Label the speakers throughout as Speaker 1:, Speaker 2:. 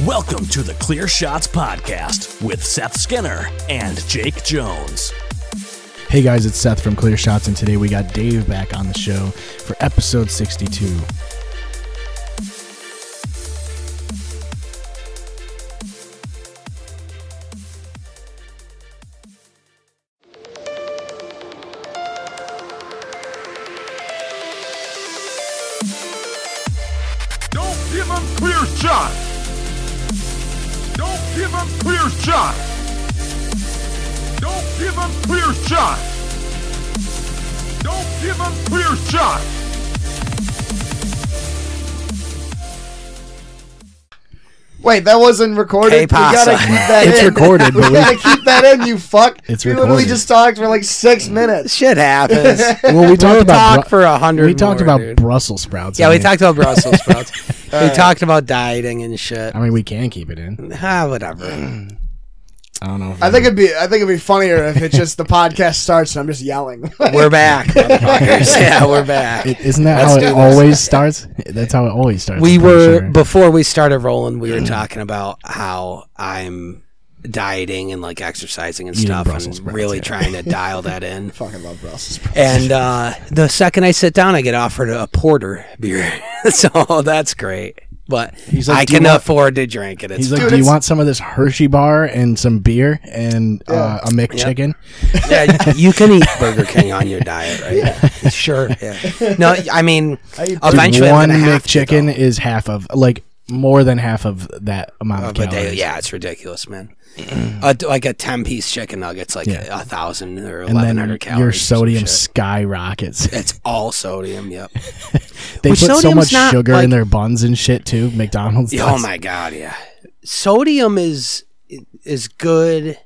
Speaker 1: Welcome to the Clear Shots Podcast with Seth Skinner and Jake Jones.
Speaker 2: Hey guys, it's Seth from Clear Shots, and today we got Dave back on the show for episode 62.
Speaker 3: Don't give him clear shot. Don't give him clear shot. Don't give him clear shot. Don't give him clear shot.
Speaker 4: Wait, that wasn't recorded.
Speaker 5: Hey,
Speaker 4: we gotta
Speaker 5: Pasa.
Speaker 4: keep that
Speaker 2: It's
Speaker 4: in.
Speaker 2: recorded,
Speaker 4: We
Speaker 2: but we,
Speaker 4: gotta keep that in. You fuck.
Speaker 2: It's
Speaker 4: we literally
Speaker 2: recorded.
Speaker 4: just talked for like six minutes.
Speaker 5: Shit happens.
Speaker 2: well, we talked about
Speaker 5: talk for a hundred
Speaker 2: We talked
Speaker 5: more,
Speaker 2: about
Speaker 5: dude.
Speaker 2: Brussels sprouts.
Speaker 5: yeah,
Speaker 2: I
Speaker 5: we
Speaker 2: mean.
Speaker 5: talked about Brussels sprouts. we talked about dieting and shit.
Speaker 2: I mean, we can keep it in.
Speaker 5: Ah, whatever.
Speaker 2: I don't know. If
Speaker 4: I think it'd be. I think it'd be funnier if it just the podcast starts and I'm just yelling.
Speaker 5: We're back, motherfuckers. Yeah, we're back.
Speaker 2: it, isn't that how
Speaker 5: Let's
Speaker 2: it
Speaker 5: do this.
Speaker 2: always starts. That's how it always starts.
Speaker 5: we
Speaker 2: I'm pretty
Speaker 5: were
Speaker 2: sure.
Speaker 5: before we started rolling. We were talking about how I'm dieting and like exercising and
Speaker 2: Eating
Speaker 5: stuff,
Speaker 2: Brussels
Speaker 5: and
Speaker 2: sprouts,
Speaker 5: really
Speaker 2: yeah.
Speaker 5: trying to dial that in.
Speaker 4: Fucking love Brussels sprouts.
Speaker 5: And uh, the second I sit down, I get offered a porter beer, so that's great. But
Speaker 2: He's like,
Speaker 5: I
Speaker 2: "Do you
Speaker 5: can
Speaker 2: want-"
Speaker 5: afford to drink it. It's
Speaker 2: He's like,
Speaker 4: Dude,
Speaker 2: "Do you
Speaker 4: it's-
Speaker 2: want some of this Hershey bar and some beer and uh, a McChicken?"
Speaker 5: yeah, you can eat Burger King on your diet, right? Sure. Yeah. No, I mean,
Speaker 4: eat
Speaker 5: eventually
Speaker 2: one
Speaker 5: I'm gonna have to,
Speaker 2: McChicken
Speaker 5: though,
Speaker 2: is half of like more than half of that amount of,
Speaker 5: of a
Speaker 2: calories.
Speaker 5: day. Yeah, it's ridiculous, man. uh, like a ten-piece chicken nugget's like
Speaker 2: Yeah.
Speaker 5: a thousand or
Speaker 2: and
Speaker 5: eleven
Speaker 2: then
Speaker 5: hundred calories.
Speaker 2: your
Speaker 5: or some
Speaker 2: sodium
Speaker 5: shit.
Speaker 2: skyrockets.
Speaker 5: It's all sodium. Yep.
Speaker 2: They
Speaker 5: Which
Speaker 2: put so
Speaker 5: sodium's
Speaker 2: much
Speaker 5: not,
Speaker 2: sugar in
Speaker 5: like-
Speaker 2: their buns and shit too. McDonald's.
Speaker 5: Yeah, Oh
Speaker 2: does.
Speaker 5: my god. Yeah. Sodium is is good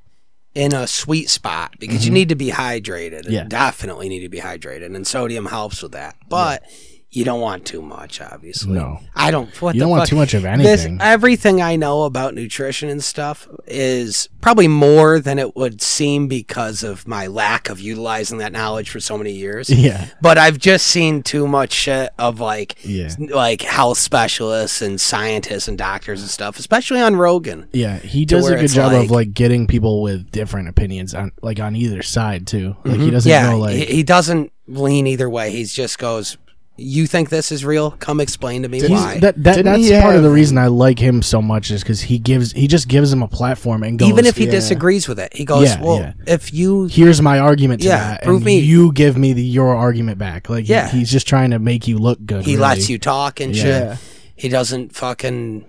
Speaker 5: in a sweet spot because you need to be hydrated.
Speaker 2: Mm-hmm. Yeah.
Speaker 5: You Definitely need to be hydrated, and sodium helps with that. But you don't want too much, obviously.
Speaker 2: No.
Speaker 5: I don't. What
Speaker 2: You
Speaker 5: the
Speaker 2: don't want
Speaker 5: fuck?
Speaker 2: too much of
Speaker 5: This-
Speaker 2: anything.
Speaker 5: everything I know about nutrition and stuff is probably more than it would seem because of my lack of utilizing that knowledge for so many years.
Speaker 2: Yeah.
Speaker 5: But I've just seen too much shit of like,
Speaker 2: Yeah.
Speaker 5: like health specialists and scientists and doctors and stuff, especially on Rogan.
Speaker 2: Yeah, he does a
Speaker 5: where
Speaker 2: good
Speaker 5: it's
Speaker 2: job of
Speaker 5: like-
Speaker 2: like getting people with different opinions on like on either side too. Like he doesn't
Speaker 5: Mm-hmm. yeah,
Speaker 2: go like
Speaker 5: he, he doesn't lean either way. He just goes, "You think this is real? Come explain to me
Speaker 2: he's-
Speaker 5: why."
Speaker 2: that, that
Speaker 4: Didn't
Speaker 2: that's
Speaker 4: he
Speaker 2: part of
Speaker 4: have-
Speaker 2: the reason I like him so much is because he gives he just gives him a platform and goes
Speaker 5: Even if he
Speaker 2: yeah,
Speaker 5: disagrees with it, he goes,
Speaker 2: Yeah,
Speaker 5: "Well,
Speaker 2: yeah.
Speaker 5: if you
Speaker 2: here's my argument to
Speaker 5: Yeah,
Speaker 2: that,
Speaker 5: prove
Speaker 2: and
Speaker 5: me-
Speaker 2: you give me the, your argument back. Like he-
Speaker 5: Yeah.
Speaker 2: he's just trying to make you look good.
Speaker 5: He
Speaker 2: really.
Speaker 5: lets you talk and
Speaker 2: Yeah.
Speaker 5: shit. He doesn't fucking.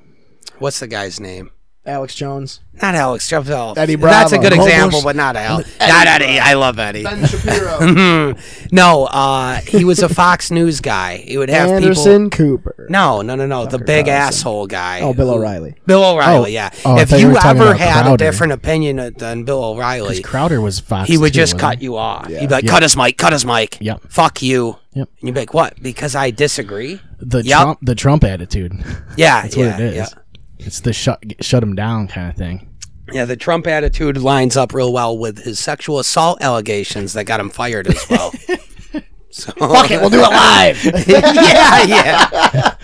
Speaker 5: What's the guy's name?
Speaker 4: Alex Jones,
Speaker 5: Not Alex. Jeff- oh,
Speaker 4: Eddie
Speaker 5: That's a
Speaker 4: Bravo.
Speaker 5: good example,
Speaker 2: Almost-
Speaker 5: but not Al. Not Eddie. I love Eddie.
Speaker 4: Ben Shapiro,
Speaker 5: No, uh, he was a Fox News guy. He would have people.
Speaker 4: Anderson Cooper.
Speaker 5: No, no, no, no. The big
Speaker 4: Carlson.
Speaker 5: asshole guy.
Speaker 4: Oh, Bill
Speaker 5: who-
Speaker 4: O'Reilly.
Speaker 5: Bill O'Reilly, yeah.
Speaker 2: oh, I
Speaker 5: if
Speaker 2: thought you
Speaker 5: you,
Speaker 2: were talking
Speaker 5: ever
Speaker 2: about
Speaker 5: had
Speaker 2: Crowder.
Speaker 5: a different opinion uh, than Bill O'Reilly,
Speaker 2: Crowder was Fox.
Speaker 5: he would
Speaker 2: too,
Speaker 5: just
Speaker 2: wasn't
Speaker 5: cut
Speaker 2: he?
Speaker 5: you off.
Speaker 4: Yeah.
Speaker 5: He'd be like,
Speaker 2: Yep.
Speaker 5: "Cut his mic, cut his mic."
Speaker 2: Yep.
Speaker 5: Fuck you.
Speaker 2: Yep.
Speaker 5: And you'd be like, "What?" Because I disagree.
Speaker 2: The
Speaker 5: Yep.
Speaker 2: Trump the Trump attitude.
Speaker 5: Yeah,
Speaker 2: That's
Speaker 5: yeah,
Speaker 2: what it is.
Speaker 5: yeah.
Speaker 2: It's the shut shut him down kind of thing.
Speaker 5: Yeah, the Trump attitude lines up real well with his sexual assault allegations that got him fired as well. so, Fuck
Speaker 4: Okay, we'll do it live.
Speaker 5: yeah, yeah.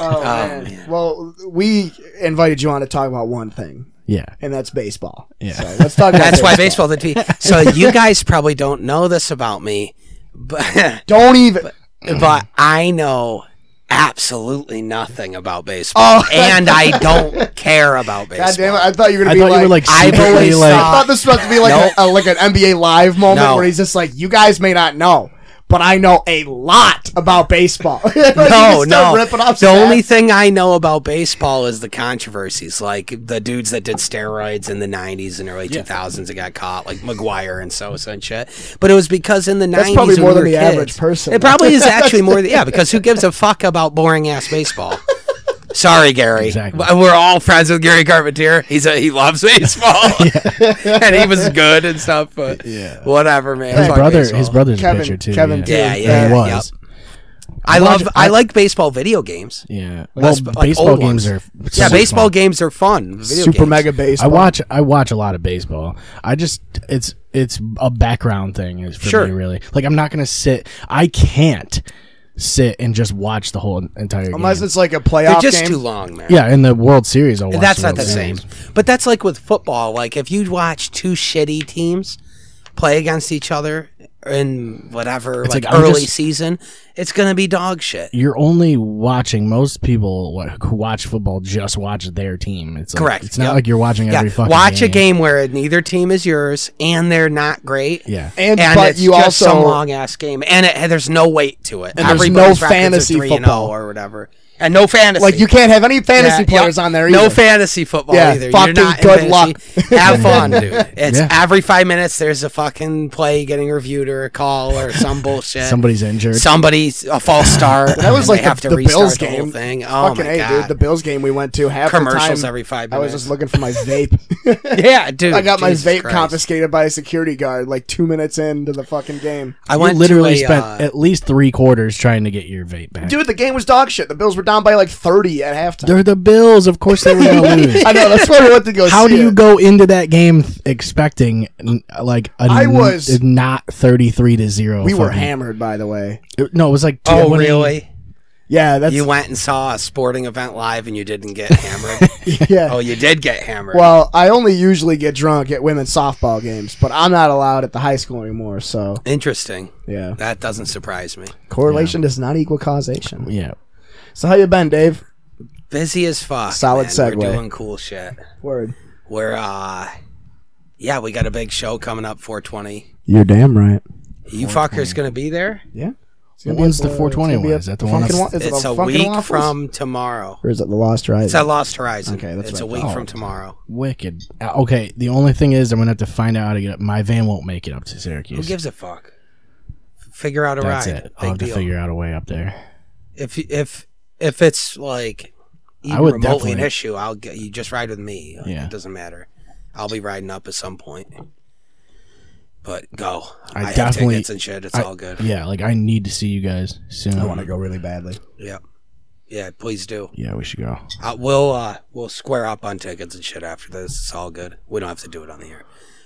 Speaker 4: Oh, man. Well, we invited you on to talk about one thing,
Speaker 2: Yeah.
Speaker 4: and that's baseball.
Speaker 2: Yeah.
Speaker 4: So let's talk. About
Speaker 5: That's why
Speaker 4: baseball.
Speaker 5: baseball. The t- so you guys probably don't know this about me, but
Speaker 4: Don't even.
Speaker 5: but I know absolutely nothing about baseball,
Speaker 4: Oh.
Speaker 5: and I don't care about baseball.
Speaker 4: God damn it! I thought you were
Speaker 2: I
Speaker 4: gonna
Speaker 2: thought you
Speaker 4: be
Speaker 2: were like
Speaker 4: like
Speaker 5: I've
Speaker 2: secretly
Speaker 5: always
Speaker 2: like
Speaker 5: thought-
Speaker 4: I thought this was supposed to be like a, a- like an NBA live moment
Speaker 5: No.
Speaker 4: where he's just like, "You guys may not know, but I know a lot about baseball." Like, you
Speaker 5: no,
Speaker 4: just start
Speaker 5: no.
Speaker 4: ripping off
Speaker 5: the
Speaker 4: stats.
Speaker 5: only thing I know about baseball is the controversies, like the dudes that did steroids in the '90s and early 2000s that got caught, like McGuire and Sosa and shit. But it was because in the '90s,
Speaker 4: probably
Speaker 5: when
Speaker 4: more
Speaker 5: we
Speaker 4: than
Speaker 5: were
Speaker 4: the
Speaker 5: kids-
Speaker 4: average person.
Speaker 5: It probably is actually more. Than, yeah, because who gives a fuck about boring ass baseball? Sorry, Gary.
Speaker 2: Exactly.
Speaker 5: W- We're all friends with Gary Carpentier. He's a, he loves baseball, and he was good and stuff. But yeah, whatever, man.
Speaker 2: his
Speaker 5: Fuck
Speaker 2: brother
Speaker 5: baseball.
Speaker 2: his brother's
Speaker 4: Kevin-
Speaker 2: a pitcher too.
Speaker 4: Kevin
Speaker 2: yeah.
Speaker 4: did.
Speaker 5: Yeah,
Speaker 4: He
Speaker 5: yeah,
Speaker 2: he was.
Speaker 5: Yep. I
Speaker 2: Roger-
Speaker 5: love I like baseball video games.
Speaker 2: Yeah. Well,
Speaker 5: That's, like,
Speaker 2: baseball
Speaker 5: old
Speaker 2: games
Speaker 5: ones.
Speaker 2: are
Speaker 5: Yeah,
Speaker 2: so
Speaker 5: baseball
Speaker 2: fun.
Speaker 5: games are fun. Video
Speaker 4: super
Speaker 5: games.
Speaker 4: mega baseball.
Speaker 2: I watch I watch a lot of baseball. I just it's it's a background thing is for
Speaker 5: Sure.
Speaker 2: me really. Like I'm not gonna sit. I can't sit and just watch the whole entire
Speaker 4: Unless
Speaker 2: game.
Speaker 4: it's like a
Speaker 5: They're
Speaker 4: playoff
Speaker 5: just
Speaker 4: game.
Speaker 5: too long, man.
Speaker 2: Yeah, in the World Series, I'll watch
Speaker 5: That's not the
Speaker 2: World
Speaker 5: same.
Speaker 2: Series.
Speaker 5: But that's like with football. Like if you watch two shitty teams play against each other in whatever like,
Speaker 2: like, I'm
Speaker 5: early
Speaker 2: just-
Speaker 5: season, it's gonna be dog shit.
Speaker 2: You're only watching. Most people wha- who watch football just watch their team. It's like,
Speaker 5: Correct,
Speaker 2: It's not
Speaker 5: yep.
Speaker 2: like you're watching every fucking
Speaker 5: watch
Speaker 2: game.
Speaker 5: a game where neither team is yours and they're not great.
Speaker 2: Yeah.
Speaker 4: And, but
Speaker 5: it's
Speaker 4: you
Speaker 5: just
Speaker 4: also
Speaker 5: some long ass game, and it, there's no weight to it.
Speaker 4: And there's
Speaker 5: Everybody's
Speaker 4: no
Speaker 5: records are
Speaker 4: fantasy
Speaker 5: 3 and
Speaker 4: football.
Speaker 5: 0 or whatever, and no fantasy.
Speaker 4: like you can't have any fantasy
Speaker 5: Yeah,
Speaker 4: players
Speaker 5: yep.
Speaker 4: on there. Either.
Speaker 5: No fantasy football
Speaker 4: Yeah,
Speaker 5: either.
Speaker 4: fucking
Speaker 5: You're not in
Speaker 4: good
Speaker 5: fantasy. Have fun, dude. It's
Speaker 2: Yeah.
Speaker 5: every five minutes there's a fucking play getting reviewed or a call or some bullshit.
Speaker 2: Somebody's injured.
Speaker 5: Somebody's a false start.
Speaker 4: That was like
Speaker 5: they have
Speaker 4: the,
Speaker 5: to
Speaker 4: the
Speaker 5: restart
Speaker 4: Bills
Speaker 5: the whole
Speaker 4: game.
Speaker 5: thing. Oh
Speaker 4: Fucking
Speaker 5: my
Speaker 4: A,
Speaker 5: god.
Speaker 4: dude. The Bills game we went to half
Speaker 5: Commercials
Speaker 4: the time,
Speaker 5: every five
Speaker 4: I was
Speaker 5: minutes.
Speaker 4: just looking for my vape.
Speaker 5: yeah, dude.
Speaker 4: I got my
Speaker 5: Jesus
Speaker 4: vape
Speaker 5: Christ.
Speaker 4: confiscated by a security guard like two minutes into the fucking game.
Speaker 5: I
Speaker 2: You
Speaker 5: went
Speaker 2: literally
Speaker 5: to a,
Speaker 2: spent
Speaker 5: uh,
Speaker 2: at least three quarters trying to get your vape back.
Speaker 4: Dude, the game was dog shit. The Bills were down by like thirty at halftime.
Speaker 2: They're the Bills. Of course, they were going to lose.
Speaker 4: I know that's why we went to go.
Speaker 2: How
Speaker 4: see
Speaker 2: do you
Speaker 4: it.
Speaker 2: go into that game th- expecting n- like a
Speaker 4: I
Speaker 2: n-
Speaker 4: was-
Speaker 2: not thirty three to zero?
Speaker 4: We were
Speaker 2: fucking-
Speaker 4: hammered, by the way.
Speaker 2: It- No, it was like
Speaker 5: Oh
Speaker 2: 20
Speaker 5: really?
Speaker 4: Yeah, that's
Speaker 5: You went and saw a sporting event live and you didn't get hammered.
Speaker 4: yeah.
Speaker 5: oh, you did get hammered.
Speaker 4: Well, I only usually get drunk at women's softball games, but I'm not allowed at the high school anymore. So
Speaker 5: Interesting.
Speaker 4: yeah,
Speaker 5: That doesn't surprise me.
Speaker 4: correlation does not equal causation.
Speaker 2: Yeah,
Speaker 4: So how you been, Dave?
Speaker 5: Busy as fuck.
Speaker 4: Solid
Speaker 5: man.
Speaker 4: segue.
Speaker 5: We're doing cool shit.
Speaker 4: Word.
Speaker 5: We're uh yeah, we got a big show coming up 420.
Speaker 4: You're damn right.
Speaker 5: You fuckers gonna be there?
Speaker 4: Yeah.
Speaker 2: What one's the 420 one? Is that the one that's-
Speaker 4: It's,
Speaker 5: It's a week from tomorrow.
Speaker 4: Or is it the Lost Ride?
Speaker 5: It's at Lost Horizon.
Speaker 4: Okay, that's
Speaker 5: it's
Speaker 4: what
Speaker 5: a
Speaker 4: I
Speaker 5: week
Speaker 4: thought.
Speaker 5: from tomorrow.
Speaker 2: wicked. Uh, Okay, the only thing is I'm gonna have to find out how to get up. My van won't make it up to Syracuse.
Speaker 5: Who gives a fuck? Figure out a
Speaker 2: That's
Speaker 5: ride.
Speaker 2: it. I'll have
Speaker 5: Big
Speaker 2: to
Speaker 5: deal.
Speaker 2: figure out a way up there.
Speaker 5: If if if it's like even
Speaker 2: would
Speaker 5: remotely an
Speaker 2: definitely-
Speaker 5: issue, I'll get you just ride with me. Like,
Speaker 2: Yeah.
Speaker 5: It doesn't matter. I'll be riding up at some point. But go.
Speaker 2: I
Speaker 5: have
Speaker 2: definitely-
Speaker 5: tickets and shit. It's
Speaker 2: I-
Speaker 5: all good.
Speaker 2: Yeah, like I need to see you guys soon.
Speaker 4: I want to go really badly.
Speaker 5: Yeah. Yeah, please do.
Speaker 2: Yeah, we should go.
Speaker 5: Uh, we'll uh, we'll square up on tickets and shit after this. It's all good. We don't have to do it on the air.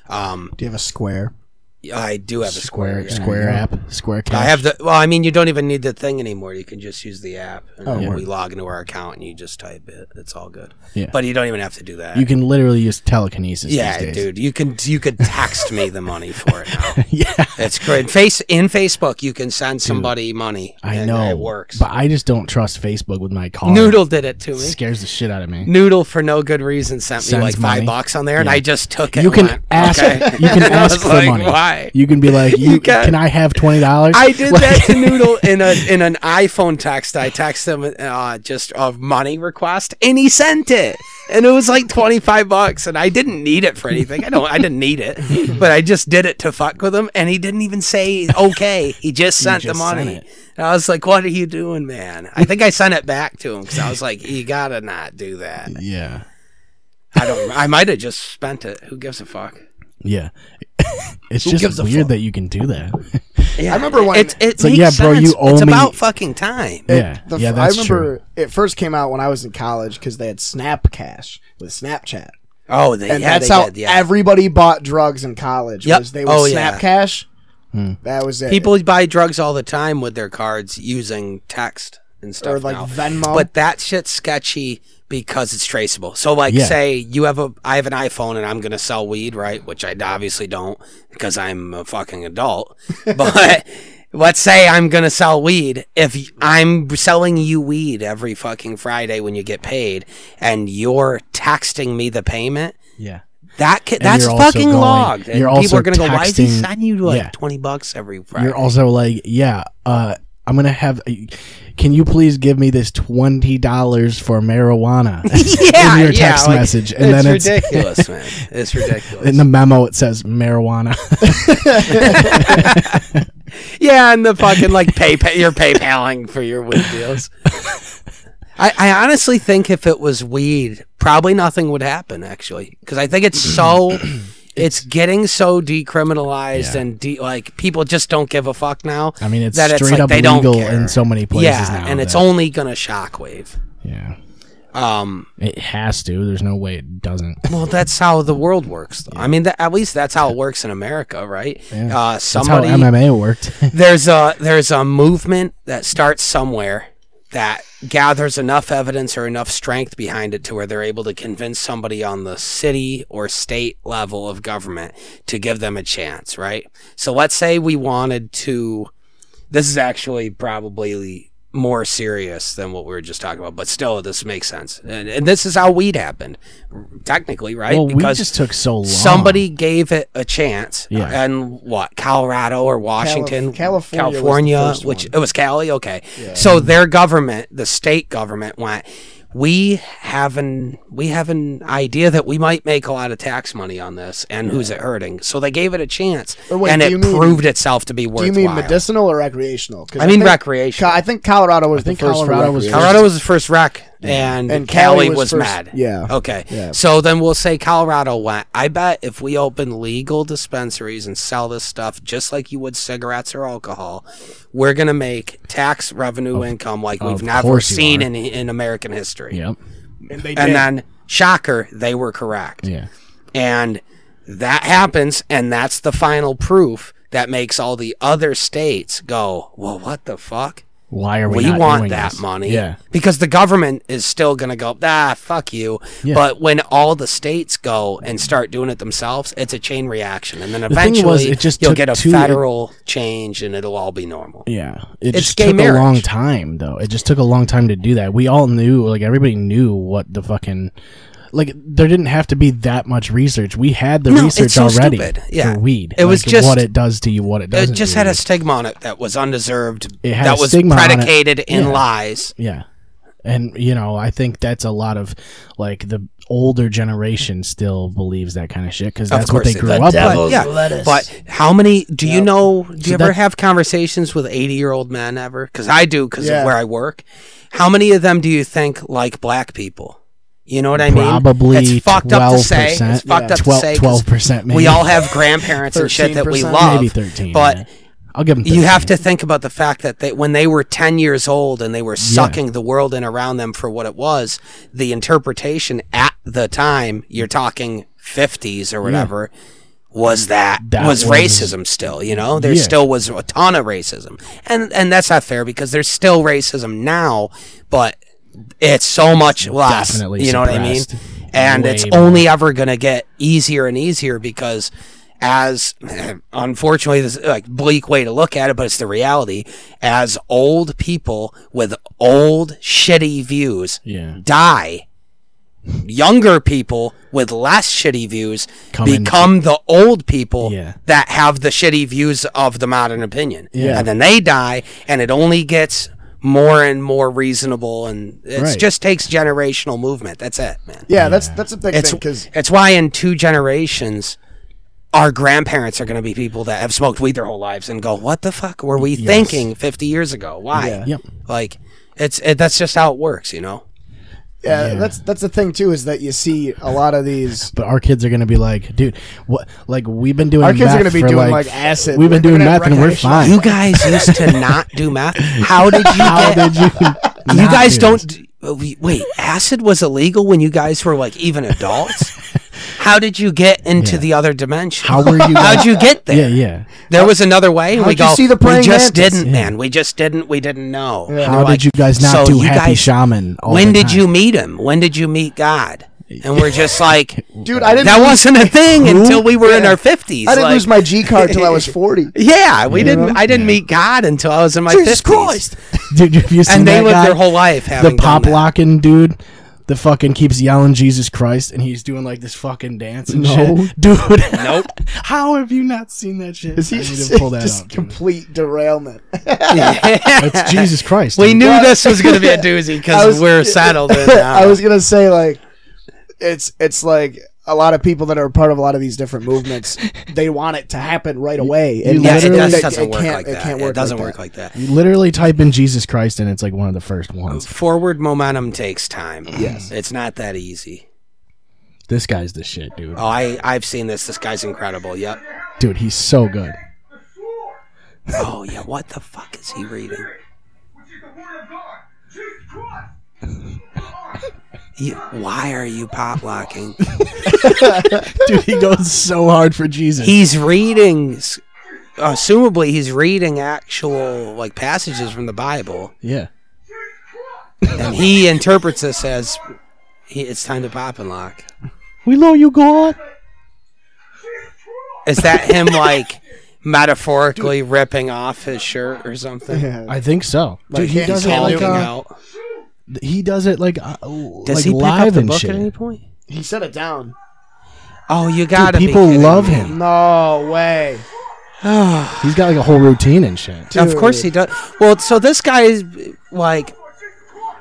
Speaker 5: Um,
Speaker 4: Do you have a square?
Speaker 5: I do have a
Speaker 2: Square
Speaker 5: square. yeah.
Speaker 2: Square app, Square Cash.
Speaker 5: I have the. Well, I mean, you don't even need the thing anymore. You can just use the app. And
Speaker 4: Oh,
Speaker 5: we
Speaker 4: word.
Speaker 5: log into our account and you just type it. It's all good.
Speaker 2: Yeah.
Speaker 5: But you don't even have to do that.
Speaker 2: You can literally use telekinesis. these
Speaker 5: yeah,
Speaker 2: days.
Speaker 5: dude. You can you could text me the money for it now.
Speaker 2: yeah,
Speaker 5: It's great. Face in Facebook, you can send somebody money.
Speaker 2: I
Speaker 5: and
Speaker 2: know
Speaker 5: it works.
Speaker 2: but I just don't trust Facebook with my car.
Speaker 5: Noodle did it to me.
Speaker 2: scares the shit out of me.
Speaker 5: Noodle for no good reason sent me
Speaker 2: Sends
Speaker 5: like five
Speaker 2: money.
Speaker 5: bucks on there, and
Speaker 2: Yeah.
Speaker 5: I just took it.
Speaker 2: You
Speaker 5: and
Speaker 2: can
Speaker 5: went,
Speaker 2: ask.
Speaker 5: okay.
Speaker 2: You can
Speaker 5: And I
Speaker 2: ask
Speaker 5: was
Speaker 2: for
Speaker 5: like,
Speaker 2: money.
Speaker 5: Why?
Speaker 2: You can be like, you,
Speaker 5: got-
Speaker 2: can, I have twenty dollars?
Speaker 5: I did that to Noodle in a in an iPhone text. I texted him uh, just a money request, and he sent it, and it was like twenty five bucks, and I didn't need it for anything. I don't. I didn't need it, but I just did it to fuck with him, and he didn't even say okay. He just sent the
Speaker 2: just sent
Speaker 5: money.
Speaker 2: it.
Speaker 5: and I was like, "What are you doing, man?" I think I sent it back to him because I was like, "You gotta not do that."
Speaker 2: Yeah,
Speaker 5: I don't. I might have just spent it. Who gives a fuck?
Speaker 2: yeah. it's
Speaker 4: gives
Speaker 2: just
Speaker 4: a
Speaker 2: weird
Speaker 4: fuck?
Speaker 2: that you can do that.
Speaker 5: Yeah,
Speaker 4: I remember when-
Speaker 5: it's
Speaker 2: It's
Speaker 5: it's
Speaker 2: like, yeah, bro, you owe
Speaker 5: It's
Speaker 2: me-
Speaker 5: about fucking time.
Speaker 2: yeah,
Speaker 4: The
Speaker 2: yeah.
Speaker 4: f-
Speaker 2: That's
Speaker 4: I
Speaker 2: true.
Speaker 4: remember it first came out when I was in college because they had Snap Cash with Snapchat,
Speaker 5: Oh, they,
Speaker 4: and
Speaker 5: yeah,
Speaker 4: that's
Speaker 5: they
Speaker 4: how
Speaker 5: did, yeah.
Speaker 4: everybody bought drugs in college.
Speaker 5: Yep.
Speaker 4: Was they would
Speaker 5: Oh,
Speaker 4: Snap
Speaker 5: yeah.
Speaker 4: Cash. That was it.
Speaker 5: People buy drugs all the time with their cards using text and stuff.
Speaker 4: or like
Speaker 5: now.
Speaker 4: Venmo.
Speaker 5: But that shit's sketchy because it's traceable. So like
Speaker 2: Yeah.
Speaker 5: say you have a I have an iPhone and I'm gonna sell weed, right? Which I obviously don't because I'm a fucking adult. But let's say I'm gonna sell weed. If y- I'm selling you weed every fucking Friday when you get paid and you're texting me the payment,
Speaker 2: Yeah,
Speaker 5: that ca-
Speaker 2: And
Speaker 5: that's
Speaker 2: you're also
Speaker 5: fucking
Speaker 2: going-
Speaker 5: logged. And
Speaker 2: you're
Speaker 5: people
Speaker 2: also
Speaker 5: are gonna go, why is he
Speaker 2: texting-
Speaker 5: sending you like
Speaker 2: yeah.
Speaker 5: twenty bucks every Friday?
Speaker 2: you're also like, yeah. Uh, I'm gonna have. Can you please give me this twenty dollars for marijuana?
Speaker 5: yeah,
Speaker 2: in your
Speaker 5: yeah,
Speaker 2: text
Speaker 5: like,
Speaker 2: message, and
Speaker 5: it's
Speaker 2: then it's
Speaker 5: ridiculous, man. It's ridiculous.
Speaker 2: in the memo it says marijuana.
Speaker 5: yeah, and the fucking like PayPal, you're PayPaling for your weed deals. I, I honestly think if it was weed, probably nothing would happen actually, because I think
Speaker 2: Mm.
Speaker 5: it's so. It's getting so decriminalized
Speaker 2: Yeah.
Speaker 5: and de- like people just don't give a fuck now.
Speaker 2: I mean, it's
Speaker 5: that
Speaker 2: straight
Speaker 5: like
Speaker 2: up
Speaker 5: they don't
Speaker 2: legal
Speaker 5: care.
Speaker 2: in so many places
Speaker 5: yeah,
Speaker 2: now
Speaker 5: and it's
Speaker 2: that-
Speaker 5: only gonna shockwave.
Speaker 2: yeah,
Speaker 5: Um,
Speaker 2: It has to. There's no way it doesn't.
Speaker 5: well, that's how the world works. Though. I mean, that, at least that's how it works in America, right? Uh,
Speaker 2: That's how
Speaker 5: somebody
Speaker 2: MMA worked.
Speaker 5: there's a there's a movement that starts somewhere that gathers enough evidence or enough strength behind it to where they're able to convince somebody on the city or state level of government to give them a chance, right? So let's say we wanted to this is actually probably more serious than what we were just talking about, but still this makes sense. And, and this is how weed happened technically, right?
Speaker 2: well, we just took so long.
Speaker 5: somebody gave it a chance.
Speaker 2: Yeah.
Speaker 5: And what? Colorado or Washington?
Speaker 4: California was the first
Speaker 5: which
Speaker 4: one.
Speaker 5: it was Cali. Okay. So their government, the state government, went. We have an we have an idea that we might make a lot of tax money on this, and who's it hurting? So they gave it a chance,
Speaker 4: But wait,
Speaker 5: and
Speaker 4: do
Speaker 5: it
Speaker 4: you mean-
Speaker 5: proved itself to be
Speaker 4: Do you
Speaker 5: worthwhile.
Speaker 4: mean medicinal or recreational? 'Cause
Speaker 5: I mean
Speaker 4: think-
Speaker 5: recreational.
Speaker 4: Ca- I think Colorado was. I
Speaker 2: think Colorado was
Speaker 5: Colorado was the first wreck, and,
Speaker 4: And
Speaker 5: Cali,
Speaker 4: Cali
Speaker 5: was,
Speaker 4: was first-
Speaker 5: mad.
Speaker 4: yeah.
Speaker 5: Okay.
Speaker 4: Yeah.
Speaker 5: So then we'll say Colorado went. I bet if we open legal dispensaries and sell this stuff just like you would cigarettes or alcohol, we're gonna make tax revenue income like we've never
Speaker 2: course you
Speaker 5: seen
Speaker 2: are.
Speaker 5: in in American history.
Speaker 2: Yep.
Speaker 4: and they
Speaker 5: And
Speaker 4: did.
Speaker 5: then shocker, they were correct.
Speaker 2: Yeah.
Speaker 5: And that happens, and that's the final proof that makes all the other states go, Well, what the fuck?
Speaker 2: Why are we?
Speaker 5: we
Speaker 2: not
Speaker 5: want
Speaker 2: doing
Speaker 5: that
Speaker 2: this?
Speaker 5: money
Speaker 2: Yeah.
Speaker 5: because the government is still going to go ah fuck you
Speaker 2: Yeah.
Speaker 5: but when all the states go and start doing it themselves it's a chain reaction and then
Speaker 2: thing was,
Speaker 5: eventually
Speaker 2: it just
Speaker 5: you'll
Speaker 2: took
Speaker 5: get a
Speaker 2: two-
Speaker 5: federal change and it'll all be normal
Speaker 2: Yeah, it
Speaker 5: It's
Speaker 2: just
Speaker 5: gay
Speaker 2: took
Speaker 5: marriage.
Speaker 2: a long time, though. It just took a long time to do that. We all knew, like everybody knew what the fucking, like there didn't have to be that much research. We had the
Speaker 5: No, it's
Speaker 2: research
Speaker 5: so
Speaker 2: already
Speaker 5: stupid. Yeah.
Speaker 2: for weed.
Speaker 5: It was
Speaker 2: Like,
Speaker 5: just-
Speaker 2: what it does to you, what it does.
Speaker 5: it just had a stigma on it that was undeserved
Speaker 2: It had
Speaker 5: that
Speaker 2: a
Speaker 5: was
Speaker 2: stigma on it.
Speaker 5: predicated in
Speaker 2: Yeah.
Speaker 5: lies
Speaker 2: yeah, and you know, I think that's a lot of like the older generation still believes that kind of shit because that's what
Speaker 5: course
Speaker 2: they
Speaker 5: it
Speaker 2: grew up
Speaker 5: does. But-
Speaker 2: with.
Speaker 5: yeah, But how many do you know? Do you
Speaker 2: So
Speaker 5: ever
Speaker 2: that-
Speaker 5: have conversations with 80 year old men ever? Because I do, because
Speaker 4: Yeah.
Speaker 5: of where I work. How many of them do you think like black people? You know what I mean?
Speaker 2: Probably
Speaker 5: it's fucked up to say. It's
Speaker 2: 12%.
Speaker 5: fucked up to say. 'cause
Speaker 2: twelve percent.
Speaker 5: We all have grandparents and shit that we
Speaker 4: 13%,
Speaker 5: love.
Speaker 2: maybe thirteen,
Speaker 5: But
Speaker 2: yeah. I'll give them. 13.
Speaker 5: you have to think about the fact that they, when they were 10 years old and they were sucking the world in around them for what it was, the interpretation at the time, you're talking 50s or whatever, was that,
Speaker 2: That
Speaker 5: was,
Speaker 2: was-
Speaker 5: racism still, you know? There
Speaker 2: Yeah.
Speaker 5: still was a ton of racism. And and that's not fair because there's still racism now, but it's so much less.
Speaker 2: Definitely
Speaker 5: you know what I mean?
Speaker 2: suppressed.
Speaker 5: And it's
Speaker 2: Way more.
Speaker 5: only ever going to get easier and easier because as unfortunately this is like bleak way to look at it but it's the reality as old people with old shitty views
Speaker 2: Yeah.
Speaker 5: die younger people with less shitty views
Speaker 2: Come in-
Speaker 5: become the old people
Speaker 2: Yeah.
Speaker 5: that have the shitty views of the modern opinion yeah. and then they die and it only gets more and more reasonable and it
Speaker 2: Right.
Speaker 5: just takes generational movement that's it man
Speaker 4: yeah, that's that's a big
Speaker 5: it's
Speaker 4: thing because
Speaker 5: it's why in two generations our grandparents are going to be people that have smoked weed their whole lives and go what the fuck were we thinking 50 years ago why
Speaker 2: Yep.
Speaker 5: like it's it, that's just how it works you know
Speaker 4: yeah, that's that's the thing too is that you see a lot of these.
Speaker 2: But our kids are gonna be like, dude, what? Like we've been doing.
Speaker 4: Our kids are
Speaker 2: meth
Speaker 4: gonna be
Speaker 2: for,
Speaker 4: doing, like, acid.
Speaker 2: We've been
Speaker 4: They're
Speaker 2: doing
Speaker 4: gonna have
Speaker 2: math and we're
Speaker 4: recreational-
Speaker 2: fine.
Speaker 5: you guys used to not do math how did you
Speaker 2: How
Speaker 5: get
Speaker 2: did you?
Speaker 5: you
Speaker 2: not
Speaker 5: guys
Speaker 2: do
Speaker 5: don't
Speaker 2: this?
Speaker 5: d- uh, we- wait acid was illegal when you guys were like even adults how did you get into the other dimension
Speaker 2: How were you?
Speaker 5: how'd
Speaker 2: guys-
Speaker 5: you get there
Speaker 2: Yeah, yeah.
Speaker 5: There was another way. and we
Speaker 4: how'd you
Speaker 5: go,
Speaker 4: see the
Speaker 5: we
Speaker 4: praying
Speaker 5: just
Speaker 4: mantis?"
Speaker 5: didn't, man. We just didn't. We didn't know. And
Speaker 2: How
Speaker 5: we're
Speaker 2: did you guys not do
Speaker 5: you
Speaker 2: Happy
Speaker 5: guys-
Speaker 2: Shaman? all
Speaker 5: When
Speaker 2: the
Speaker 5: did
Speaker 2: time?"
Speaker 5: you meet him? When did you meet God? And we're just like,
Speaker 4: Dude, I didn't.
Speaker 5: that wasn't a thing until we were in
Speaker 4: Yeah.
Speaker 5: our fifties.
Speaker 4: I didn't lose my G card till I was forty.
Speaker 5: Yeah, we didn't. I didn't meet God until I was in my fifties.
Speaker 2: Dude, have you seen
Speaker 5: And they
Speaker 2: that
Speaker 5: lived
Speaker 2: guy?
Speaker 5: their whole life having
Speaker 2: The pop
Speaker 5: done that.
Speaker 2: locking dude. The fucking keeps yelling Jesus Christ, and he's doing like this fucking dance and shit, dude.
Speaker 5: Nope.
Speaker 2: How have you not seen that shit?
Speaker 4: Is he
Speaker 2: I need to
Speaker 4: just,
Speaker 2: pull that
Speaker 4: just
Speaker 2: up, dude.
Speaker 4: complete derailment?
Speaker 2: It's Jesus Christ.
Speaker 5: We
Speaker 2: dude.
Speaker 5: knew this was going to be a doozy
Speaker 4: I
Speaker 5: because
Speaker 4: was-
Speaker 5: we're settled. In, uh,
Speaker 4: I was gonna say like, it's it's like a lot of people that are part of a lot of these different movements, they want it to happen right away. And
Speaker 5: yeah,
Speaker 4: that's-
Speaker 5: it,
Speaker 2: literally-
Speaker 5: does,
Speaker 4: that-
Speaker 5: doesn't work
Speaker 4: can't-
Speaker 5: like
Speaker 4: It
Speaker 5: that.
Speaker 4: can't
Speaker 5: It
Speaker 4: work.
Speaker 5: doesn't
Speaker 4: like
Speaker 5: work
Speaker 4: that.
Speaker 5: like that.
Speaker 2: Literally type in Jesus Christ, and it's like one of the first ones.
Speaker 5: Forward momentum takes time. Yes, it's not that easy.
Speaker 2: This guy's the shit, dude.
Speaker 5: Oh, I I've seen this. This guy's incredible. Yep.
Speaker 2: Dude, he's so good.
Speaker 5: Oh yeah, what the fuck is he reading?
Speaker 3: Which is the word of God. Jesus Christ.
Speaker 5: You, why are you potlocking?
Speaker 2: Dude, he goes so hard for Jesus.
Speaker 5: he's reading, s- assumably, he's reading actual like passages from the Bible,
Speaker 2: yeah.
Speaker 5: and he interprets this as he, it's time to pop and lock.
Speaker 2: We know you, God.
Speaker 5: Is that him like metaphorically ripping off his shirt or something?
Speaker 4: Yeah.
Speaker 2: I think so.
Speaker 4: Like,
Speaker 2: Dude, he
Speaker 4: he's
Speaker 2: does it
Speaker 4: calling
Speaker 2: like
Speaker 5: Looking
Speaker 2: uh,
Speaker 5: out.
Speaker 2: he does it like uh,
Speaker 5: Does
Speaker 2: like
Speaker 5: he pick
Speaker 2: live
Speaker 5: up the
Speaker 2: and
Speaker 5: book
Speaker 2: shit.
Speaker 5: at any point?
Speaker 4: He set it down.
Speaker 5: Oh, you gotta be
Speaker 2: people
Speaker 5: kidding
Speaker 2: love
Speaker 5: me.
Speaker 2: him.
Speaker 4: No way.
Speaker 2: He's got like a whole routine and shit.
Speaker 5: Of course he does. Well, so this guy is like,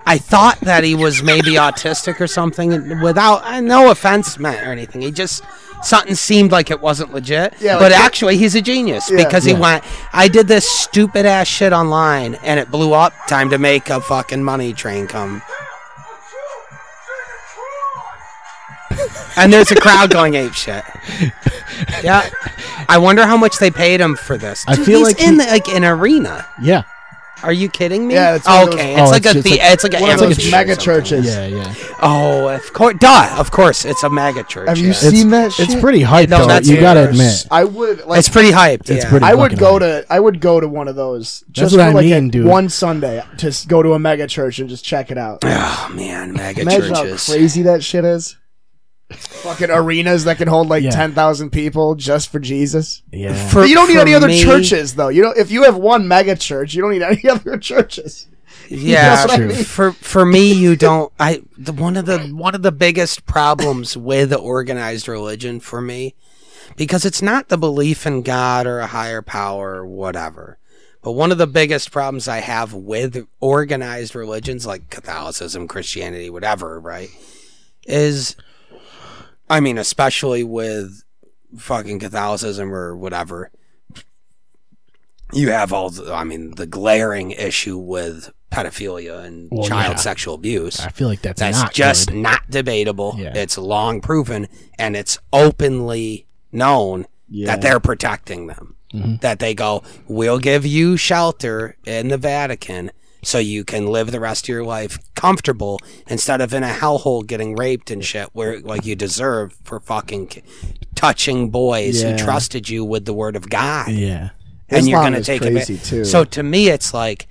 Speaker 5: I thought that he was maybe autistic or something. and Without uh, no offense meant or anything, he just something seemed like it wasn't legit.
Speaker 4: Yeah, like
Speaker 5: but
Speaker 4: that-
Speaker 5: actually, he's a genius
Speaker 4: Yeah.
Speaker 5: because he went. I did this stupid ass shit online, and it blew up. Time to make a fucking money train come. and there's a crowd going ape shit. Yeah, I wonder how much they paid him for this.
Speaker 2: I
Speaker 5: Dude,
Speaker 2: feel
Speaker 5: he's
Speaker 2: like he-
Speaker 5: in like an arena.
Speaker 2: Yeah.
Speaker 5: Are you kidding me?
Speaker 4: Yeah, it's one
Speaker 5: oh,
Speaker 4: of those-
Speaker 5: okay.
Speaker 2: Oh,
Speaker 5: it's like
Speaker 2: it's
Speaker 5: a
Speaker 2: just
Speaker 5: the,
Speaker 2: like-
Speaker 5: it's like an
Speaker 4: One of those
Speaker 5: amphitheater
Speaker 4: mega
Speaker 5: or something.
Speaker 4: churches.
Speaker 2: Yeah, yeah.
Speaker 5: Oh, of course, duh, of course, it's a mega church.
Speaker 4: Have you
Speaker 5: yeah.
Speaker 4: seen that shit?
Speaker 2: It's pretty hyped
Speaker 5: No,
Speaker 2: though.
Speaker 5: that's
Speaker 2: you got to
Speaker 5: yours.
Speaker 2: admit.
Speaker 4: I would like.
Speaker 5: it's pretty hyped.
Speaker 2: It's
Speaker 5: yeah.
Speaker 2: pretty-
Speaker 4: I would
Speaker 2: fucking
Speaker 4: go
Speaker 2: hype.
Speaker 4: to I would go to one of those just
Speaker 2: what
Speaker 4: for
Speaker 2: I
Speaker 4: like a-
Speaker 2: mean, dude.
Speaker 4: one Sunday. Just go to a mega church and just check it out.
Speaker 5: Oh man, mega
Speaker 4: Imagine
Speaker 5: churches.
Speaker 4: how crazy that shit is. Fucking arenas that can hold like
Speaker 2: Yeah.
Speaker 4: ten thousand people just for Jesus.
Speaker 2: Yeah.
Speaker 5: For-
Speaker 4: you don't need
Speaker 5: for
Speaker 4: any other
Speaker 5: me-
Speaker 4: churches though. You know, if you have one mega church, you don't need any other churches.
Speaker 5: Yeah,
Speaker 4: That's
Speaker 2: true.
Speaker 5: for for me, you don't. I the, one of the one of the biggest problems with organized religion for me, because it's not the belief in God or a higher power or whatever. But one of the biggest problems I have with organized religions like Catholicism, Christianity, whatever, right, is, I mean, especially with fucking Catholicism or whatever, you have all the, I mean, the glaring issue with pedophilia and
Speaker 2: Well,
Speaker 5: child
Speaker 2: yeah.
Speaker 5: sexual abuse.
Speaker 2: I feel like that's,
Speaker 5: That's
Speaker 2: not
Speaker 5: just
Speaker 2: good.
Speaker 5: not debatable.
Speaker 2: Yeah.
Speaker 5: It's long proven and it's openly known that they're protecting them.
Speaker 2: Mm-hmm.
Speaker 5: That they go, we'll give you shelter in the Vatican so you can live the rest of your life comfortable instead of in a hellhole getting raped and shit where like you deserve for fucking k- touching boys
Speaker 2: Yeah.
Speaker 5: who trusted you with the word of God
Speaker 2: Yeah.
Speaker 5: and you're
Speaker 4: Islam
Speaker 5: going to
Speaker 4: is
Speaker 5: take
Speaker 4: crazy,
Speaker 5: a bit.
Speaker 4: too.
Speaker 5: So to me, it's like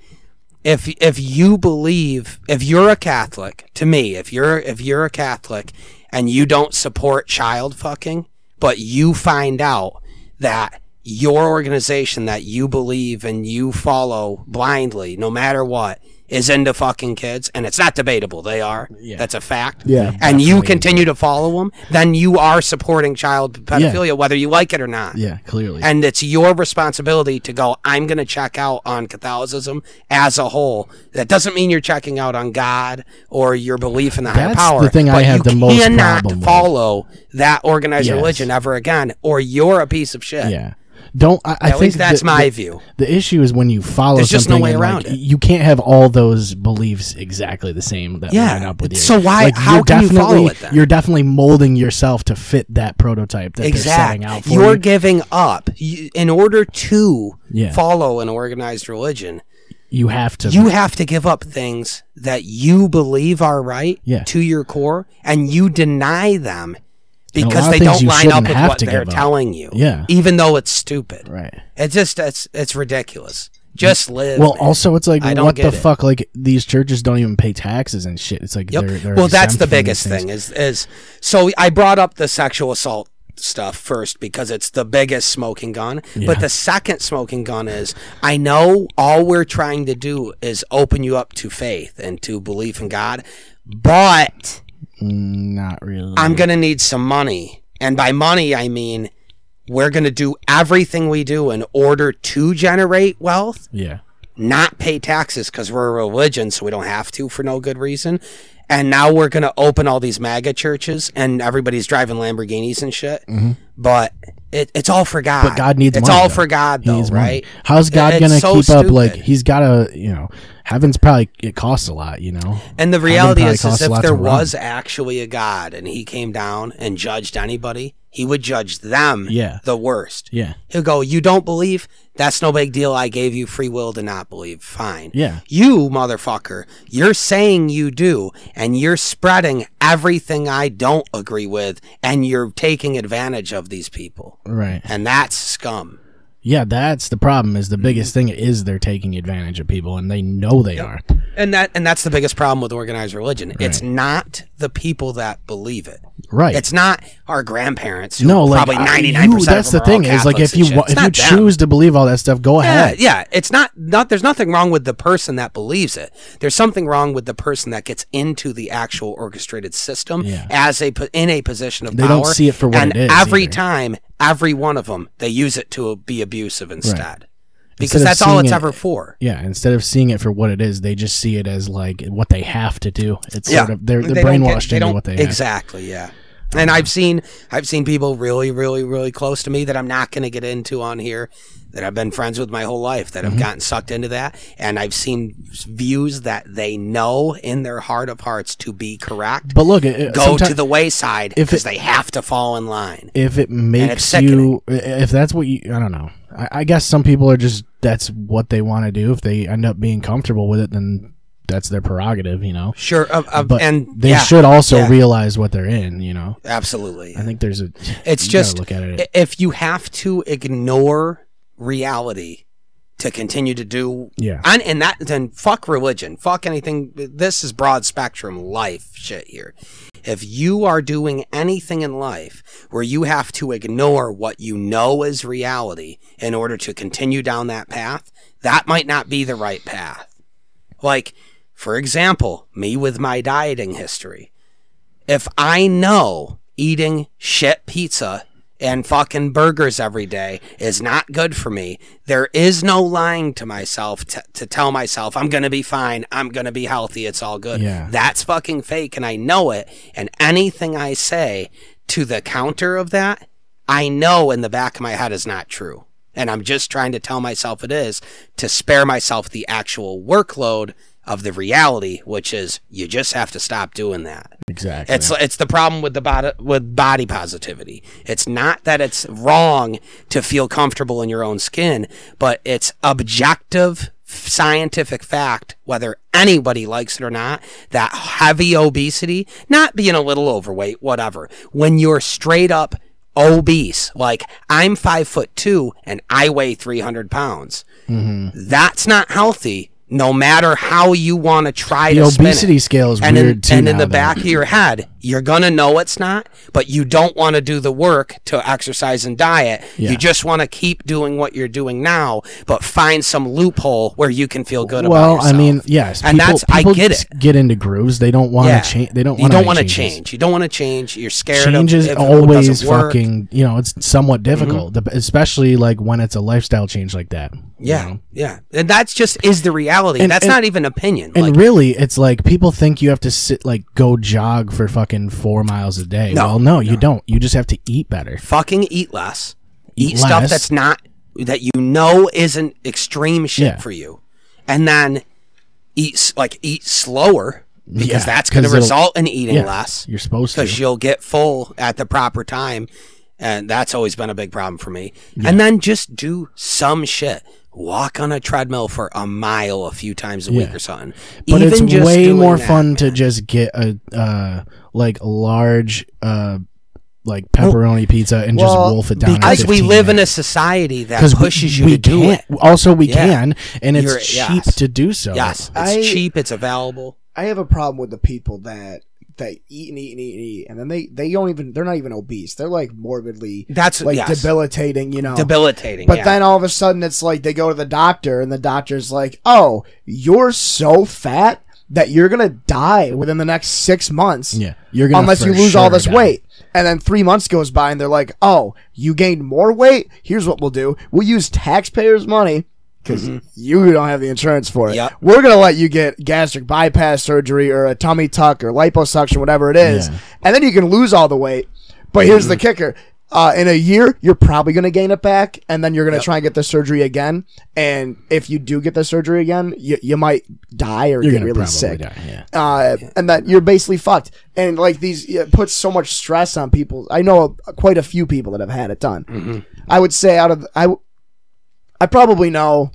Speaker 5: if if you believe if you're a Catholic, to me, if you're if you're a Catholic and you don't support child fucking, but you find out that your organization that you believe and you follow blindly, no matter what, is into fucking kids, and it's not debatable. They are. That's a fact.
Speaker 4: Yeah,
Speaker 5: And you continue to follow them, then you are supporting child pedophilia, whether you like it or not
Speaker 2: Yeah, clearly.
Speaker 5: and it's your responsibility to go i'm going to check out on catholicism as a whole that doesn't mean you're checking out on god or your belief in the higher
Speaker 2: That's
Speaker 5: power
Speaker 2: the thing I
Speaker 5: but
Speaker 2: have
Speaker 5: you
Speaker 2: the most
Speaker 5: cannot
Speaker 2: problem with.
Speaker 5: follow that organized
Speaker 2: Yes.
Speaker 5: religion ever again or you're a piece of shit
Speaker 2: yeah. Don't I, I
Speaker 5: at
Speaker 2: think
Speaker 5: least that's
Speaker 2: the-
Speaker 5: my
Speaker 2: the-
Speaker 5: view
Speaker 2: The issue is when you follow
Speaker 5: There's just no
Speaker 2: something
Speaker 5: way
Speaker 2: and, like,
Speaker 5: around it.
Speaker 2: You can't have all those beliefs exactly the same that
Speaker 5: Yeah.
Speaker 2: line up with you.
Speaker 5: So why-
Speaker 2: Like,
Speaker 5: how
Speaker 2: you're
Speaker 5: can you follow
Speaker 2: definitely-
Speaker 5: it then?
Speaker 2: You're definitely molding yourself to fit that prototype that they're setting out for
Speaker 5: Exactly. You're
Speaker 2: you.
Speaker 5: giving up you, in order to
Speaker 2: Yeah.
Speaker 5: follow an organized religion.
Speaker 2: You have to.
Speaker 5: You have to give up things that you believe are right
Speaker 2: Yeah.
Speaker 5: to your core, and you deny them
Speaker 2: a lot
Speaker 5: because
Speaker 2: of
Speaker 5: they
Speaker 2: things
Speaker 5: don't
Speaker 2: you
Speaker 5: line up
Speaker 2: shouldn't
Speaker 5: with
Speaker 2: have
Speaker 5: what
Speaker 2: to
Speaker 5: they're
Speaker 2: give up.
Speaker 5: telling you.
Speaker 2: Yeah.
Speaker 5: even though it's stupid.
Speaker 2: right.
Speaker 5: It's just it's it's ridiculous. Just live.
Speaker 2: Mm. Well,
Speaker 5: man.
Speaker 2: also it's like
Speaker 5: I don't
Speaker 2: what the
Speaker 5: get it.
Speaker 2: fuck? Like these churches don't even pay taxes and shit. It's like
Speaker 5: Yep.
Speaker 2: they're, they're
Speaker 5: well, that's the
Speaker 2: exempt from these
Speaker 5: biggest
Speaker 2: things.
Speaker 5: thing is is so I brought up the sexual assault stuff first because it's the biggest smoking gun. But the second smoking gun is I know all we're trying to do is open you up to faith and to belief in God, but
Speaker 2: Not really.
Speaker 5: I'm going to need some money. And by money, I mean we're going to do everything we do in order to generate wealth
Speaker 2: yeah.
Speaker 5: not pay taxes because we're a religion, so we don't have to for no good reason. And now we're going to open all these MAGA churches, and everybody's driving Lamborghinis and shit. But it, it's all for God.
Speaker 2: Mm-hmm. But God needs
Speaker 5: it's
Speaker 2: money,
Speaker 5: all
Speaker 2: though.
Speaker 5: for God, though,
Speaker 2: He's money.
Speaker 5: Oh, right?
Speaker 2: How's God
Speaker 5: It's
Speaker 2: gonna
Speaker 5: so
Speaker 2: keep up? Like
Speaker 5: stupid.
Speaker 2: he's gotta, you know, heaven's probably it costs a lot, you know.
Speaker 5: And the reality
Speaker 2: probably
Speaker 5: is, is
Speaker 2: costs a
Speaker 5: if
Speaker 2: lot
Speaker 5: there
Speaker 2: to run.
Speaker 5: was actually a God and he came down and judged anybody, he would judge them
Speaker 2: Yeah.
Speaker 5: the worst.
Speaker 2: Yeah,
Speaker 5: He'll go, You don't believe? That's no big deal. I gave you free will to not believe. Fine.
Speaker 2: yeah,
Speaker 5: You, motherfucker, you're saying you do, and you're spreading everything I don't agree with, and you're taking advantage of these people.
Speaker 2: right.
Speaker 5: And that's scum.
Speaker 2: Yeah, that's the problem. Is the
Speaker 5: Mm-hmm.
Speaker 2: biggest thing is they're taking advantage of people, and they know they are.
Speaker 5: And that and that's the biggest problem with organized religion. It's not the people that believe it.
Speaker 2: Right.
Speaker 5: It's not our grandparents. Who
Speaker 2: no, like
Speaker 5: probably
Speaker 2: I-
Speaker 5: ninety
Speaker 2: you-
Speaker 5: nine percent.
Speaker 2: That's the thing is like if you wa- if you choose to believe all that stuff, go
Speaker 5: Yeah,
Speaker 2: ahead.
Speaker 5: yeah, it's not not. There's nothing wrong with the person that believes it. There's something wrong with the person that gets into the actual orchestrated system
Speaker 2: Yeah.
Speaker 5: as a po- in a position of
Speaker 2: They
Speaker 5: power.
Speaker 2: don't see it for what
Speaker 5: and
Speaker 2: it is
Speaker 5: Every
Speaker 2: either.
Speaker 5: time, every one of them, they use it to be abusive instead,
Speaker 2: Instead
Speaker 5: because
Speaker 2: of
Speaker 5: that's all
Speaker 2: seeing
Speaker 5: it's
Speaker 2: it-
Speaker 5: ever for.
Speaker 2: Yeah, instead of seeing it for what it is, they just see it as like what they have to do. It's sort of they're, they're
Speaker 5: They don't get-
Speaker 2: brainwashed
Speaker 5: they
Speaker 2: into
Speaker 5: don't-
Speaker 2: what they have.
Speaker 5: exactly. Yeah. And I've seen I've seen people really, really, really close to me that I'm not going to get into on here that I've been friends with my whole life that
Speaker 2: Mm-hmm.
Speaker 5: have gotten sucked into that, and I've seen views that they know in their heart of hearts to be correct
Speaker 2: But look, it, it-
Speaker 5: go
Speaker 2: sometime-
Speaker 5: to the wayside
Speaker 2: if
Speaker 5: because
Speaker 2: it-
Speaker 5: they have to fall in line.
Speaker 2: if it makes
Speaker 5: sickening.
Speaker 2: you if that's what you i don't know i, I guess some people are just that's what they want to do if they end up being comfortable with it then that's their prerogative you know
Speaker 5: Sure, uh, uh,
Speaker 2: but
Speaker 5: and
Speaker 2: they
Speaker 5: yeah,
Speaker 2: should also
Speaker 5: yeah.
Speaker 2: realize what they're in you know
Speaker 5: absolutely.
Speaker 2: i think there's a
Speaker 5: It's
Speaker 2: you gotta
Speaker 5: just
Speaker 2: look at it
Speaker 5: i- if you have to ignore reality to continue to do
Speaker 2: yeah
Speaker 5: and and that then fuck religion fuck anything this is broad spectrum life shit here if you are doing anything in life where you have to ignore what you know is reality in order to continue down that path that might not be the right path like for example me with my dieting history if i know eating shit pizza and fucking burgers every day is not good for me. There is no lying to myself t- to tell myself I'm going to be fine. I'm going to be healthy. It's all good.
Speaker 2: Yeah.
Speaker 5: That's fucking fake and I know it. And anything I say to the counter of that, I know in the back of my head is not true. And I'm just trying to tell myself it is to spare myself the actual workload of the reality, which is you just have to stop doing that.
Speaker 2: exactly
Speaker 5: It's it's the problem with the body with body positivity. It's not that it's wrong to feel comfortable in your own skin, but it's objective scientific fact whether anybody likes it or not that heavy obesity, not being a little overweight, whatever. When you're straight up obese, like I'm five foot two and I weigh three hundred pounds,
Speaker 2: Mm-hmm.
Speaker 5: that's not healthy. No matter how you want to try
Speaker 2: the
Speaker 5: to spin it
Speaker 2: obesity scale is
Speaker 5: and
Speaker 2: weird
Speaker 5: in,
Speaker 2: too
Speaker 5: and in
Speaker 2: now,
Speaker 5: the
Speaker 2: though.
Speaker 5: back of your head you're gonna know it's not but you don't want to do the work to exercise and diet
Speaker 2: Yeah.
Speaker 5: you just want to keep doing what you're doing now but find some loophole where you can feel good about
Speaker 2: well
Speaker 5: yourself
Speaker 2: i mean yes
Speaker 5: and
Speaker 2: people,
Speaker 5: that's i
Speaker 2: people
Speaker 5: get
Speaker 2: just
Speaker 5: it
Speaker 2: get into grooves they don't want to
Speaker 5: yeah
Speaker 2: change they don't
Speaker 5: you
Speaker 2: want
Speaker 5: don't want to
Speaker 2: change.
Speaker 5: change you don't want to change you're scared
Speaker 2: change
Speaker 5: of
Speaker 2: is
Speaker 5: if it
Speaker 2: always
Speaker 5: doesn't work. Mm-hmm.
Speaker 2: fucking you know it's somewhat difficult the- especially like when it's a lifestyle change like that you
Speaker 5: yeah
Speaker 2: know?
Speaker 5: yeah and that's just is the reality
Speaker 2: And-
Speaker 5: that's
Speaker 2: and-
Speaker 5: not even opinion
Speaker 2: and
Speaker 5: like,
Speaker 2: really it's like people think you have to sit like go jog for fucking four miles a day
Speaker 5: No,
Speaker 2: well no, you don't you just have to eat better
Speaker 5: fucking eat less.
Speaker 2: Eat
Speaker 5: Eat, stuff
Speaker 2: less.
Speaker 5: that's not that you know isn't extreme shit
Speaker 2: Yeah.
Speaker 5: for you, and then eat s- like eat slower because
Speaker 2: Yeah,
Speaker 5: that's going
Speaker 2: 'cause
Speaker 5: to
Speaker 2: it'll-
Speaker 5: result in eating
Speaker 2: Yeah,
Speaker 5: less
Speaker 2: you're supposed to
Speaker 5: because you'll get full at the proper time, and that's always been a big problem for me. And then just do some shit. Walk on a treadmill for a mile a few times a week
Speaker 2: Yeah.
Speaker 5: or something.
Speaker 2: but it's
Speaker 5: just
Speaker 2: way
Speaker 5: doing
Speaker 2: more
Speaker 5: that.
Speaker 2: fun to just get a uh like large uh like pepperoni pizza and just
Speaker 4: well,
Speaker 2: wolf it down in
Speaker 5: because we
Speaker 2: 15
Speaker 5: live in
Speaker 2: minutes.
Speaker 5: a society that
Speaker 2: because
Speaker 5: pushes you
Speaker 2: we
Speaker 5: to do
Speaker 2: can
Speaker 5: it.
Speaker 2: also we
Speaker 5: Yeah.
Speaker 2: can and it's
Speaker 5: You're-
Speaker 2: cheap
Speaker 5: yes.
Speaker 2: to do so
Speaker 5: Yes, it's
Speaker 4: I-
Speaker 5: cheap. It's available.
Speaker 4: I have a problem with the people that that eat and eat and eat and eat, and then they they don't even they're not even obese. They're like morbidly
Speaker 5: That's
Speaker 4: like
Speaker 5: yes.
Speaker 4: debilitating, you know.
Speaker 5: debilitating.
Speaker 4: but
Speaker 5: yeah.
Speaker 4: then all of a sudden it's like they go to the doctor and the doctor's like, "Oh, you're so fat that you're going to die within the next 6 months."
Speaker 2: yeah you're gonna
Speaker 4: Unless
Speaker 2: for
Speaker 4: you lose all
Speaker 2: sure
Speaker 4: this
Speaker 2: die.
Speaker 4: weight. And then 3 months goes by and they're like, "Oh, you gained more weight? Here's what we'll do. We'll use taxpayers' money because
Speaker 2: Mm-hmm.
Speaker 4: you don't have the insurance for it.
Speaker 5: Yep.
Speaker 4: We're gonna let you get gastric bypass surgery or a tummy tuck or liposuction, whatever it is,
Speaker 2: Yeah. Mm-hmm.
Speaker 4: and then you can lose all the weight. But here's the kicker: uh, in a year, you're probably going to gain it back, and then you're going to try and get the surgery again. And if you do get the surgery again, you, you might die or
Speaker 2: You're
Speaker 4: get
Speaker 2: gonna
Speaker 4: really
Speaker 2: probably
Speaker 4: sick.
Speaker 2: die, yeah.
Speaker 4: Uh, And that you're basically fucked. And like these, it puts so much stress on people. I know quite a few people that have had it done.
Speaker 5: Mm-hmm.
Speaker 4: I would say out of I, w- I probably know.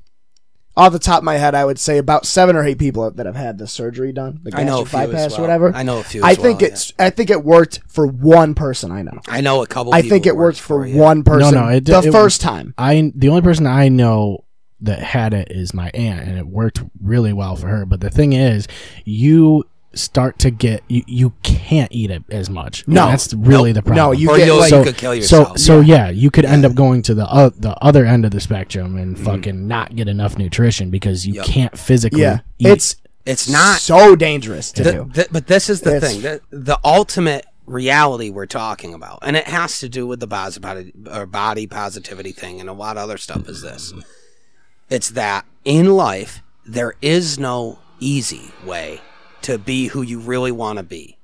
Speaker 4: Off the top of my head, I would say about seven or eight people that have had the surgery done, the
Speaker 5: I know a
Speaker 4: gastric
Speaker 5: few as
Speaker 4: bypass
Speaker 5: well.
Speaker 4: or whatever.
Speaker 5: I know a few
Speaker 4: I
Speaker 5: as
Speaker 4: think
Speaker 5: well,
Speaker 4: it's. I think it worked for one person. I know.
Speaker 5: I know a couple.
Speaker 4: I
Speaker 5: people
Speaker 4: think it
Speaker 5: who
Speaker 4: worked for
Speaker 5: you.
Speaker 4: one person.
Speaker 2: no, it-
Speaker 4: the
Speaker 2: it-
Speaker 4: first time.
Speaker 2: I the only person I know that had it is my aunt, and it worked really well for her. But the thing is, you start to get you, you can't eat it as much.
Speaker 4: No.
Speaker 2: that's really the problem.
Speaker 4: No, you
Speaker 5: Or
Speaker 4: get
Speaker 5: you'll-
Speaker 4: like,
Speaker 5: you could kill yourself.
Speaker 2: So so yeah, you could end up going to the uh, the other end of the spectrum and
Speaker 4: Mm-hmm.
Speaker 2: fucking not get enough nutrition because you
Speaker 5: Yep.
Speaker 2: can't physically.
Speaker 4: yeah,
Speaker 2: eat.
Speaker 4: it's
Speaker 5: It's not
Speaker 4: so dangerous to
Speaker 5: The-
Speaker 4: do.
Speaker 5: the- but this is the
Speaker 4: It's-
Speaker 5: thing: the, the ultimate reality we're talking about, and it has to do with the body, body or body positivity thing, and a lot of other stuff. Is this? It's that in life there is no easy way to be who you really want to be.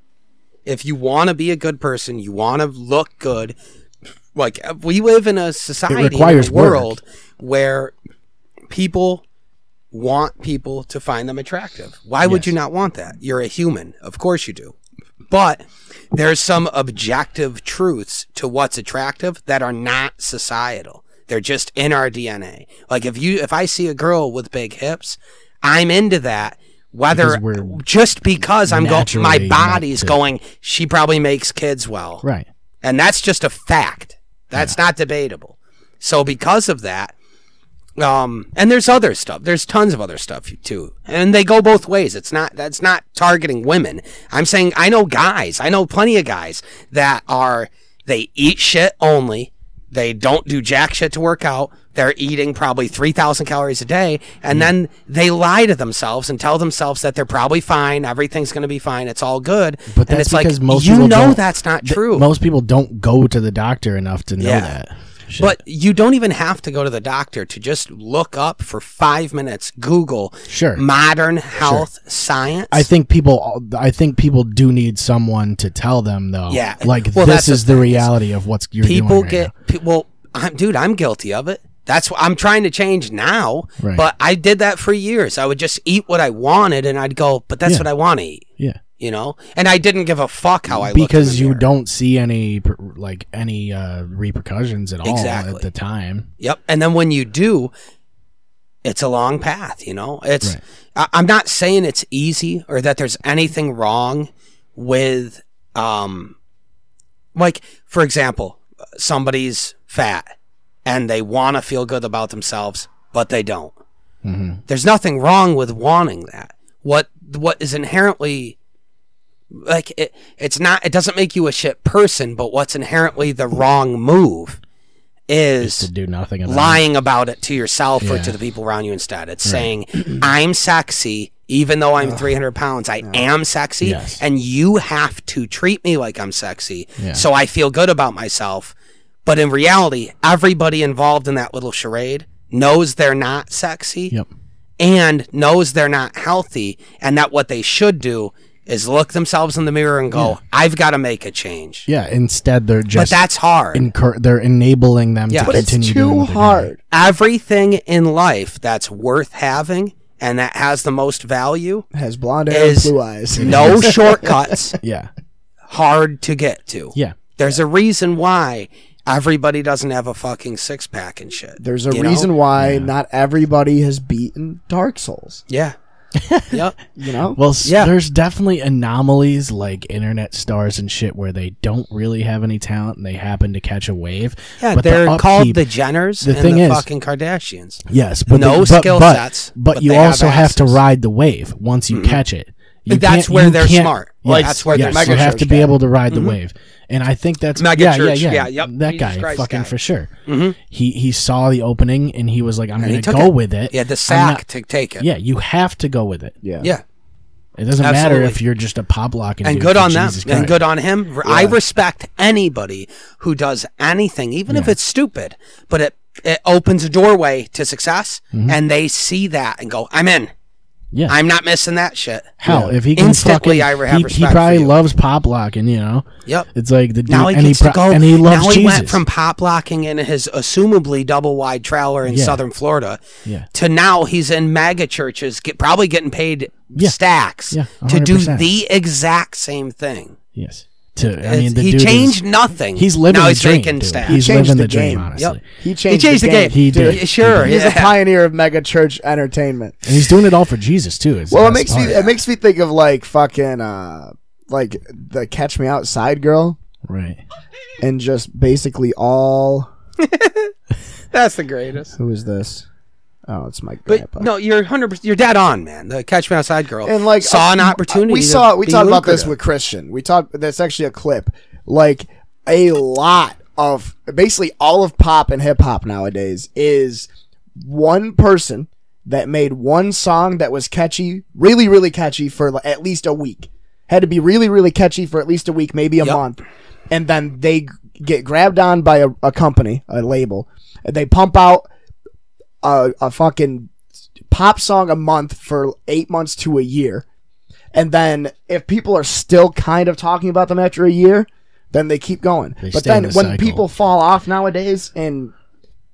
Speaker 5: If you want to be a good person, you want to look good. Like uh, we live in a society,
Speaker 2: requires
Speaker 5: in a
Speaker 2: work.
Speaker 5: world where people want people to find them attractive. Why would you not want that? You're a human. Of course you do. But there's some objective truths to what's attractive that are not societal. They're just in our DNA. Like if you if I see a girl with big hips, I'm into that whether
Speaker 2: Because we're
Speaker 5: just because I'm going my
Speaker 2: naturally
Speaker 5: body's
Speaker 2: not to-
Speaker 5: going she probably makes kids well.
Speaker 2: right.
Speaker 5: And that's just a fact. That's not debatable. So because of that, um, and there's other stuff. There's tons of other stuff too, and they go both ways. It's not that's not targeting women. I'm saying I know guys. I know plenty of guys that are they eat shit only. They don't do jack shit to work out. They're eating probably 3,000 calories a day. And then they lie to themselves and tell themselves that they're probably fine. Everything's going to be fine. It's all good.
Speaker 2: But
Speaker 5: and
Speaker 2: that's
Speaker 5: it's like,
Speaker 2: because most
Speaker 5: you
Speaker 2: people
Speaker 5: know
Speaker 2: don't-
Speaker 5: that's not
Speaker 2: th-
Speaker 5: true.
Speaker 2: most people don't go to the doctor enough to know
Speaker 5: Yeah.
Speaker 2: that. Shit.
Speaker 5: But you don't even have to go to the doctor to just look up for five minutes, Google
Speaker 2: Sure.
Speaker 5: modern health science.
Speaker 2: I think people, I think people do need someone to tell them though.
Speaker 5: Yeah.
Speaker 2: like
Speaker 5: Well,
Speaker 2: this
Speaker 5: that's the
Speaker 2: is the
Speaker 5: thing is
Speaker 2: reality of what's you're doing
Speaker 5: people
Speaker 2: right
Speaker 5: get pe- well. I'm, dude, I'm guilty of it. That's what I'm trying to change now.
Speaker 2: Right.
Speaker 5: But I did that for years. I would just eat what I wanted, and I'd go, "But that's
Speaker 2: Yeah.
Speaker 5: what I want to eat,"
Speaker 2: now. yeah,
Speaker 5: you know. And I didn't give a fuck how I looked in
Speaker 2: because
Speaker 5: the
Speaker 2: you
Speaker 5: mirror.
Speaker 2: don't see any per- like any uh, repercussions at all
Speaker 5: Exactly.
Speaker 2: at the time.
Speaker 5: Yep. And then when you do, it's a long path, you know? It's,
Speaker 2: Right.
Speaker 5: I, I'm not saying it's easy or that there's anything wrong with, um, like, for example, somebody's fat and they want to feel good about themselves, but they don't.
Speaker 2: Mm-hmm.
Speaker 5: There's nothing wrong with wanting that. What, what is inherently like it, it's not it doesn't make you a shit person but what's inherently the wrong move is
Speaker 2: To do nothing about it.
Speaker 5: lying about it to yourself or
Speaker 2: Yeah.
Speaker 5: to the people around you instead. It's saying, I'm sexy, even though I'm 300 pounds, I am sexy,
Speaker 2: Yes.
Speaker 5: and you have to treat me like I'm sexy.
Speaker 2: Yeah.
Speaker 5: So I feel good about myself. But in reality, everybody involved in that little charade knows they're not sexy
Speaker 2: Yep.
Speaker 5: and knows they're not healthy and that what they should do is look themselves in the mirror and go, I've got to make a change.
Speaker 2: Yeah. Instead, they're
Speaker 5: But
Speaker 2: just
Speaker 5: that's hard.
Speaker 2: encur- they're enabling them
Speaker 5: Yeah.
Speaker 2: to
Speaker 5: But
Speaker 4: But it's
Speaker 2: continue doing
Speaker 4: too
Speaker 2: what they're doing.
Speaker 4: hard.
Speaker 5: everything in life that's worth having and that has the most value
Speaker 4: Has blonde hair and
Speaker 5: Is-
Speaker 4: blue eyes.
Speaker 5: no shortcuts
Speaker 2: Yeah.
Speaker 5: hard to get to
Speaker 2: Yeah.
Speaker 5: there's a reason why everybody doesn't have a fucking six-pack and shit
Speaker 4: There's a
Speaker 5: you know?
Speaker 4: reason why not everybody has beaten Dark Souls.
Speaker 5: yeah yep
Speaker 4: You know.
Speaker 2: Well, s-
Speaker 5: Yeah.
Speaker 2: there's definitely anomalies like internet stars and shit where they don't really have any talent and they happen to catch a wave.
Speaker 5: yeah
Speaker 2: but the
Speaker 5: they're called
Speaker 2: upkeep-
Speaker 5: the jenners
Speaker 2: the
Speaker 5: and
Speaker 2: thing
Speaker 5: the
Speaker 2: is-
Speaker 5: fucking kardashians
Speaker 2: Yes, but
Speaker 5: No
Speaker 2: but,
Speaker 5: skill
Speaker 2: but,
Speaker 5: sets,
Speaker 2: But,
Speaker 5: but
Speaker 2: you
Speaker 5: they have
Speaker 2: also have, to
Speaker 5: access. Mm-hmm.
Speaker 2: ride the wave once you catch it. You
Speaker 5: That's
Speaker 2: can't-
Speaker 5: where
Speaker 2: you
Speaker 5: they're
Speaker 2: can't-
Speaker 5: smart.
Speaker 2: Yes,
Speaker 5: That's where they're
Speaker 2: yes, you
Speaker 5: smart.
Speaker 2: have to be able to ride the wave, and I think that's
Speaker 5: Mm-hmm. Mega
Speaker 2: yeah,
Speaker 5: church,
Speaker 2: yeah, yeah,
Speaker 5: yeah, yep,
Speaker 2: That
Speaker 5: Jesus
Speaker 2: guy,
Speaker 5: Christ
Speaker 2: fucking
Speaker 5: guy.
Speaker 2: for sure. He he saw the opening and he was like, "I'm
Speaker 5: And he
Speaker 2: going to
Speaker 5: took
Speaker 2: go
Speaker 5: it.
Speaker 2: with it."
Speaker 5: yeah the
Speaker 2: I'm
Speaker 5: sack
Speaker 2: not-
Speaker 5: to take it
Speaker 2: yeah, you have to go with it.
Speaker 4: yeah.
Speaker 5: yeah
Speaker 2: It doesn't matter
Speaker 5: Absolutely.
Speaker 2: if you're just a pop locking
Speaker 5: and
Speaker 2: dude
Speaker 5: good
Speaker 2: for
Speaker 5: on them
Speaker 2: Jesus
Speaker 5: and
Speaker 2: Christ.
Speaker 5: good on him R- i respect anybody who does anything even if it's stupid
Speaker 2: Mm-hmm.
Speaker 5: but it it opens a doorway to success and they see that and go i'm in
Speaker 2: Yeah.
Speaker 5: I'm not missing that shit.
Speaker 2: Hell,
Speaker 4: Yeah.
Speaker 2: if he can
Speaker 5: Instantly,
Speaker 2: fucking,
Speaker 5: I have
Speaker 2: he, he
Speaker 5: respect for
Speaker 2: probably
Speaker 5: you.
Speaker 2: loves pop locking. You know,
Speaker 5: Yep.
Speaker 2: it's like the dude,
Speaker 5: Now he
Speaker 2: and he
Speaker 5: gets to
Speaker 2: pro-
Speaker 5: go.
Speaker 2: and he loves
Speaker 5: now he
Speaker 2: Jesus.
Speaker 5: went from pop locking in his assumably double wide trailer in
Speaker 2: Yeah.
Speaker 5: southern Florida
Speaker 2: yeah,
Speaker 5: to now he's in mega churches, get, probably getting paid
Speaker 2: Yeah.
Speaker 5: stacks
Speaker 2: Yeah,
Speaker 5: to do
Speaker 2: 100%.
Speaker 5: the exact same thing.
Speaker 2: yes. To, I mean, the
Speaker 5: he
Speaker 2: dude is-
Speaker 5: changed nothing.
Speaker 2: he's living
Speaker 5: now
Speaker 2: the
Speaker 5: he's
Speaker 2: dream.
Speaker 5: making
Speaker 2: dude.
Speaker 5: stacks.
Speaker 2: He's
Speaker 4: changed
Speaker 2: living the,
Speaker 4: the
Speaker 2: dream,
Speaker 4: game.
Speaker 2: honestly.
Speaker 4: He
Speaker 5: he
Speaker 4: changed,
Speaker 5: changed the game.
Speaker 2: He did.
Speaker 5: Yeah, Sure.
Speaker 4: He's a
Speaker 5: yeah.
Speaker 4: pioneer of mega church entertainment.
Speaker 2: And he's doing it all for Jesus too. is the
Speaker 4: Well, it
Speaker 2: best
Speaker 4: makes me
Speaker 2: part.
Speaker 4: it makes me think of like fucking uh like the Catch Me Outside girl
Speaker 2: right.
Speaker 4: and just basically all
Speaker 5: That's the greatest.
Speaker 4: who is this? Oh, it's my
Speaker 5: But
Speaker 4: grandpa.
Speaker 5: no, you're hundred percent. You're dead on, man. The Catch Me Outside girl
Speaker 4: and like
Speaker 5: saw
Speaker 4: uh,
Speaker 5: an opportunity.
Speaker 4: We
Speaker 5: to
Speaker 4: saw we
Speaker 5: be
Speaker 4: talked about this
Speaker 5: lucrative.
Speaker 4: with Christian. We talked that's actually a clip. Like a lot of basically all of pop and hip hop nowadays is one person that made one song that was catchy, really really catchy for like, at least a week. Had to be really really catchy for at least a week, maybe a
Speaker 5: Yep.
Speaker 4: month. And then they g- get grabbed on by a, a company, a label. And they pump out a, a fucking pop song a month for eight months to a year. And then if people are still kind of talking about them after a year, then they keep going.
Speaker 2: They
Speaker 4: but
Speaker 2: stay in
Speaker 4: then
Speaker 2: the
Speaker 4: when
Speaker 2: cycle.
Speaker 4: people fall off nowadays and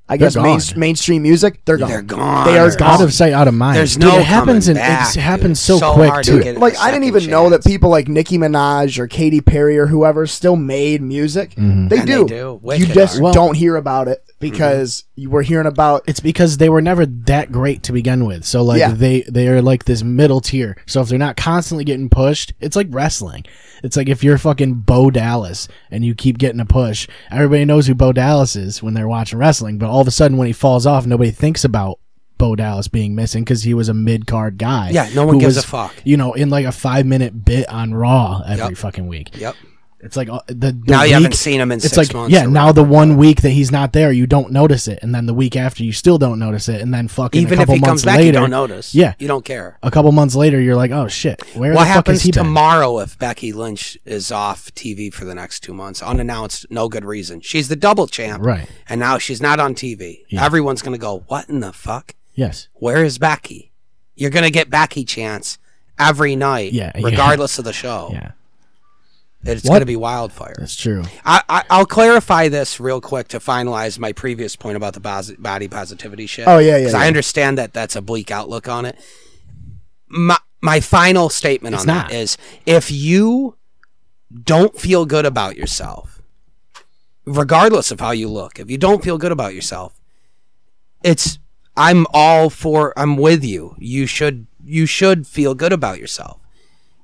Speaker 4: I guess main,
Speaker 2: gone.
Speaker 4: mainstream music, they're gone.
Speaker 5: They're gone.
Speaker 4: They are
Speaker 5: They're
Speaker 4: gone.
Speaker 2: Out of sight, out of mind.
Speaker 5: There's
Speaker 2: Dude,
Speaker 5: no
Speaker 2: It happens
Speaker 5: coming
Speaker 2: and
Speaker 5: back,
Speaker 2: it happens
Speaker 5: dude.
Speaker 2: so,
Speaker 5: It's so
Speaker 2: quick
Speaker 5: hard to
Speaker 2: too.
Speaker 5: get it.
Speaker 4: like
Speaker 5: the
Speaker 4: I didn't
Speaker 5: second
Speaker 4: even know that
Speaker 5: chance.
Speaker 4: people like Nicki Minaj or Katy Perry or whoever still made music. They,
Speaker 5: And they
Speaker 4: do.
Speaker 5: do.
Speaker 4: You
Speaker 5: Wicked Mm-hmm.
Speaker 4: just
Speaker 2: hard. Mm-hmm. Well-
Speaker 4: don't hear about it because you were hearing about
Speaker 2: it's because they were never that great to begin with. So like
Speaker 4: Yeah.
Speaker 2: they they are like this middle tier. So if they're not constantly getting pushed, it's like wrestling. It's like if you're fucking Bo Dallas and you keep getting a push, everybody knows who Bo Dallas is when they're watching wrestling, but all of a sudden when he falls off, nobody thinks about Bo Dallas being missing because he was a mid card guy.
Speaker 5: Yeah, no one
Speaker 2: who
Speaker 5: gives
Speaker 2: was,
Speaker 5: a fuck.
Speaker 2: You know, in like a five minute bit on Raw every fucking week.
Speaker 5: Yep.
Speaker 2: It's like uh, the, the
Speaker 5: Now you haven't
Speaker 2: week-
Speaker 5: seen him in
Speaker 2: it's
Speaker 5: six
Speaker 2: like
Speaker 5: months.
Speaker 2: yeah.
Speaker 5: or
Speaker 2: Now the one week that he's not there, you don't notice it, and then the week after, you still don't notice it, and then fucking
Speaker 5: even
Speaker 2: a
Speaker 5: if
Speaker 2: couple
Speaker 5: he
Speaker 2: months
Speaker 5: comes back,
Speaker 2: later,
Speaker 5: you don't notice.
Speaker 2: Yeah.
Speaker 5: you don't care.
Speaker 2: a couple months later, you're like, oh shit, where
Speaker 5: what
Speaker 2: the fuck
Speaker 5: happens
Speaker 2: is he been?
Speaker 5: tomorrow if Becky Lynch is off TV for the next two months, unannounced, no good reason? She's the double champ,
Speaker 2: Right.
Speaker 5: And now she's not on TV. Everyone's gonna go, "What in the fuck?
Speaker 2: Yes,
Speaker 5: Where is Becky?" You're gonna get Becky chance every night,
Speaker 2: Yeah, yeah.
Speaker 5: regardless of the show.
Speaker 2: yeah,
Speaker 5: It's
Speaker 2: What?
Speaker 5: gonna be wildfire.
Speaker 2: that's true.
Speaker 5: I, I, I'll clarify this real quick to finalize my previous point about the bos- body positivity shit.
Speaker 4: Oh, yeah, yeah,
Speaker 5: 'Cause
Speaker 4: yeah.
Speaker 5: I understand that that's a bleak outlook on it. My my final statement on
Speaker 2: not.
Speaker 5: that is if you don't feel good about yourself, regardless of how you look, if you don't feel good about yourself, it's I'm all for I'm with you. You should you should feel good about yourself.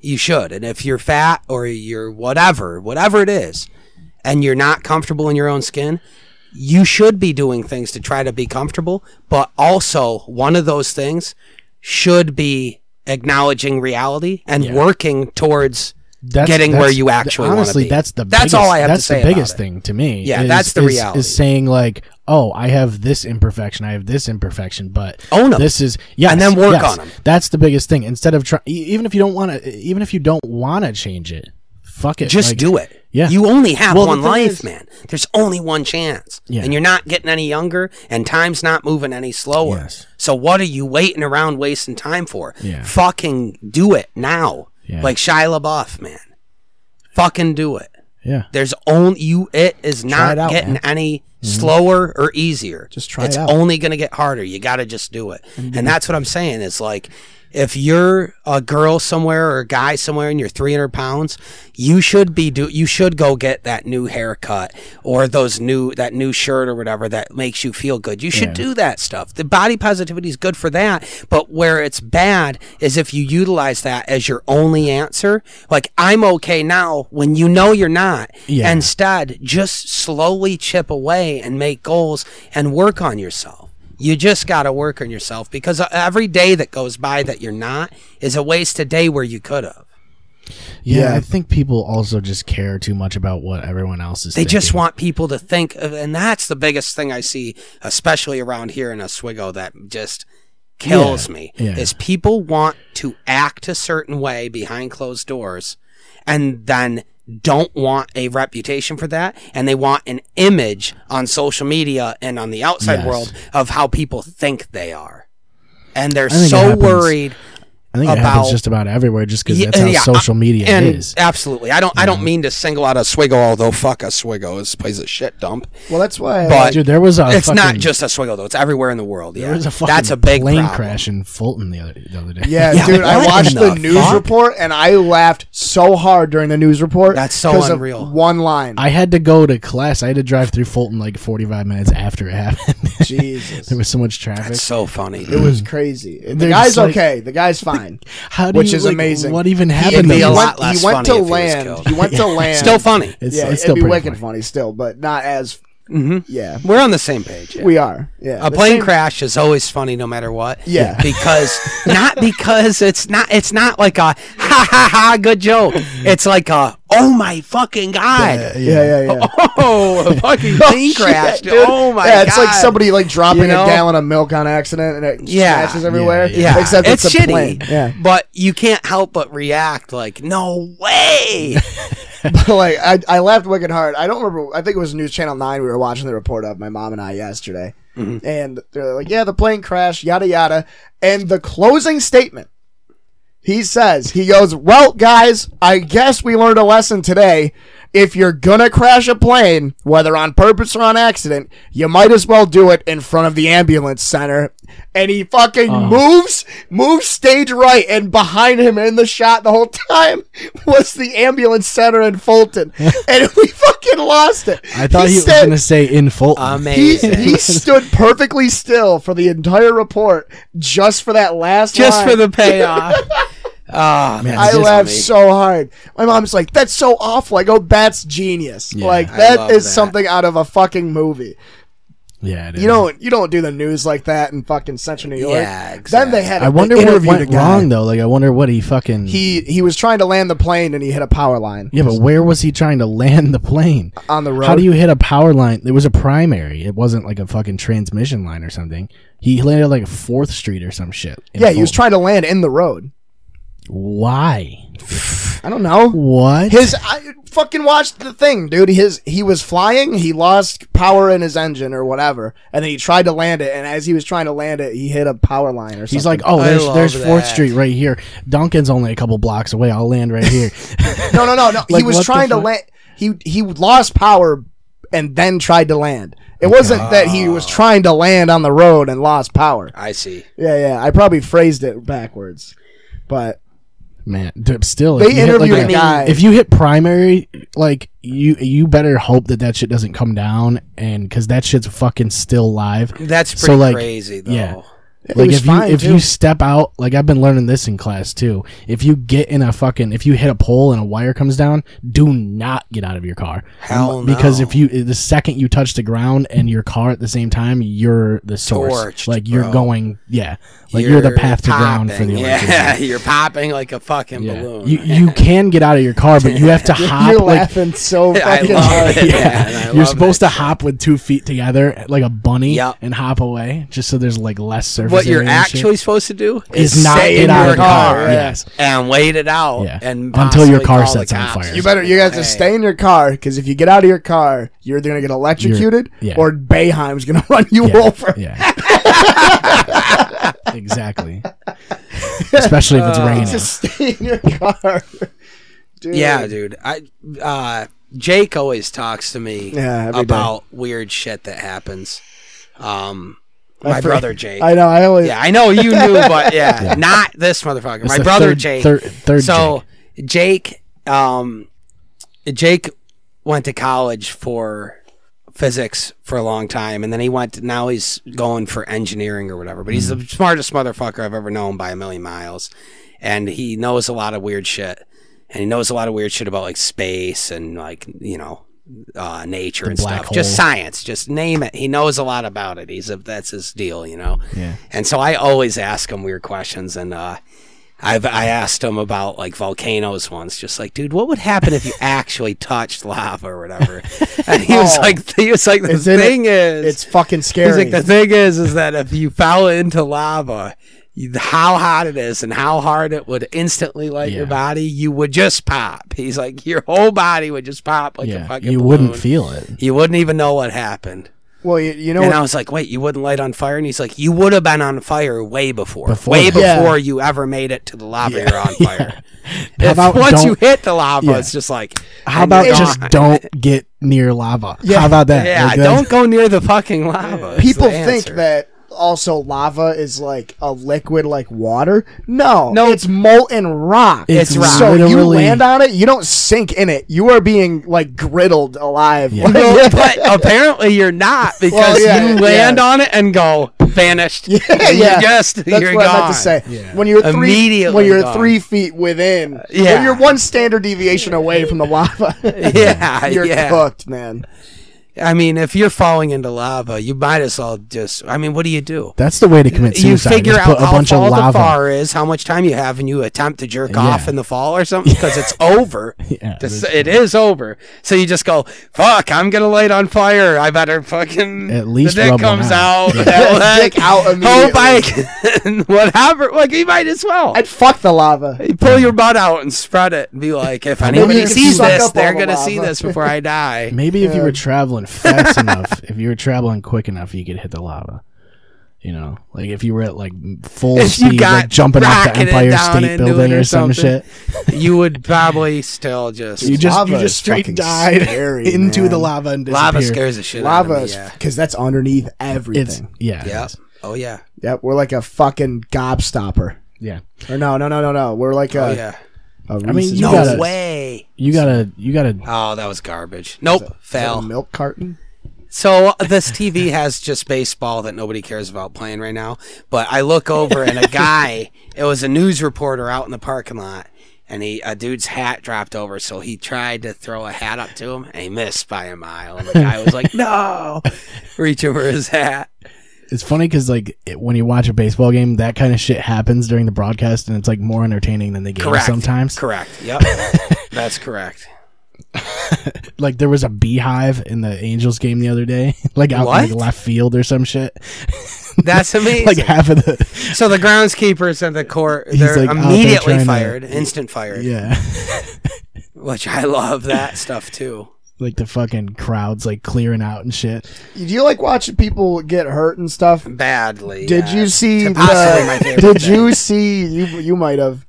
Speaker 5: You should. And if you're fat or you're whatever, whatever it is, and you're not comfortable in your own skin, you should be doing things to try to be comfortable, but also one of those things should be acknowledging reality and working towards
Speaker 2: That's,
Speaker 5: getting
Speaker 2: that's-
Speaker 5: where you actually want to be.
Speaker 2: honestly, that's the
Speaker 5: that's
Speaker 2: biggest,
Speaker 5: all I have
Speaker 2: That's
Speaker 5: to say
Speaker 2: the
Speaker 5: about
Speaker 2: biggest
Speaker 5: it.
Speaker 2: thing to me.
Speaker 5: Yeah,
Speaker 2: is-
Speaker 5: that's the
Speaker 2: is-
Speaker 5: reality.
Speaker 2: is saying like, oh, I have this imperfection, I have this imperfection, but
Speaker 5: Own 'em.
Speaker 2: This is yeah,
Speaker 5: And then work
Speaker 2: yes,
Speaker 5: on 'em.
Speaker 2: That's the biggest thing. Instead of trying, even if you don't want to, even if you don't want to change it, fuck it,
Speaker 5: Just
Speaker 2: like-
Speaker 5: do it.
Speaker 2: yeah.
Speaker 5: You only have
Speaker 2: Well, the
Speaker 5: one
Speaker 2: thing
Speaker 5: life,
Speaker 2: is-
Speaker 5: man. There's only one chance.
Speaker 2: Yeah.
Speaker 5: And you're not getting any younger and time's not moving any slower.
Speaker 2: Yes.
Speaker 5: So what are you waiting around wasting time for?
Speaker 2: Yeah.
Speaker 5: Fucking do it now.
Speaker 2: Yeah.
Speaker 5: Like Shia LaBeouf, man. Fucking do it.
Speaker 2: Yeah,
Speaker 5: There's only you. It is not
Speaker 4: it out, Mm-hmm.
Speaker 5: getting any slower or easier.
Speaker 4: Just try
Speaker 5: It's
Speaker 4: it out.
Speaker 5: only going to get harder. You got to just do it. And that's what I'm saying. Is like, if you're a girl somewhere or a guy somewhere and you're 300 pounds, you should be do. You should go get that new haircut or those new that new shirt or whatever that makes you feel good. You should do that stuff. The body positivity is good for that. But where it's bad is if you utilize that as your only answer. Like I'm okay now when you know you're not.
Speaker 2: Yeah.
Speaker 5: And instead just slowly chip away and make goals and work on yourself you just got to work on yourself because every day that goes by that you're not is a wasted day where you could have
Speaker 2: Yeah,
Speaker 4: Yeah.
Speaker 2: I think people also just care too much about what everyone else is.
Speaker 5: they just
Speaker 2: thinking.
Speaker 5: want people to think of, and that's the biggest thing i see especially around here in oswego that just kills
Speaker 2: Yeah,
Speaker 5: me
Speaker 2: yeah.
Speaker 5: is people want to act a certain way behind closed doors and then don't want a reputation for that and they want an image on social media and on the outside
Speaker 2: Yes.
Speaker 5: world of how people think they are and they're
Speaker 2: think it
Speaker 5: so
Speaker 2: happens.
Speaker 5: worried
Speaker 2: I think it happens
Speaker 5: about-
Speaker 2: just about everywhere, just because
Speaker 5: Ye-
Speaker 2: that's how
Speaker 5: yeah,
Speaker 2: social media
Speaker 5: and
Speaker 2: is.
Speaker 5: absolutely. I don't. I don't mean to single out a Swiggle, although fuck a Swiggle is plays a shit dump.
Speaker 4: Well, that's why.
Speaker 5: But-
Speaker 2: Dude, there was
Speaker 4: Uh,
Speaker 2: a
Speaker 5: it's not
Speaker 2: fucking-
Speaker 5: just a Swiggle though. It's everywhere in the world. Yeah,
Speaker 2: there was a fucking
Speaker 5: that's a big
Speaker 2: plane
Speaker 5: problem.
Speaker 2: crash in Fulton the other, the other day.
Speaker 4: yeah,
Speaker 5: Yeah,
Speaker 4: dude, I
Speaker 5: what
Speaker 4: watched
Speaker 5: in
Speaker 4: the,
Speaker 5: the
Speaker 4: news
Speaker 5: fuck?
Speaker 4: report and I laughed so hard during the news report.
Speaker 5: That's so
Speaker 4: 'cause of
Speaker 5: unreal.
Speaker 4: one line.
Speaker 2: I had to go to class. I had to drive through Fulton like 45 minutes after it happened.
Speaker 4: Jesus,
Speaker 2: there was so much traffic.
Speaker 5: It's so funny.
Speaker 4: it was crazy. The
Speaker 2: They're
Speaker 4: guy's
Speaker 2: just like-
Speaker 4: okay. The guy's fine.
Speaker 2: How do
Speaker 4: Which
Speaker 2: you,
Speaker 4: is
Speaker 2: like,
Speaker 4: amazing.
Speaker 2: What even
Speaker 5: It'd
Speaker 2: happened?
Speaker 5: be
Speaker 2: to
Speaker 5: a
Speaker 2: him?
Speaker 5: lot
Speaker 4: went,
Speaker 5: less
Speaker 4: he went
Speaker 5: funny
Speaker 4: to
Speaker 5: if he was
Speaker 4: land.
Speaker 5: killed.
Speaker 4: He went to land.
Speaker 5: Still funny.
Speaker 2: It's,
Speaker 4: yeah,
Speaker 2: it's
Speaker 4: it'd
Speaker 2: still
Speaker 4: be
Speaker 2: pretty
Speaker 4: wicked funny.
Speaker 2: funny.
Speaker 4: still, but not as.
Speaker 5: Mm-hmm.
Speaker 4: Yeah,
Speaker 5: We're on the same page. yeah.
Speaker 4: we are. Yeah,
Speaker 5: a
Speaker 4: The
Speaker 5: plane
Speaker 4: same-
Speaker 5: crash is always funny no matter what.
Speaker 4: Yeah.
Speaker 5: Because not because it's not it's not like a ha ha ha good joke. It's like a oh my fucking god.
Speaker 4: Yeah, yeah, yeah.
Speaker 5: Oh, a fucking plane
Speaker 4: Shit,
Speaker 5: crash.
Speaker 4: dude.
Speaker 5: Oh my god.
Speaker 4: Yeah, it's like somebody like dropping
Speaker 5: You know?
Speaker 4: a gallon of milk on accident and it
Speaker 5: Yeah.
Speaker 4: smashes everywhere.
Speaker 5: yeah,
Speaker 4: except it's, a
Speaker 5: shitty,
Speaker 4: plane. Yeah,
Speaker 5: but you can't help but react like, "No way!"
Speaker 4: but like I, I laughed wicked hard. I don't remember. I think it was News Channel Nine. We were watching the report of my mom and I yesterday,
Speaker 2: Mm-hmm.
Speaker 4: and they're like, "Yeah, the plane crashed, yada yada," and the closing statement. He says, he goes, Well, guys, I guess we learned a lesson today. If you're gonna crash a plane, whether on purpose or on accident, you might as well do it in front of the ambulance center. And he fucking
Speaker 2: Uh.
Speaker 4: moves, moves stage right, and behind him in the shot the whole time was the ambulance center in Fulton. and we fucking lost it.
Speaker 2: I thought he, was
Speaker 4: said-
Speaker 2: going to say in Fulton.
Speaker 4: he,
Speaker 5: Amazing.
Speaker 4: he stood perfectly still for the entire report just for that last
Speaker 5: Just
Speaker 4: line.
Speaker 5: for the payoff. Ah, man.
Speaker 4: I
Speaker 2: Just
Speaker 4: laughed
Speaker 5: funny.
Speaker 4: so hard. My mom's like, "That's so awful." I go, "That's genius. like
Speaker 5: I
Speaker 4: that
Speaker 5: love
Speaker 4: is
Speaker 5: that.
Speaker 4: something out of a fucking movie.
Speaker 2: yeah, it is.
Speaker 4: You don't you don't do the news like that in fucking Central New York.
Speaker 5: Yeah,
Speaker 4: Then they had
Speaker 2: I wonder
Speaker 4: they
Speaker 2: what
Speaker 4: interviewed a
Speaker 2: went
Speaker 4: guy.
Speaker 2: wrong though. Like, I wonder what he fucking.
Speaker 4: He he was trying to land the plane and he hit a power line
Speaker 2: yeah, but where was he trying to land the plane?
Speaker 4: on the road.
Speaker 2: How do you hit a power line? It was a primary. It wasn't like a fucking transmission line or something. He landed like Fourth Street or some shit. in
Speaker 4: Yeah, he was
Speaker 2: Fulton.
Speaker 4: trying to land in the road.
Speaker 2: Why?
Speaker 4: I don't know.
Speaker 2: What?
Speaker 4: His I fucking watched the thing, dude. His he was flying. He lost power in his engine or whatever, and then he tried to land it. And as he was trying to land it, he hit a power line or something.
Speaker 2: He's like, oh,
Speaker 5: I
Speaker 2: there's
Speaker 5: love
Speaker 2: there's Fourth
Speaker 5: that.
Speaker 2: Street right here. Duncan's only a couple blocks away. I'll land right here.
Speaker 4: No, no, no, no.
Speaker 2: Like,
Speaker 4: he was
Speaker 2: what the
Speaker 4: trying to
Speaker 2: fuck?
Speaker 4: land. He he lost power and then tried to land. It wasn't that he
Speaker 5: Ah.
Speaker 4: was trying to land on the road and lost power.
Speaker 5: I see.
Speaker 4: Yeah, yeah. I probably phrased it backwards, but
Speaker 2: Man, d- still,
Speaker 4: They
Speaker 2: if you hit, like,
Speaker 4: interviewed a
Speaker 2: a-
Speaker 4: guy.
Speaker 2: If you hit primary, like you, you better hope that that shit doesn't come down, and because that shit's fucking still live.
Speaker 5: That's
Speaker 2: So,
Speaker 5: pretty
Speaker 2: like,
Speaker 5: crazy, though.
Speaker 2: yeah.
Speaker 4: it
Speaker 2: like
Speaker 4: was
Speaker 2: if you
Speaker 4: fine,
Speaker 2: if
Speaker 4: too.
Speaker 2: you step out, like I've been learning this in class too. If you get in a fucking, if you hit a pole and a wire comes down, do not get out of your car.
Speaker 5: Hell
Speaker 2: Um, because
Speaker 5: no.
Speaker 2: if you the second you touch the ground and your car at the same time, you're the source.
Speaker 5: Torched,
Speaker 2: like you're
Speaker 5: bro.
Speaker 2: going, yeah, like you're, the path to ground for
Speaker 5: popping.
Speaker 2: the electricity.
Speaker 5: Yeah, you're popping like a fucking
Speaker 2: Yeah.
Speaker 5: balloon.
Speaker 2: You you can get out of your car, but you have to hop.
Speaker 4: you're
Speaker 2: like,
Speaker 4: laughing so
Speaker 5: I
Speaker 4: fucking
Speaker 5: love
Speaker 4: hard.
Speaker 5: it. man. I
Speaker 2: You're
Speaker 5: love
Speaker 2: supposed
Speaker 5: that
Speaker 2: to hop with two feet together like a bunny
Speaker 5: Yep.
Speaker 2: and hop away just so there's like less surface.
Speaker 5: What you're
Speaker 2: area and shit.
Speaker 5: actually supposed to do
Speaker 2: Is not
Speaker 5: stay
Speaker 2: get
Speaker 5: in
Speaker 2: out
Speaker 5: your
Speaker 2: of the car, yeah. Yes.
Speaker 5: Yes. And wait it out.
Speaker 2: Yeah.
Speaker 5: And
Speaker 2: Until your
Speaker 5: possibly
Speaker 2: car
Speaker 5: call the
Speaker 2: sets on
Speaker 5: cops.
Speaker 2: fire.
Speaker 4: You better you guys
Speaker 5: Hey.
Speaker 4: just stay in your car because if you get out of your car, you're either gonna get electrocuted
Speaker 2: yeah.
Speaker 4: or Bayheim's gonna run you
Speaker 2: yeah.
Speaker 4: over.
Speaker 2: Yeah. exactly. Especially if it's
Speaker 5: Uh,
Speaker 2: raining.
Speaker 4: Just stay in your car. Dude.
Speaker 5: Yeah, dude. I uh, Jake always talks to me
Speaker 4: Yeah, every day.
Speaker 5: about weird shit that happens. Um, my
Speaker 4: for-
Speaker 5: brother Jake.
Speaker 4: I know. I always.
Speaker 5: yeah, I know you knew, but yeah, not this motherfucker. my
Speaker 2: the
Speaker 5: brother
Speaker 2: third-
Speaker 5: Jake.
Speaker 2: third- third
Speaker 5: so Jake. um, Jake went to college for physics for a long time, and then he went. now he's going for engineering or whatever. But he's
Speaker 2: Mm-hmm.
Speaker 5: the smartest motherfucker I've ever known by a million miles, and he knows a lot of weird shit. And he knows a lot of weird shit about like space and like you know uh, nature and
Speaker 2: black
Speaker 5: stuff. Just
Speaker 2: hole.
Speaker 5: science, just name it. He knows a lot about it. He's a that's his deal, you know.
Speaker 2: Yeah.
Speaker 5: And so I always ask him weird questions, and uh, I've I asked him about like volcanoes once, just like, dude, what would happen if you actually touched lava or whatever? And he was
Speaker 4: Oh.
Speaker 5: like, he was like, the
Speaker 4: It's in it-
Speaker 5: thing is,
Speaker 4: It's fucking
Speaker 5: he's
Speaker 4: scary.
Speaker 5: like, the thing is, is that if you fell into lava. you- How hot it is and how hard it would instantly light your
Speaker 2: Yeah.
Speaker 5: body, you would just pop. He's like, your whole body would just pop like a
Speaker 2: yeah.
Speaker 5: fucking.
Speaker 2: You wouldn't
Speaker 5: balloon.
Speaker 2: feel it.
Speaker 5: You wouldn't even know what happened.
Speaker 4: Well, you, you know,
Speaker 5: and
Speaker 4: what-
Speaker 5: I was like, wait, you wouldn't light on fire? And he's like, you would have been on fire way before.
Speaker 2: Before
Speaker 5: way
Speaker 2: that.
Speaker 4: Yeah.
Speaker 5: before you ever made it to the lava, you're on fire.
Speaker 2: How
Speaker 5: If
Speaker 2: about
Speaker 5: once
Speaker 2: don't-
Speaker 5: you hit the lava,
Speaker 2: Yeah.
Speaker 5: it's just like,
Speaker 2: How
Speaker 5: I'm
Speaker 2: about
Speaker 5: gone.
Speaker 2: just don't get near lava?
Speaker 4: Yeah.
Speaker 2: How about that?
Speaker 5: Yeah,
Speaker 2: Like, that's-
Speaker 5: don't go near the fucking lava. is
Speaker 4: people
Speaker 5: the
Speaker 4: think
Speaker 5: answer.
Speaker 4: that also lava is like a liquid like water. No,
Speaker 5: No.
Speaker 4: it's molten rock.
Speaker 2: It's
Speaker 5: it's rock.
Speaker 4: so you
Speaker 2: literally-
Speaker 4: land on it, you don't sink in it. You are being like griddled alive.
Speaker 2: Yeah.
Speaker 5: Well, but apparently you're not because
Speaker 4: Well, yeah,
Speaker 5: you
Speaker 4: yeah.
Speaker 5: land on it and go vanished. Yeah,
Speaker 4: yeah.
Speaker 5: You're just
Speaker 4: That's
Speaker 5: you're
Speaker 4: what
Speaker 5: gone.
Speaker 4: I meant to say. When you're three,
Speaker 5: Immediately
Speaker 4: when you're
Speaker 5: gone. Uh,
Speaker 4: three feet within,
Speaker 5: yeah.
Speaker 4: when you're one standard deviation away from the lava,
Speaker 5: Yeah,
Speaker 4: you're
Speaker 5: yeah.
Speaker 4: cooked, man.
Speaker 5: I mean, if you're falling into lava, you might as well just. I mean, what do you do?
Speaker 2: That's the way to commit
Speaker 5: You
Speaker 2: suicide.
Speaker 5: figure
Speaker 2: is
Speaker 5: out
Speaker 2: put
Speaker 5: how
Speaker 2: a bunch
Speaker 5: far
Speaker 2: of
Speaker 5: the
Speaker 2: lava.
Speaker 5: far is, how much time you have, and you attempt to jerk off
Speaker 2: Yeah.
Speaker 5: in the fall or something because it's over.
Speaker 2: Yeah,
Speaker 5: This- it is over. So you just go, fuck, I'm going to light on fire. I better fucking.
Speaker 2: At least
Speaker 5: The dick
Speaker 2: rub one
Speaker 5: comes
Speaker 2: out.
Speaker 5: out.
Speaker 4: Dick out
Speaker 5: Hope I
Speaker 4: immediately.
Speaker 5: can. Whatever. Like, you might as well.
Speaker 4: I'd fuck the lava.
Speaker 5: You pull your butt out and spread it and be like, if
Speaker 4: Maybe
Speaker 5: anybody
Speaker 4: you can
Speaker 5: sees
Speaker 4: suck
Speaker 5: this,
Speaker 4: up
Speaker 5: they're
Speaker 4: all the
Speaker 5: going to see
Speaker 4: lava.
Speaker 5: this before I die.
Speaker 2: Maybe if you were traveling fast enough, if you were traveling quick enough, you could hit the lava. You know, like if you were at like full
Speaker 5: If you
Speaker 2: speed, like
Speaker 5: got
Speaker 2: jumping off the
Speaker 5: rocketed
Speaker 2: Empire
Speaker 5: down
Speaker 2: State
Speaker 5: into
Speaker 2: Building
Speaker 5: it or
Speaker 2: or some
Speaker 5: something.
Speaker 2: shit,
Speaker 5: you would probably still just.
Speaker 2: you just
Speaker 4: Lava
Speaker 2: you
Speaker 4: is
Speaker 2: just straight
Speaker 4: fucking
Speaker 2: dive
Speaker 4: scary,
Speaker 2: into
Speaker 4: man.
Speaker 2: the lava and disappear.
Speaker 5: lava scares the shit out of
Speaker 4: Lava,
Speaker 5: me. Yeah.
Speaker 4: because that's underneath everything.
Speaker 2: It's yeah,
Speaker 5: Yep.
Speaker 2: yeah,
Speaker 5: Oh, yeah.
Speaker 4: Yep, we're like a fucking gobstopper.
Speaker 2: yeah.
Speaker 4: Or no, no, no, no, no. We're like a.
Speaker 2: Uh,
Speaker 5: Oh, yeah.
Speaker 4: a
Speaker 2: mean,
Speaker 4: Reese's
Speaker 2: you
Speaker 5: No
Speaker 2: gotta-
Speaker 5: way.
Speaker 2: You gotta you gotta
Speaker 5: Oh, that was garbage. Nope.
Speaker 4: Little
Speaker 5: Fail.
Speaker 4: milk carton.
Speaker 5: So this TV has just baseball that nobody cares about playing right now. But I look over and a guy, it was a news reporter out in the parking lot, and he a dude's hat dropped over, so he tried to throw a hat up to him and he missed by a mile. And the guy was like, "No!" reaching for his hat.
Speaker 2: It's funny because like it, when you watch a baseball game, that kind of shit happens during the broadcast, and it's like more entertaining than the game
Speaker 5: Correct.
Speaker 2: sometimes.
Speaker 5: Correct. Yep. That's correct.
Speaker 2: Like there was a beehive in the Angels game the other day, like out in like,
Speaker 5: What?
Speaker 2: left field or some shit.
Speaker 5: That's amazing.
Speaker 2: like half of the
Speaker 5: so the groundskeepers and the court,
Speaker 2: He's,
Speaker 5: they're
Speaker 2: like, out there
Speaker 5: immediately
Speaker 2: trying to-
Speaker 5: fired, instant fired,
Speaker 2: yeah,
Speaker 5: which I love that stuff too.
Speaker 2: like the fucking crowds like clearing out and shit.
Speaker 4: Do you like watching people get hurt and stuff?
Speaker 5: badly.
Speaker 4: Did
Speaker 5: yeah.
Speaker 4: you see?
Speaker 5: To possibly my
Speaker 4: The,
Speaker 5: favorite
Speaker 4: did
Speaker 5: thing.
Speaker 4: you see? You you might have.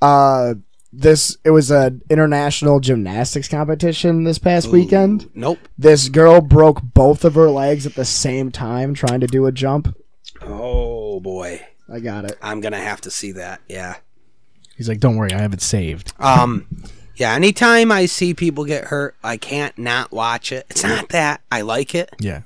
Speaker 4: Uh, this it was an international gymnastics competition this past weekend.
Speaker 5: Nope.
Speaker 4: This girl broke both of her legs at the same time trying to do a jump.
Speaker 5: Oh boy,
Speaker 4: I got it.
Speaker 5: I'm gonna have to see that. Yeah.
Speaker 2: He's like, "Don't worry, I have it saved."
Speaker 5: Um. Yeah. Anytime I see people get hurt, I can't not watch it. It's not that I like it.
Speaker 2: Yeah,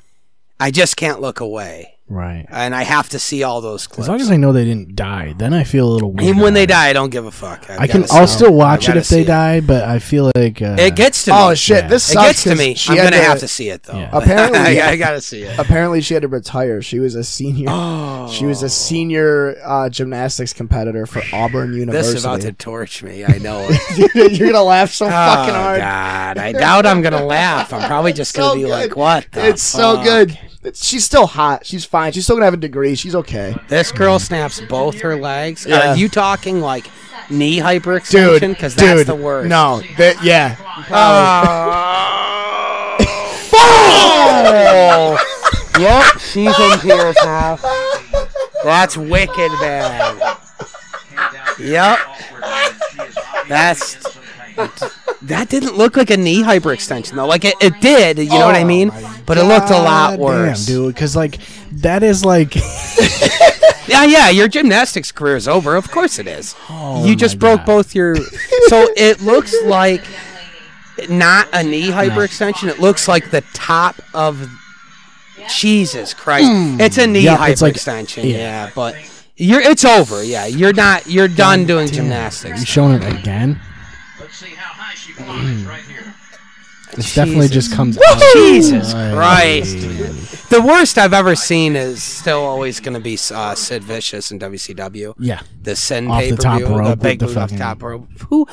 Speaker 5: I just can't look away,
Speaker 2: right.
Speaker 5: and I have to see all those clips.
Speaker 2: As long as I know they didn't die, then I feel a little weird.
Speaker 5: Even when
Speaker 2: about
Speaker 5: they
Speaker 2: it.
Speaker 5: die, I don't give a fuck. I've
Speaker 2: I can.
Speaker 5: gotta
Speaker 2: I'll
Speaker 5: see
Speaker 2: still watch
Speaker 5: I've
Speaker 2: it if
Speaker 5: gotta
Speaker 2: they
Speaker 5: see
Speaker 2: die, but I feel like uh,
Speaker 5: It gets to me.
Speaker 4: Oh shit!
Speaker 2: Yeah.
Speaker 4: This
Speaker 5: It
Speaker 4: sucks
Speaker 5: gets to
Speaker 4: 'cause
Speaker 5: me.
Speaker 4: she
Speaker 5: I'm
Speaker 4: had
Speaker 5: gonna have to see it though.
Speaker 2: Yeah.
Speaker 4: Apparently-
Speaker 5: I, I gotta see it.
Speaker 4: Apparently, she had to retire. She was a senior.
Speaker 5: Oh.
Speaker 4: She was a senior uh, gymnastics competitor for Auburn
Speaker 5: This is about
Speaker 4: University.
Speaker 5: to torch me. I know it.
Speaker 4: You're gonna laugh so fucking
Speaker 5: Oh,
Speaker 4: hard.
Speaker 5: God, I doubt I'm gonna laugh. I'm probably just
Speaker 4: so
Speaker 5: gonna be
Speaker 4: good.
Speaker 5: like, "What? the
Speaker 4: It's so
Speaker 5: fuck?
Speaker 4: good. It's- She's still hot. She's fine. She's still gonna have a degree. She's okay.
Speaker 5: This girl snaps both her legs. Are you talking like knee
Speaker 4: Dude,
Speaker 5: hyperextension? Because
Speaker 4: dude,
Speaker 5: that's the word.
Speaker 4: No, that yeah.
Speaker 5: Oh! yep, she's in tears now. That's wicked bad. Yep. That's. That didn't look like a knee hyperextension though. Like it, it did, you know what I mean? But it looked a lot
Speaker 2: God
Speaker 5: worse.
Speaker 2: Ah, damn, dude. Because like that is like.
Speaker 5: Yeah, yeah, your gymnastics career is over. Of course it is. you just
Speaker 2: Oh my
Speaker 5: broke
Speaker 2: God.
Speaker 5: both your. so it looks like not a knee hyperextension. It looks like the top of. Jesus Christ! It's a knee
Speaker 2: Hmm. Yeah, it's like-
Speaker 5: hyperextension.
Speaker 2: yeah.
Speaker 5: yeah. but you're. It's over. Yeah, you're not. You're done doing
Speaker 2: You
Speaker 5: gymnastics.
Speaker 2: showing it again?
Speaker 6: Let's see how high she climbs right here.
Speaker 2: It's definitely
Speaker 5: Jesus.
Speaker 2: just comes out.
Speaker 5: Jesus
Speaker 2: Aye.
Speaker 5: Christ! The worst I've ever seen is still always going to be uh, Sid Vicious in WCW.
Speaker 2: Yeah.
Speaker 5: the sin
Speaker 2: Off the
Speaker 5: pay per
Speaker 2: top
Speaker 5: view,
Speaker 2: rope
Speaker 5: the
Speaker 2: with
Speaker 5: big
Speaker 2: the
Speaker 5: move off
Speaker 2: fucking-
Speaker 5: top rope. Who,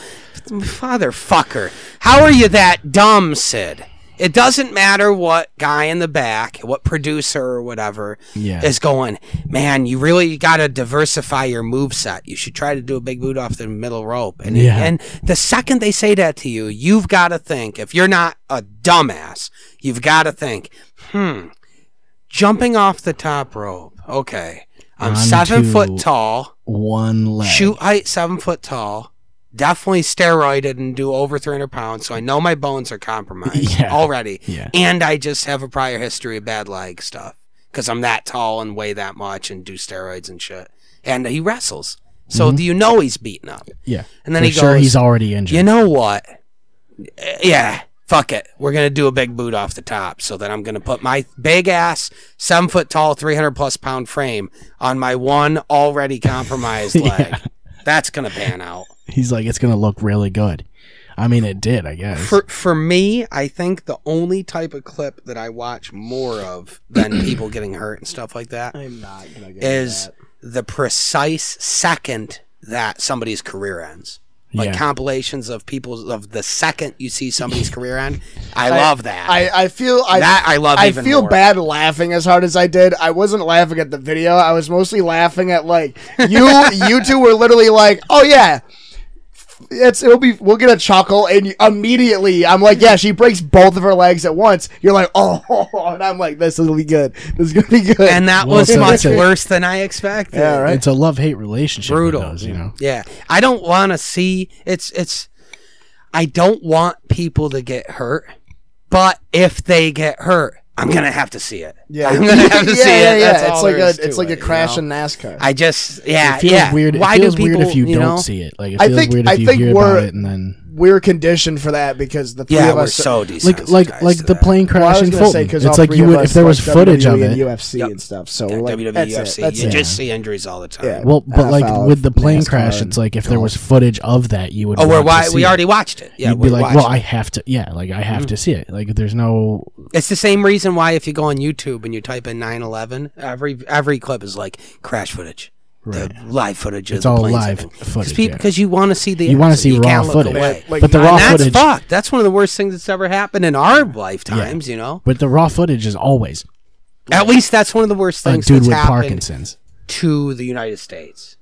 Speaker 5: fatherfucker? How are you that dumb, Sid? It doesn't matter what guy in the back, what producer or whatever
Speaker 2: Yeah.
Speaker 5: is going. Man, you really got to diversify your move set. You should try to do a big boot off the middle rope. And
Speaker 2: Yeah.
Speaker 5: and the second they say that to you, you've got to think. If you're not a dumbass, you've got to think. Hmm. Jumping off the top rope. Okay. I'm
Speaker 2: Onto-
Speaker 5: seven foot tall.
Speaker 2: One leg.
Speaker 5: Shoot height seven foot tall. Definitely steroided and do over 300 pounds. So I know my bones are compromised
Speaker 2: Yeah.
Speaker 5: already.
Speaker 2: Yeah.
Speaker 5: And I just have a prior history of bad leg stuff because I'm that tall and weigh that much and do steroids and shit. And he wrestles. So
Speaker 2: Mm-hmm.
Speaker 5: do you know he's beaten up?
Speaker 2: Yeah.
Speaker 5: And then
Speaker 2: For
Speaker 5: he
Speaker 2: sure
Speaker 5: goes,
Speaker 2: he's already injured.
Speaker 5: You know what? Eh, Yeah, fuck it. We're gonna do a big boot off the top. So then I'm gonna put my big ass, seven foot tall, three hundred plus pound frame on my one already compromised leg. That's gonna pan out.
Speaker 2: he's like, it's gonna look really good. I mean, it did, I guess.
Speaker 5: For for me, I think the only type of clip that I watch more of than people getting hurt and stuff like that
Speaker 4: I'm not gonna get
Speaker 5: is the precise second that somebody's career ends. Like
Speaker 2: Yeah.
Speaker 5: compilations of people's of the second you see somebody's career end. I, love that.
Speaker 4: I, I feel I
Speaker 5: that I love.
Speaker 4: I
Speaker 5: even
Speaker 4: feel
Speaker 5: more.
Speaker 4: bad laughing as hard as I did. I wasn't laughing at the video. I was mostly laughing at like you you two were literally like, "Oh yeah. It's it'll be we'll get a chuckle and you- immediately I'm like, "Yeah, she breaks both of her legs at once." You're like, "Oh." And I'm like, "This will be good. This is going to be good."
Speaker 5: And that
Speaker 2: Well,
Speaker 5: was
Speaker 2: so
Speaker 5: much
Speaker 2: that's it.
Speaker 5: worse than I expected.
Speaker 4: yeah, right?
Speaker 2: It's a love hate relationship. with
Speaker 5: Brutal.
Speaker 2: those, you know.
Speaker 5: Yeah. I don't want to see. It's it's. I don't want people to get hurt, but if they get hurt, I'm gonna have to see it.
Speaker 4: yeah.
Speaker 5: I'm gonna have to
Speaker 4: yeah,
Speaker 5: see
Speaker 4: yeah,
Speaker 5: it.
Speaker 4: Yeah,
Speaker 5: That's
Speaker 4: it's
Speaker 5: all
Speaker 4: like
Speaker 5: there is
Speaker 4: a
Speaker 5: to
Speaker 4: it's like
Speaker 5: it,
Speaker 4: a
Speaker 5: you
Speaker 4: crash
Speaker 5: know?
Speaker 4: in NASCAR.
Speaker 5: I just yeah
Speaker 2: It feels
Speaker 5: yeah.
Speaker 2: weird. It
Speaker 5: Why
Speaker 2: feels
Speaker 5: do people?
Speaker 2: weird if you, don't
Speaker 5: know?
Speaker 2: see it. Like it
Speaker 4: I
Speaker 2: feels
Speaker 4: think-
Speaker 2: weird
Speaker 4: I
Speaker 2: if you
Speaker 4: think
Speaker 2: hear
Speaker 4: we're-
Speaker 2: about it and then
Speaker 4: we're conditioned for that because the three
Speaker 5: Yeah,
Speaker 4: of
Speaker 5: we're
Speaker 4: us are-
Speaker 5: so decent.
Speaker 2: like like like the plane
Speaker 4: Well, I was
Speaker 2: crash in
Speaker 4: gonna say
Speaker 2: Fulton.
Speaker 4: 'cause all
Speaker 2: it's like
Speaker 4: three
Speaker 2: you
Speaker 4: of
Speaker 2: would
Speaker 4: us
Speaker 2: if there was
Speaker 4: watch
Speaker 2: footage of
Speaker 4: WWE and
Speaker 2: it.
Speaker 4: UFC
Speaker 5: Yep.
Speaker 4: and stuff. So
Speaker 5: Yeah, E,
Speaker 4: we're like,
Speaker 5: WWE,
Speaker 4: that's
Speaker 5: UFC.
Speaker 4: it. That's
Speaker 5: you
Speaker 4: it.
Speaker 5: just see injuries all the time.
Speaker 4: Yeah.
Speaker 2: Well, but
Speaker 4: half
Speaker 2: like
Speaker 4: hour
Speaker 2: with the plane
Speaker 4: NASCAR
Speaker 2: crash,
Speaker 4: and
Speaker 2: it's like if there was footage of that, you would.
Speaker 5: Oh, we're
Speaker 2: want to
Speaker 5: why
Speaker 2: see
Speaker 5: we
Speaker 2: it.
Speaker 5: already watched it. Yeah,
Speaker 2: You'd
Speaker 5: we
Speaker 2: be like,
Speaker 5: watched
Speaker 2: well,
Speaker 5: it.
Speaker 2: I have to. Yeah, like I have to see it. Like there's no.
Speaker 5: It's the same reason why if you go on YouTube and you type in 9/11, every every clip is like crash footage, the live footage.
Speaker 2: It's all live footage, yeah.
Speaker 5: because you want to see the
Speaker 2: You want to
Speaker 5: action.
Speaker 2: see raw
Speaker 5: can't look
Speaker 2: footage,
Speaker 5: away.
Speaker 4: Like,
Speaker 2: but the
Speaker 4: and
Speaker 2: raw
Speaker 5: and that's
Speaker 2: footage.
Speaker 5: fucked. That's one of the worst things that's ever happened in our lifetimes. You know,
Speaker 2: But the raw footage is always
Speaker 5: at least that's one of the worst
Speaker 2: a
Speaker 5: things
Speaker 2: dude
Speaker 5: that's
Speaker 2: with
Speaker 5: happened
Speaker 2: Parkinson's.
Speaker 5: to the United States.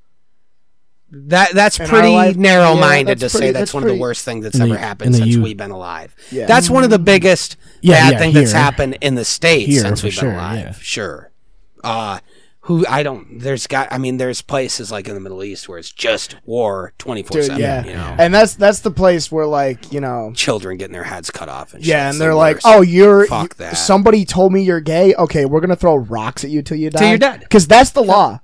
Speaker 5: That that's
Speaker 4: In our
Speaker 5: pretty
Speaker 4: life- yeah,
Speaker 5: narrow-minded
Speaker 4: that's
Speaker 5: to
Speaker 4: pretty-
Speaker 5: say that's,
Speaker 4: that's
Speaker 5: one of
Speaker 4: pretty-
Speaker 5: the worst things that's
Speaker 2: In the-
Speaker 5: ever happened
Speaker 2: in the
Speaker 5: since
Speaker 2: U- Mm-hmm.
Speaker 5: we've been alive.
Speaker 4: Yeah.
Speaker 5: That's one of the biggest
Speaker 2: Yeah,
Speaker 5: bad
Speaker 2: yeah,
Speaker 5: thing that's
Speaker 2: here.
Speaker 5: happened in the states
Speaker 2: Here,
Speaker 5: since
Speaker 2: for
Speaker 5: we've
Speaker 2: sure,
Speaker 5: been alive.
Speaker 2: yeah.
Speaker 5: Sure. Uh who I don't there's got I mean there's places like in the Middle East where it's just war 24/7,
Speaker 4: Dude, yeah.
Speaker 5: you know.
Speaker 4: And that's that's the place where like, you know,
Speaker 5: Children getting their heads cut off and shit.
Speaker 4: yeah,
Speaker 5: It's
Speaker 4: and
Speaker 5: the
Speaker 4: they're like,
Speaker 5: worst.
Speaker 4: "Oh, you're
Speaker 5: Fuck
Speaker 4: you-
Speaker 5: that.
Speaker 4: somebody told me you're gay. Okay, we're going to throw rocks at you till you die."
Speaker 5: you're dead.
Speaker 4: Cuz that's the law.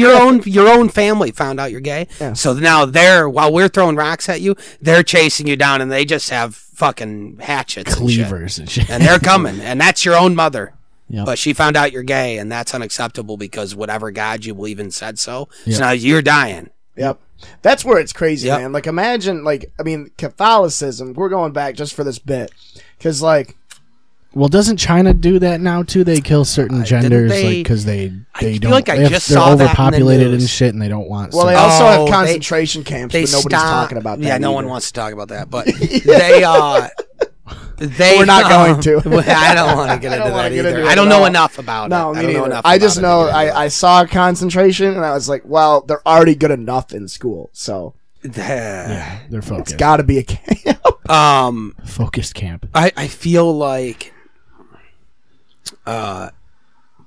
Speaker 5: your own your own family found out you're gay. So now they're while we're throwing rocks at you, they're chasing you down, and they just have fucking hatchets, and, shit.
Speaker 2: Cleavers and shit.
Speaker 5: and they're coming, and that's your own mother.
Speaker 2: Yep.
Speaker 5: But she found out you're gay, and that's unacceptable because whatever God you believe in said so. So now you're dying.
Speaker 4: Yep. That's where it's crazy,
Speaker 5: Yep.
Speaker 4: man. Like imagine like I mean, Catholicism, we're going back just for this bit. Cuz like
Speaker 2: Well, doesn't China do that now too? They kill certain
Speaker 5: didn't
Speaker 2: genders
Speaker 5: they-
Speaker 2: like because they
Speaker 5: I
Speaker 2: they
Speaker 5: feel
Speaker 2: don't
Speaker 5: like I
Speaker 2: if
Speaker 5: just
Speaker 2: they're
Speaker 5: saw that in the
Speaker 2: overpopulated and
Speaker 5: news.
Speaker 2: shit, and they don't want.
Speaker 4: well,
Speaker 2: some-
Speaker 4: they also
Speaker 5: Oh,
Speaker 4: have
Speaker 5: they-
Speaker 4: concentration camps,
Speaker 5: They
Speaker 4: but nobody's
Speaker 5: stop-
Speaker 4: talking about that.
Speaker 5: Yeah, no one
Speaker 4: either.
Speaker 5: wants to talk about that. But they uh they
Speaker 4: We're not
Speaker 5: um,
Speaker 4: going to.
Speaker 5: I don't want to get
Speaker 4: I don't
Speaker 5: into
Speaker 4: wanna
Speaker 5: that
Speaker 4: get
Speaker 5: either.
Speaker 4: into it
Speaker 5: I don't
Speaker 4: at
Speaker 5: know
Speaker 4: all.
Speaker 5: enough about
Speaker 4: No,
Speaker 5: it.
Speaker 4: me
Speaker 5: I don't know
Speaker 4: neither.
Speaker 5: enough
Speaker 4: I
Speaker 5: about
Speaker 4: just
Speaker 5: it to
Speaker 4: know
Speaker 5: get into it.
Speaker 4: I, I saw concentration and I was like, well, they're already good enough in school, so
Speaker 2: yeah, they're
Speaker 4: it's
Speaker 2: focused.
Speaker 4: got to be a camp.
Speaker 5: um
Speaker 2: Focused camp.
Speaker 5: I, I feel like uh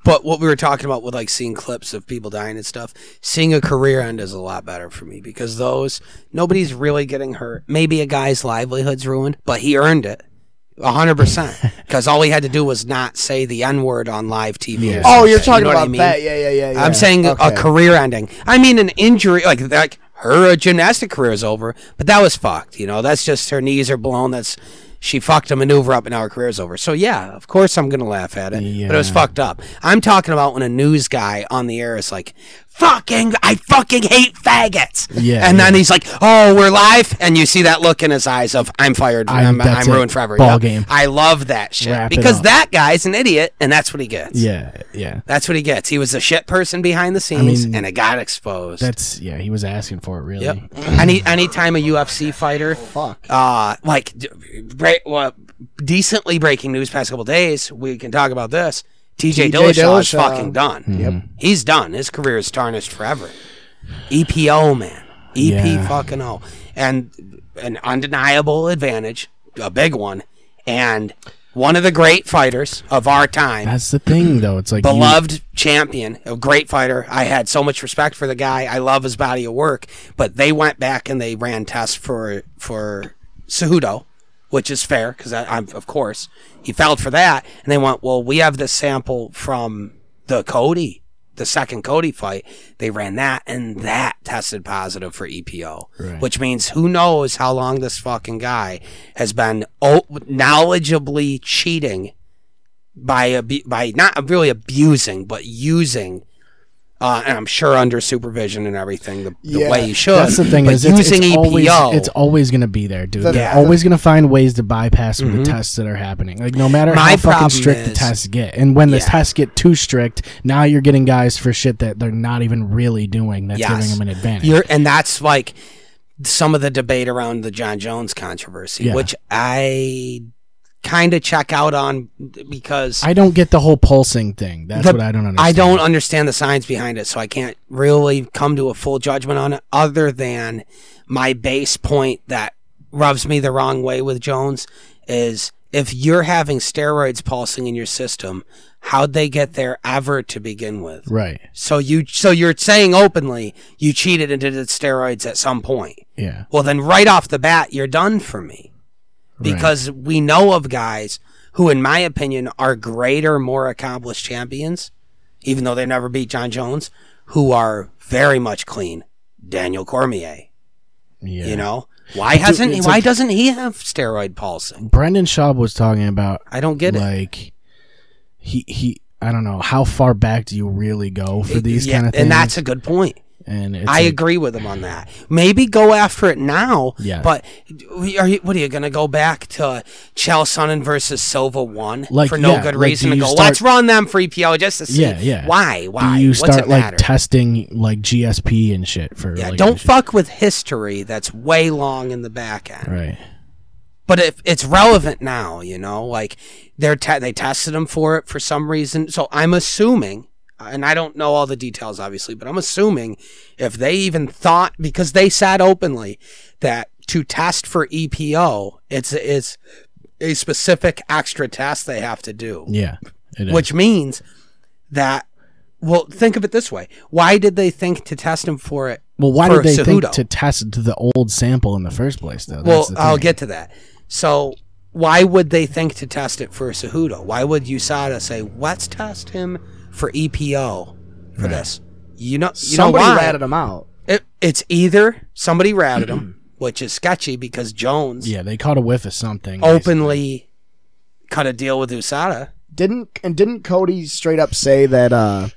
Speaker 5: but what we were talking about with like seeing clips of people dying and stuff, seeing a career end is a lot better for me because those nobody's really getting hurt. Maybe a guy's livelihood's ruined, but he earned it. a 100% because all he had to do was not say the n word on live TV. or
Speaker 2: Yeah.
Speaker 4: oh,
Speaker 5: some
Speaker 4: you're
Speaker 5: shit, you
Speaker 4: talking
Speaker 5: know what
Speaker 4: about
Speaker 5: I mean?
Speaker 4: that? Yeah, yeah, yeah. Oh, yeah.
Speaker 5: I'm saying a
Speaker 4: Okay.
Speaker 5: career ending. I mean an injury like like her gymnastic career is over, but that was fucked. You know, that's just her knees are blown. That's she fucked a maneuver up and now her career's over. So yeah, of course I'm gonna laugh at it. But it was
Speaker 2: Yeah.
Speaker 5: fucked up. I'm talking about when a news guy on the air is like, "Fucking, I fucking hate faggots."
Speaker 2: Yeah,
Speaker 5: And then
Speaker 2: yeah.
Speaker 5: he's like, "Oh, we're live," and you see that look in his eyes of, "I'm fired.
Speaker 2: I'm-
Speaker 5: I'm, I'm,
Speaker 2: that's it.
Speaker 5: ruined forever."
Speaker 2: Ball
Speaker 5: Yep.
Speaker 2: game.
Speaker 5: I love that shit
Speaker 2: Wrap it
Speaker 5: because
Speaker 2: up.
Speaker 5: that guy's an idiot, and that's what he gets.
Speaker 2: Yeah, yeah.
Speaker 5: That's what he gets. He was a shit person behind the scenes,
Speaker 2: mean,
Speaker 5: and it got exposed.
Speaker 2: That's yeah. He was asking for it really.
Speaker 5: yep. any any time a UFC fighter,
Speaker 4: fuck.
Speaker 5: uh, like d- break, well, decently breaking news past couple days, we can talk about this. TJ,
Speaker 4: T.J.
Speaker 5: Dillashaw is
Speaker 4: Dillashaw.
Speaker 5: fucking done.
Speaker 4: Yep.
Speaker 5: He's done. His career is tarnished forever. EPO man, EP
Speaker 2: Yeah.
Speaker 5: fucking O, and an undeniable advantage, a big one, and one of the great fighters of our time,
Speaker 2: That's the thing, though. It's like you-
Speaker 5: beloved champion, a great fighter. I had so much respect for the guy. I love his body of work. But they went back and they ran tests for for Cejudo, which is fair because I'm of course he failed for that. And they went, well, we have this sample from the Cody, the second Cody fight. They ran that and that tested positive for EPO, which means who knows how long this fucking guy has been o- knowledgeably cheating by abu- by not really abusing but using uh, and I'm sure under supervision and everything the, the
Speaker 4: Yeah,
Speaker 5: way you should.
Speaker 2: That's the thing
Speaker 5: but
Speaker 2: is it's,
Speaker 5: using E
Speaker 2: it's
Speaker 5: EPO.
Speaker 2: always it's always gonna be there, dude.
Speaker 4: The-
Speaker 2: They're
Speaker 5: Yeah.
Speaker 2: always gonna find ways to bypass the tests that are happening. Like no matter
Speaker 5: Mm-hmm. My
Speaker 2: how fucking
Speaker 5: problem
Speaker 2: strict the
Speaker 5: is-
Speaker 2: tests get, and when the
Speaker 5: Yeah.
Speaker 2: tests get too strict, now you're getting guys for shit that they're not even really doing. That's
Speaker 5: Yes.
Speaker 2: giving them an advantage.
Speaker 5: You're, and that's like some of the debate around the John Jones controversy,
Speaker 2: Yeah.
Speaker 5: which I kind of check out on because
Speaker 2: I don't get the whole pulsing thing. That's
Speaker 5: The-
Speaker 2: what I don't understand.
Speaker 5: I don't understand the science behind it, so I can't really come to a full judgment on it other than my base point that rubs me the wrong way with Jones is if you're having steroids pulsing in your system, how'd they get there ever to begin with?
Speaker 2: Right.
Speaker 5: So you so you're saying openly you cheated and did steroids at some point.
Speaker 2: Yeah.
Speaker 5: Well, then right off the bat, you're done for me. Because we know of guys who, in my opinion, are greater, more accomplished champions, even though they never beat John Jones, who are very much clean. Daniel Cormier,
Speaker 2: Yeah.
Speaker 5: you know? Why hasn't he,
Speaker 2: it's
Speaker 5: why doesn't he have steroid pulsing?
Speaker 2: Brendan Schaub was talking about
Speaker 5: I don't get it.
Speaker 2: like he he. I don't know how far back do you really go for these
Speaker 5: Yeah,
Speaker 2: kind of things.
Speaker 5: and that's a good point.
Speaker 2: and it's
Speaker 5: I
Speaker 2: like-
Speaker 5: agree with him on that. Maybe go after it now.
Speaker 2: Yeah.
Speaker 5: But are you, what are you going to go back to Chael Sonnen versus Silva one
Speaker 2: Like,
Speaker 5: for no
Speaker 2: yeah,
Speaker 5: good
Speaker 2: like,
Speaker 5: reason
Speaker 2: do
Speaker 5: to
Speaker 2: you
Speaker 5: go?
Speaker 2: start-
Speaker 5: let's run them for EPO just to see.
Speaker 2: Yeah, yeah.
Speaker 5: Why? Why?
Speaker 2: Do you
Speaker 5: What's
Speaker 2: start
Speaker 5: it
Speaker 2: like
Speaker 5: matter?
Speaker 2: testing like GSP and shit for
Speaker 5: yeah,
Speaker 2: like,
Speaker 5: don't
Speaker 2: shit?
Speaker 5: fuck with history that's way long in the back end.
Speaker 2: right.
Speaker 5: But if it's relevant now, you know, like they're te- they tested him for it for some reason. So I'm assuming, and I don't know all the details obviously, but I'm assuming if they even thought because they said openly that to test for EPO, it's it's a specific extra test they have to do
Speaker 2: Yeah, it is.
Speaker 5: which means that well think of it this way why did they think to test him for it
Speaker 2: well, why
Speaker 5: for
Speaker 2: did they think
Speaker 5: Cejudo?
Speaker 2: to test the old sample in the first place though?
Speaker 5: well
Speaker 2: That's the
Speaker 5: i'll
Speaker 2: thing.
Speaker 5: get to that so why would they think to test it for Cejudo? why would usada say let's test him for epo for this you know you know
Speaker 4: Somebody
Speaker 5: why?
Speaker 4: ratted him out.
Speaker 5: It, it's either somebody ratted him which is sketchy because jones
Speaker 2: Yeah, they caught a whiff of something.
Speaker 5: openly cut a deal with usada
Speaker 4: Didn't and didn't Cody straight up say that uh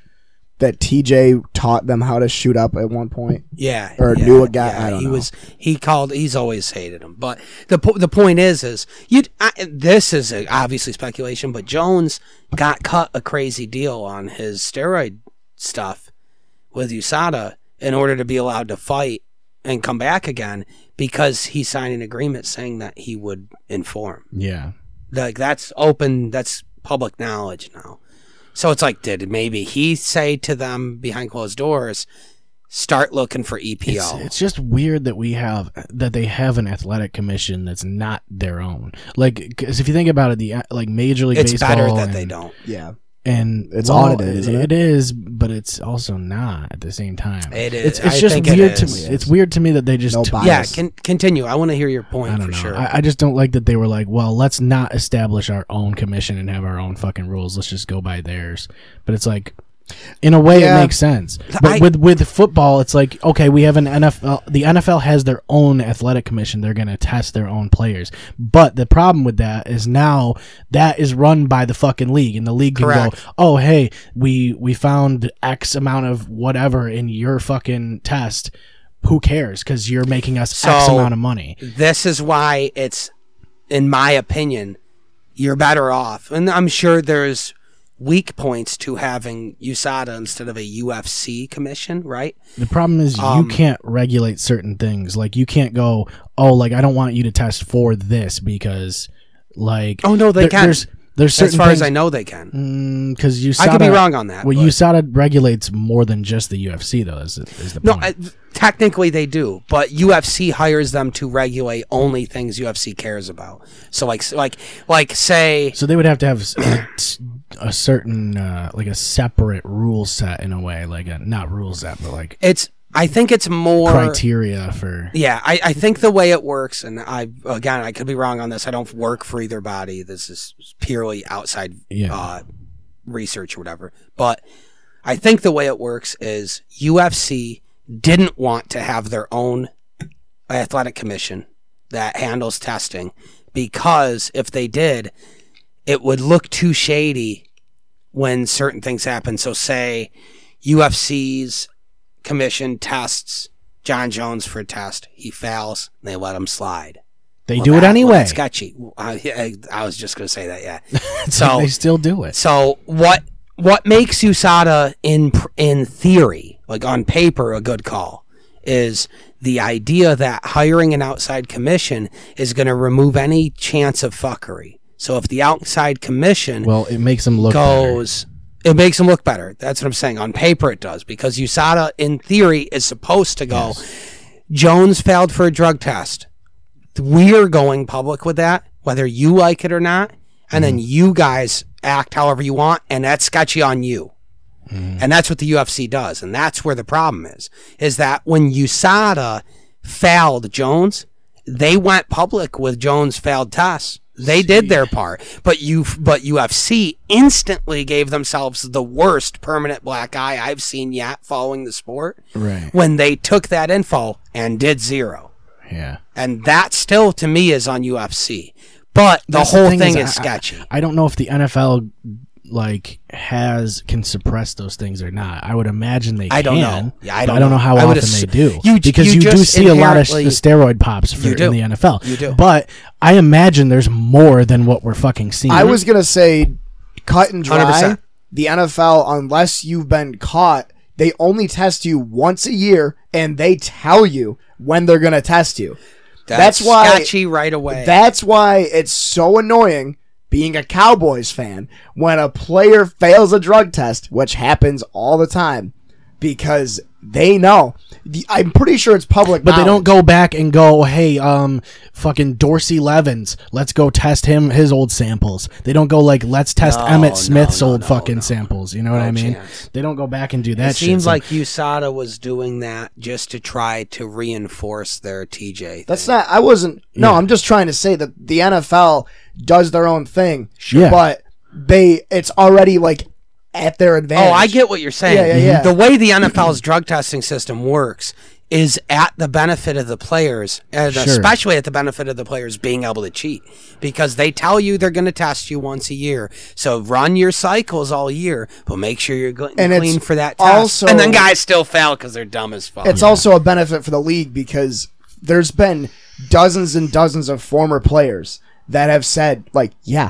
Speaker 4: that TJ taught them how to shoot up at one point?
Speaker 5: Yeah,
Speaker 4: Or
Speaker 5: yeah,
Speaker 4: knew a guy- I don't
Speaker 5: he
Speaker 4: know.
Speaker 5: was he called. He's always hated him. But the po- the point is, is you. This is uh obviously speculation, but Jones got cut a crazy deal on his steroid stuff with USADA in order to be allowed to fight and come back again because he signed an agreement saying that he would inform.
Speaker 2: Yeah,
Speaker 5: Like that's open. That's public knowledge now. So it's like, did maybe he say to them behind closed doors? Start looking for E EPO.
Speaker 2: it's, it's just weird that we have that they have an athletic commission that's not their own. Like, 'cause if you think about it, the uh, like Major League
Speaker 5: it's
Speaker 2: Baseball.
Speaker 5: better that they
Speaker 2: and-
Speaker 5: don't.
Speaker 4: Yeah.
Speaker 2: and
Speaker 4: It's audited, isn't
Speaker 2: It
Speaker 4: it?
Speaker 2: is, but it's also not at the same time.
Speaker 5: It
Speaker 2: It's,
Speaker 5: is.
Speaker 2: it's
Speaker 5: I
Speaker 2: just
Speaker 5: think it
Speaker 2: weird to
Speaker 5: is.
Speaker 2: me. It's weird to me that they just
Speaker 4: No
Speaker 2: took-
Speaker 4: bias.
Speaker 5: Yeah, can, continue. I want to hear your point
Speaker 2: I
Speaker 5: for
Speaker 2: don't know.
Speaker 5: sure.
Speaker 2: I, I just don't like that they were like, well, let's not establish our own commission and have our own fucking rules. Let's just go by theirs. But it's like, in a way,
Speaker 4: Yeah.
Speaker 2: it makes sense. But
Speaker 5: I-
Speaker 2: with with football, it's like, okay, we have an NFL. The NFL has their own athletic commission. They're going to test their own players. But the problem with that is now that is run by the fucking league, and the league can
Speaker 5: Correct.
Speaker 2: go, oh hey, we we found X amount of whatever in your fucking test. Who cares? Because you're making us X
Speaker 5: So-
Speaker 2: amount of money.
Speaker 5: this is why it's, in my opinion, you're better off. And I'm sure there's weak points to having USADA instead of a UFC commission, right?
Speaker 2: The problem is
Speaker 5: Um,
Speaker 2: you can't regulate certain things. Like you can't go, oh, like I don't want you to test for this because, like,
Speaker 5: Oh, no, they
Speaker 2: there-
Speaker 5: can.
Speaker 2: There's There's certain
Speaker 5: as far
Speaker 2: things,
Speaker 5: as I know, they can.
Speaker 2: because you.
Speaker 5: I could be wrong on that.
Speaker 2: Well,
Speaker 5: but-
Speaker 2: USADA regulates more than just the UFC, though. Is, is the
Speaker 5: No,
Speaker 2: point?
Speaker 5: I, technically they do, but UFC hires them to regulate only things UFC cares about. So like like like say
Speaker 2: so they would have to have s- a s- a certain, uh, like a separate rule set in a way, like a not rule set, but like
Speaker 5: it's I think it's more
Speaker 2: criteria for.
Speaker 5: Yeah, I, I think the way it works, and I again I could be wrong on this. I don't work for either body. This is purely outside
Speaker 2: Yeah.
Speaker 5: uh, research or whatever. But I think the way it works is UFC didn't want to have their own athletic commission that handles testing because if they did, it would look too shady when certain things happen. So say UFC's commission tests John Jones for a test. He fails. They let him slide.
Speaker 2: They
Speaker 5: Well,
Speaker 2: do it
Speaker 5: that- well,
Speaker 2: anyway.
Speaker 5: that's Sketchy. I, I, I was just gonna say that. Yeah. so
Speaker 2: they still do it.
Speaker 5: so what what makes USADA in pr- in theory, like on paper, a good call is the idea that hiring an outside commission is going to remove any chance of fuckery. So if the outside commission
Speaker 2: Well, it makes them look better.
Speaker 5: goes. It makes them look better. That's what I'm saying. On paper, it does because USADA, in theory, is supposed to go. Jones failed for a drug test. We're going public with that, whether you like it or not, and
Speaker 2: Mm.
Speaker 5: then you guys act however you want, and that's sketchy on you.
Speaker 2: Mm.
Speaker 5: And that's what the UFC does, and that's where the problem is: is that when USADA fouled Jones, they went public with Jones failed tests. They did their part, but you but UFC instantly gave themselves the worst permanent black eye I've seen yet following the sport
Speaker 2: right.
Speaker 5: when they took that info and did zero.
Speaker 2: Yeah.
Speaker 5: And that still to me is on UFC. But the
Speaker 2: That's
Speaker 5: whole thing, is,
Speaker 2: I- I-
Speaker 5: sketchy.
Speaker 2: I, don't know if the NFL like has can suppress those things or not. I would imagine they.
Speaker 5: I don't
Speaker 2: can,
Speaker 5: know. Yeah, I
Speaker 2: but
Speaker 5: don't
Speaker 2: I don't know
Speaker 5: know.
Speaker 2: how
Speaker 5: I would
Speaker 2: often they
Speaker 5: assu-
Speaker 2: do.
Speaker 5: You-
Speaker 2: because
Speaker 5: you
Speaker 2: you, do
Speaker 5: just
Speaker 2: see a lot of sh-
Speaker 5: inherently-
Speaker 2: the steroid pops for
Speaker 5: You do.
Speaker 2: in the NFL.
Speaker 5: You do.
Speaker 2: but I imagine there's more than what we're fucking seeing.
Speaker 4: I was gonna say, cut and dry.
Speaker 5: 100%.
Speaker 4: The NFL, unless you've been caught, they only test you once a year, and they tell you when they're gonna test you. That's why-
Speaker 5: sketchy right away.
Speaker 4: That's why it's so annoying being a Cowboys fan when a player fails a drug test, which happens all the time, because they know. The- I'm pretty sure it's public,
Speaker 2: But they don't go
Speaker 4: knowledge.
Speaker 2: back and go, hey, um, fucking Dorsey Levens, let's go test him his old samples. They don't go like, let's test
Speaker 5: No,
Speaker 2: Emmett
Speaker 5: no,
Speaker 2: Smith's
Speaker 5: no,
Speaker 2: old
Speaker 5: no,
Speaker 2: fucking
Speaker 5: no.
Speaker 2: samples. You know what
Speaker 5: No
Speaker 2: I mean?
Speaker 5: chance.
Speaker 2: They don't go back and do that.
Speaker 5: it
Speaker 2: shit.
Speaker 5: seems
Speaker 2: So-
Speaker 5: like USADA was doing that just to try to reinforce their TJ.
Speaker 4: That's not. I wasn't. No, I'm just trying to say that the NFL does their own thing.
Speaker 2: Sure. Yeah.
Speaker 4: But they, it's already like at their advantage.
Speaker 5: Oh, I get what you're saying.
Speaker 4: Yeah, yeah, yeah.
Speaker 5: The way the NFL's drug testing system works is at the benefit of the players, and
Speaker 2: Sure.
Speaker 5: especially at the benefit of the players being able to cheat because they tell you they're going to test you once a year. So run your cycles all year, but make sure you're getting
Speaker 4: And it's
Speaker 5: clean for that test.
Speaker 4: also-
Speaker 5: and then guys still fail because they're dumb as fuck.
Speaker 4: It's also a benefit for the league because there's been dozens and dozens of former players that have said, like, yeah,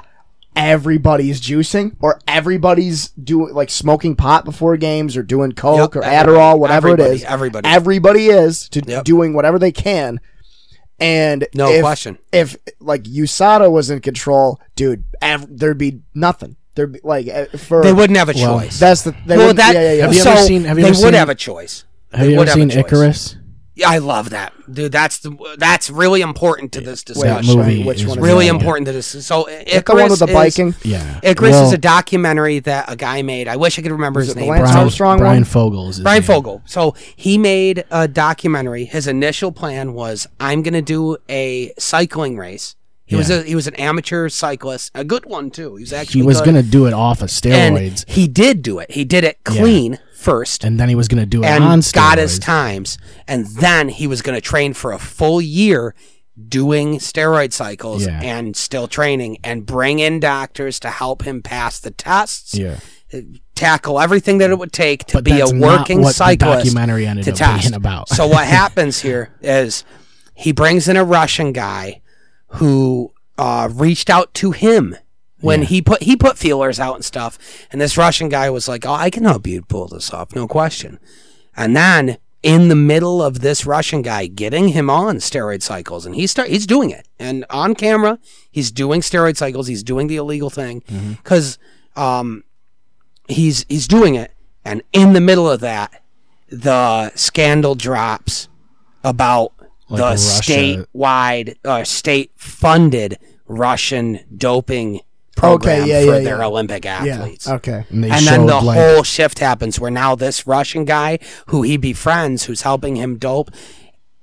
Speaker 4: everybody's juicing or everybody's doing like smoking pot before games or doing coke
Speaker 5: Yep,
Speaker 4: or
Speaker 5: everybody,
Speaker 4: Adderall, whatever
Speaker 5: everybody,
Speaker 4: it is.
Speaker 5: everybody.
Speaker 4: everybody is to
Speaker 5: Yep.
Speaker 4: doing whatever they can. And
Speaker 5: No
Speaker 4: if-
Speaker 5: question.
Speaker 4: if like USADA was in control, dude, ev- there'd be nothing. There'd be like eh, for
Speaker 5: they wouldn't have a
Speaker 2: Well,
Speaker 5: choice.
Speaker 4: That's the they
Speaker 5: well,
Speaker 4: wouldn't-
Speaker 5: that,
Speaker 4: yeah, yeah, yeah.
Speaker 2: Have you
Speaker 5: so
Speaker 2: ever seen- have you
Speaker 5: they
Speaker 2: ever
Speaker 5: would
Speaker 2: seen-
Speaker 5: have a choice.
Speaker 2: have
Speaker 5: They
Speaker 2: you
Speaker 5: would
Speaker 2: ever
Speaker 5: have a
Speaker 2: seen
Speaker 5: choice.
Speaker 2: Icarus?
Speaker 5: Yeah, I love that, dude. That's the that's really important to this
Speaker 4: Wait,
Speaker 2: That
Speaker 5: discussion.
Speaker 2: movie
Speaker 4: which
Speaker 2: is
Speaker 4: one is
Speaker 5: really
Speaker 2: Yeah.
Speaker 5: important to this. So I-
Speaker 4: Is that the one
Speaker 5: Icarus
Speaker 4: with the
Speaker 5: is-
Speaker 4: biking?
Speaker 2: Yeah.
Speaker 5: Icarus
Speaker 2: Well,
Speaker 5: is a documentary that a guy made. I wish I could remember his
Speaker 4: it
Speaker 5: name.
Speaker 4: the Lance
Speaker 5: So-
Speaker 2: Brian,
Speaker 4: Armstrong? strong
Speaker 2: Brian
Speaker 4: one?
Speaker 2: Fogel is his
Speaker 5: Brian
Speaker 2: name.
Speaker 5: Fogel. So he made a documentary. His initial plan was, I'm going to do a cycling race. He was
Speaker 2: Yeah.
Speaker 5: a, he was an amateur cyclist, a good one too. He was actually
Speaker 2: He was
Speaker 5: good.
Speaker 2: going to do it off of
Speaker 5: and
Speaker 2: steroids,
Speaker 5: he did do it. He did it clean first,
Speaker 2: and then he was going to do it on
Speaker 5: and
Speaker 2: steroids.
Speaker 5: got his times, and then he was going to train for a full year doing steroid cycles
Speaker 2: Yeah.
Speaker 5: and still training and bring in doctors to help him pass the tests
Speaker 2: Yeah.
Speaker 5: tackle everything that it would take to
Speaker 2: But
Speaker 5: be a
Speaker 2: that's not
Speaker 5: working
Speaker 2: what the
Speaker 5: cyclist
Speaker 2: documentary ended
Speaker 5: to
Speaker 2: up
Speaker 5: test.
Speaker 2: being about.
Speaker 5: so what happens here is he brings in a Russian guy who uh, reached out to him when he put he put feelers out and stuff, and this Russian guy was like, "Oh, I can help you pull this off, no question." And then in the middle of this Russian guy getting him on steroid cycles, and he start he's doing it, and on camera he's doing steroid cycles, he's doing the illegal thing,
Speaker 2: Mm-hmm.
Speaker 5: because um, he's he's doing it, and in the middle of that, the scandal drops about
Speaker 2: Like
Speaker 5: the
Speaker 2: Russia-
Speaker 5: statewide uh, state funded Russian doping program
Speaker 4: Okay, yeah,
Speaker 5: for
Speaker 4: yeah,
Speaker 5: their
Speaker 4: yeah.
Speaker 5: Olympic
Speaker 4: Yeah.
Speaker 5: athletes.
Speaker 4: Okay.
Speaker 2: And, they
Speaker 5: And then the
Speaker 2: like,
Speaker 5: whole shift happens where now this Russian guy who he befriends, who's helping him dope,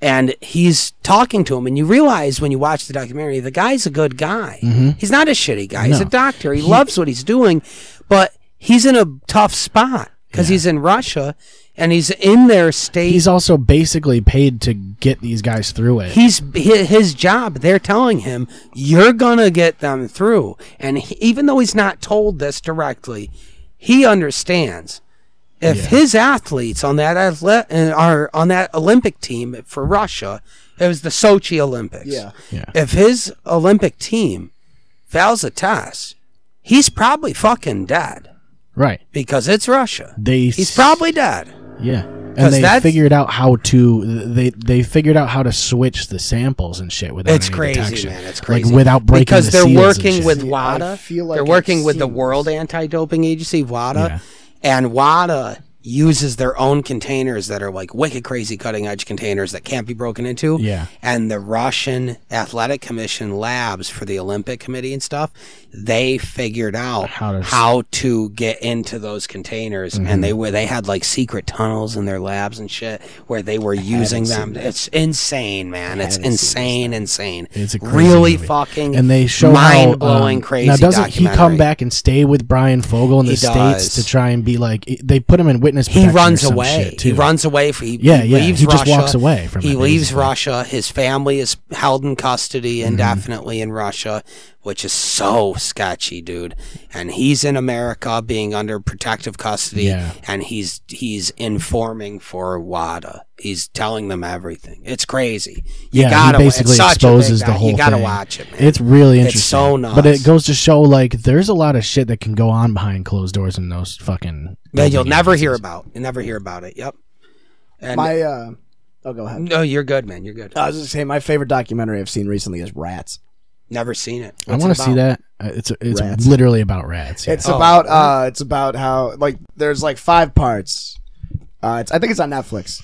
Speaker 5: and he's talking to him. And you realize when you watch the documentary, the guy's a good guy.
Speaker 2: Mm-hmm.
Speaker 5: He's not a shitty guy. He's a doctor. He, loves what he's doing, but he's in a tough spot because he's in Russia and he's in their state.
Speaker 2: He's also basically paid to get these guys through it.
Speaker 5: He's hi- his job. They're telling him you're gonna get them through, and he, even though he's not told this directly, he understands. If his athletes on that athle- uh, are on that Olympic team for Russia, it was the Sochi Olympics.
Speaker 4: Yeah.
Speaker 2: Yeah.
Speaker 5: If his Olympic team fails a test, he's probably fucking dead
Speaker 2: right.
Speaker 5: because it's Russia.
Speaker 2: They
Speaker 5: he's
Speaker 2: s-
Speaker 5: probably dead.
Speaker 2: Yeah.
Speaker 5: 'Cause
Speaker 2: And they
Speaker 5: that's-
Speaker 2: figured out how to they they figured out how to switch the samples and shit without
Speaker 5: It's
Speaker 2: any
Speaker 5: crazy,
Speaker 2: detection.
Speaker 5: man. It's crazy.
Speaker 2: Like without breaking
Speaker 5: because
Speaker 2: the
Speaker 5: they're
Speaker 2: seals and
Speaker 5: working
Speaker 2: shit.
Speaker 5: with
Speaker 4: See,
Speaker 5: WADA.
Speaker 4: I feel like
Speaker 5: they're
Speaker 4: it
Speaker 5: working with the
Speaker 4: seems-
Speaker 5: World Anti-Doping Agency, WADA,
Speaker 2: Yeah.
Speaker 5: and WADA uses their own containers that are like wicked crazy cutting edge containers that can't be broken into.
Speaker 2: Yeah.
Speaker 5: And the Russian Athletic Commission labs for the Olympic Committee and stuff, they figured out
Speaker 2: How to- Mm-hmm.
Speaker 5: how to get into those containers and they were they had like secret tunnels in their labs and shit where they were using them. It's insane, man. It's insane, insane.
Speaker 2: It's a crazy
Speaker 5: really
Speaker 2: movie.
Speaker 5: fucking
Speaker 2: and they show
Speaker 5: mind
Speaker 2: how, um,
Speaker 5: blowing crazy.
Speaker 2: Now doesn't he come
Speaker 5: documentary.
Speaker 2: back and stay with Brian Fogel in the
Speaker 5: He
Speaker 2: states
Speaker 5: does.
Speaker 2: to try and be like they put him in witness?
Speaker 5: He
Speaker 2: protection or
Speaker 5: runs
Speaker 2: some
Speaker 5: away.
Speaker 2: shit,
Speaker 5: He
Speaker 2: too.
Speaker 5: runs away. For, he,
Speaker 2: Yeah,
Speaker 5: he
Speaker 2: yeah,
Speaker 5: Leaves
Speaker 2: he
Speaker 5: Russia.
Speaker 2: just walks away from
Speaker 5: He
Speaker 2: it,
Speaker 5: leaves
Speaker 2: basically. Mm-hmm.
Speaker 5: Russia. His family is held in custody indefinitely in Russia, which is so sketchy, dude. And he's in America, being under protective custody,
Speaker 2: Yeah.
Speaker 5: and he's he's informing for WADA. He's telling them everything. It's crazy. You
Speaker 2: yeah,
Speaker 5: gotta.
Speaker 2: he
Speaker 5: it's
Speaker 2: basically
Speaker 5: such a big
Speaker 2: exposes the
Speaker 5: doc-
Speaker 2: whole
Speaker 5: You gotta
Speaker 2: thing.
Speaker 5: watch it. Man.
Speaker 2: It's really
Speaker 5: It's
Speaker 2: interesting.
Speaker 5: so
Speaker 2: But
Speaker 5: nuts.
Speaker 2: it goes to show like there's a lot of shit that can go on behind closed doors in those fucking.
Speaker 5: that you'll
Speaker 2: doping
Speaker 5: never hear
Speaker 2: agencies.
Speaker 5: about. You never hear about it. Yep. And
Speaker 4: My uh Oh, go ahead.
Speaker 5: no, you're good, man. You're good.
Speaker 4: I was just saying my favorite documentary I've seen recently is Rats.
Speaker 5: Never seen it.
Speaker 2: I
Speaker 5: What's it
Speaker 2: want to see
Speaker 5: about?
Speaker 2: that. Uh, It's it's
Speaker 4: Rats.
Speaker 2: literally about rats. yeah.
Speaker 4: It's
Speaker 5: Oh,
Speaker 4: about uh it's about how like there's like five parts. Uh it's I think it's on Netflix.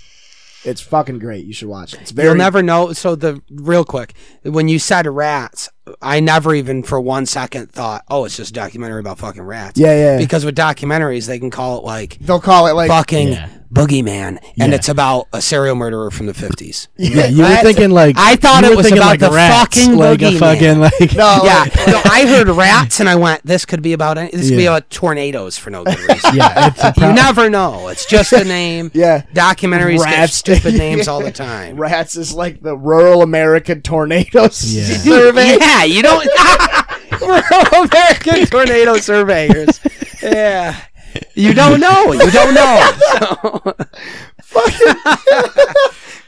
Speaker 4: It's fucking great. You should watch it. It's very
Speaker 5: You'll never know. So the real quick, when you said rats, I never even for one second thought, oh, it's just a documentary about fucking rats.
Speaker 4: Yeah, yeah.
Speaker 5: Because with documentaries, they can call it like
Speaker 4: They'll call it like
Speaker 5: fucking
Speaker 2: Yeah.
Speaker 5: boogeyman,
Speaker 2: Yeah.
Speaker 5: and it's about a serial murderer from the fifties.
Speaker 2: yeah, you were
Speaker 4: Rats-
Speaker 2: thinking like
Speaker 5: I thought
Speaker 2: you
Speaker 5: it
Speaker 2: were
Speaker 5: was
Speaker 2: thinking,
Speaker 5: about
Speaker 2: like,
Speaker 5: the
Speaker 2: rats,
Speaker 5: fucking
Speaker 2: like a
Speaker 5: boogeyman.
Speaker 2: fucking like
Speaker 4: No,
Speaker 5: Yeah,
Speaker 4: like-
Speaker 5: no, I heard rats, and I went, this could be about any, this could be
Speaker 2: Yeah.
Speaker 5: about tornadoes for no good reason.
Speaker 2: yeah. It's a pro-
Speaker 5: You never know. It's just a name.
Speaker 4: Yeah.
Speaker 5: Documentaries
Speaker 4: Rats.
Speaker 5: get stupid names all the time.
Speaker 4: Rats is like the rural American tornadoes
Speaker 2: Yeah.
Speaker 4: survey.
Speaker 5: Yeah, you don't. Rural American tornado surveyors. Yeah. You don't know. You don't know. So,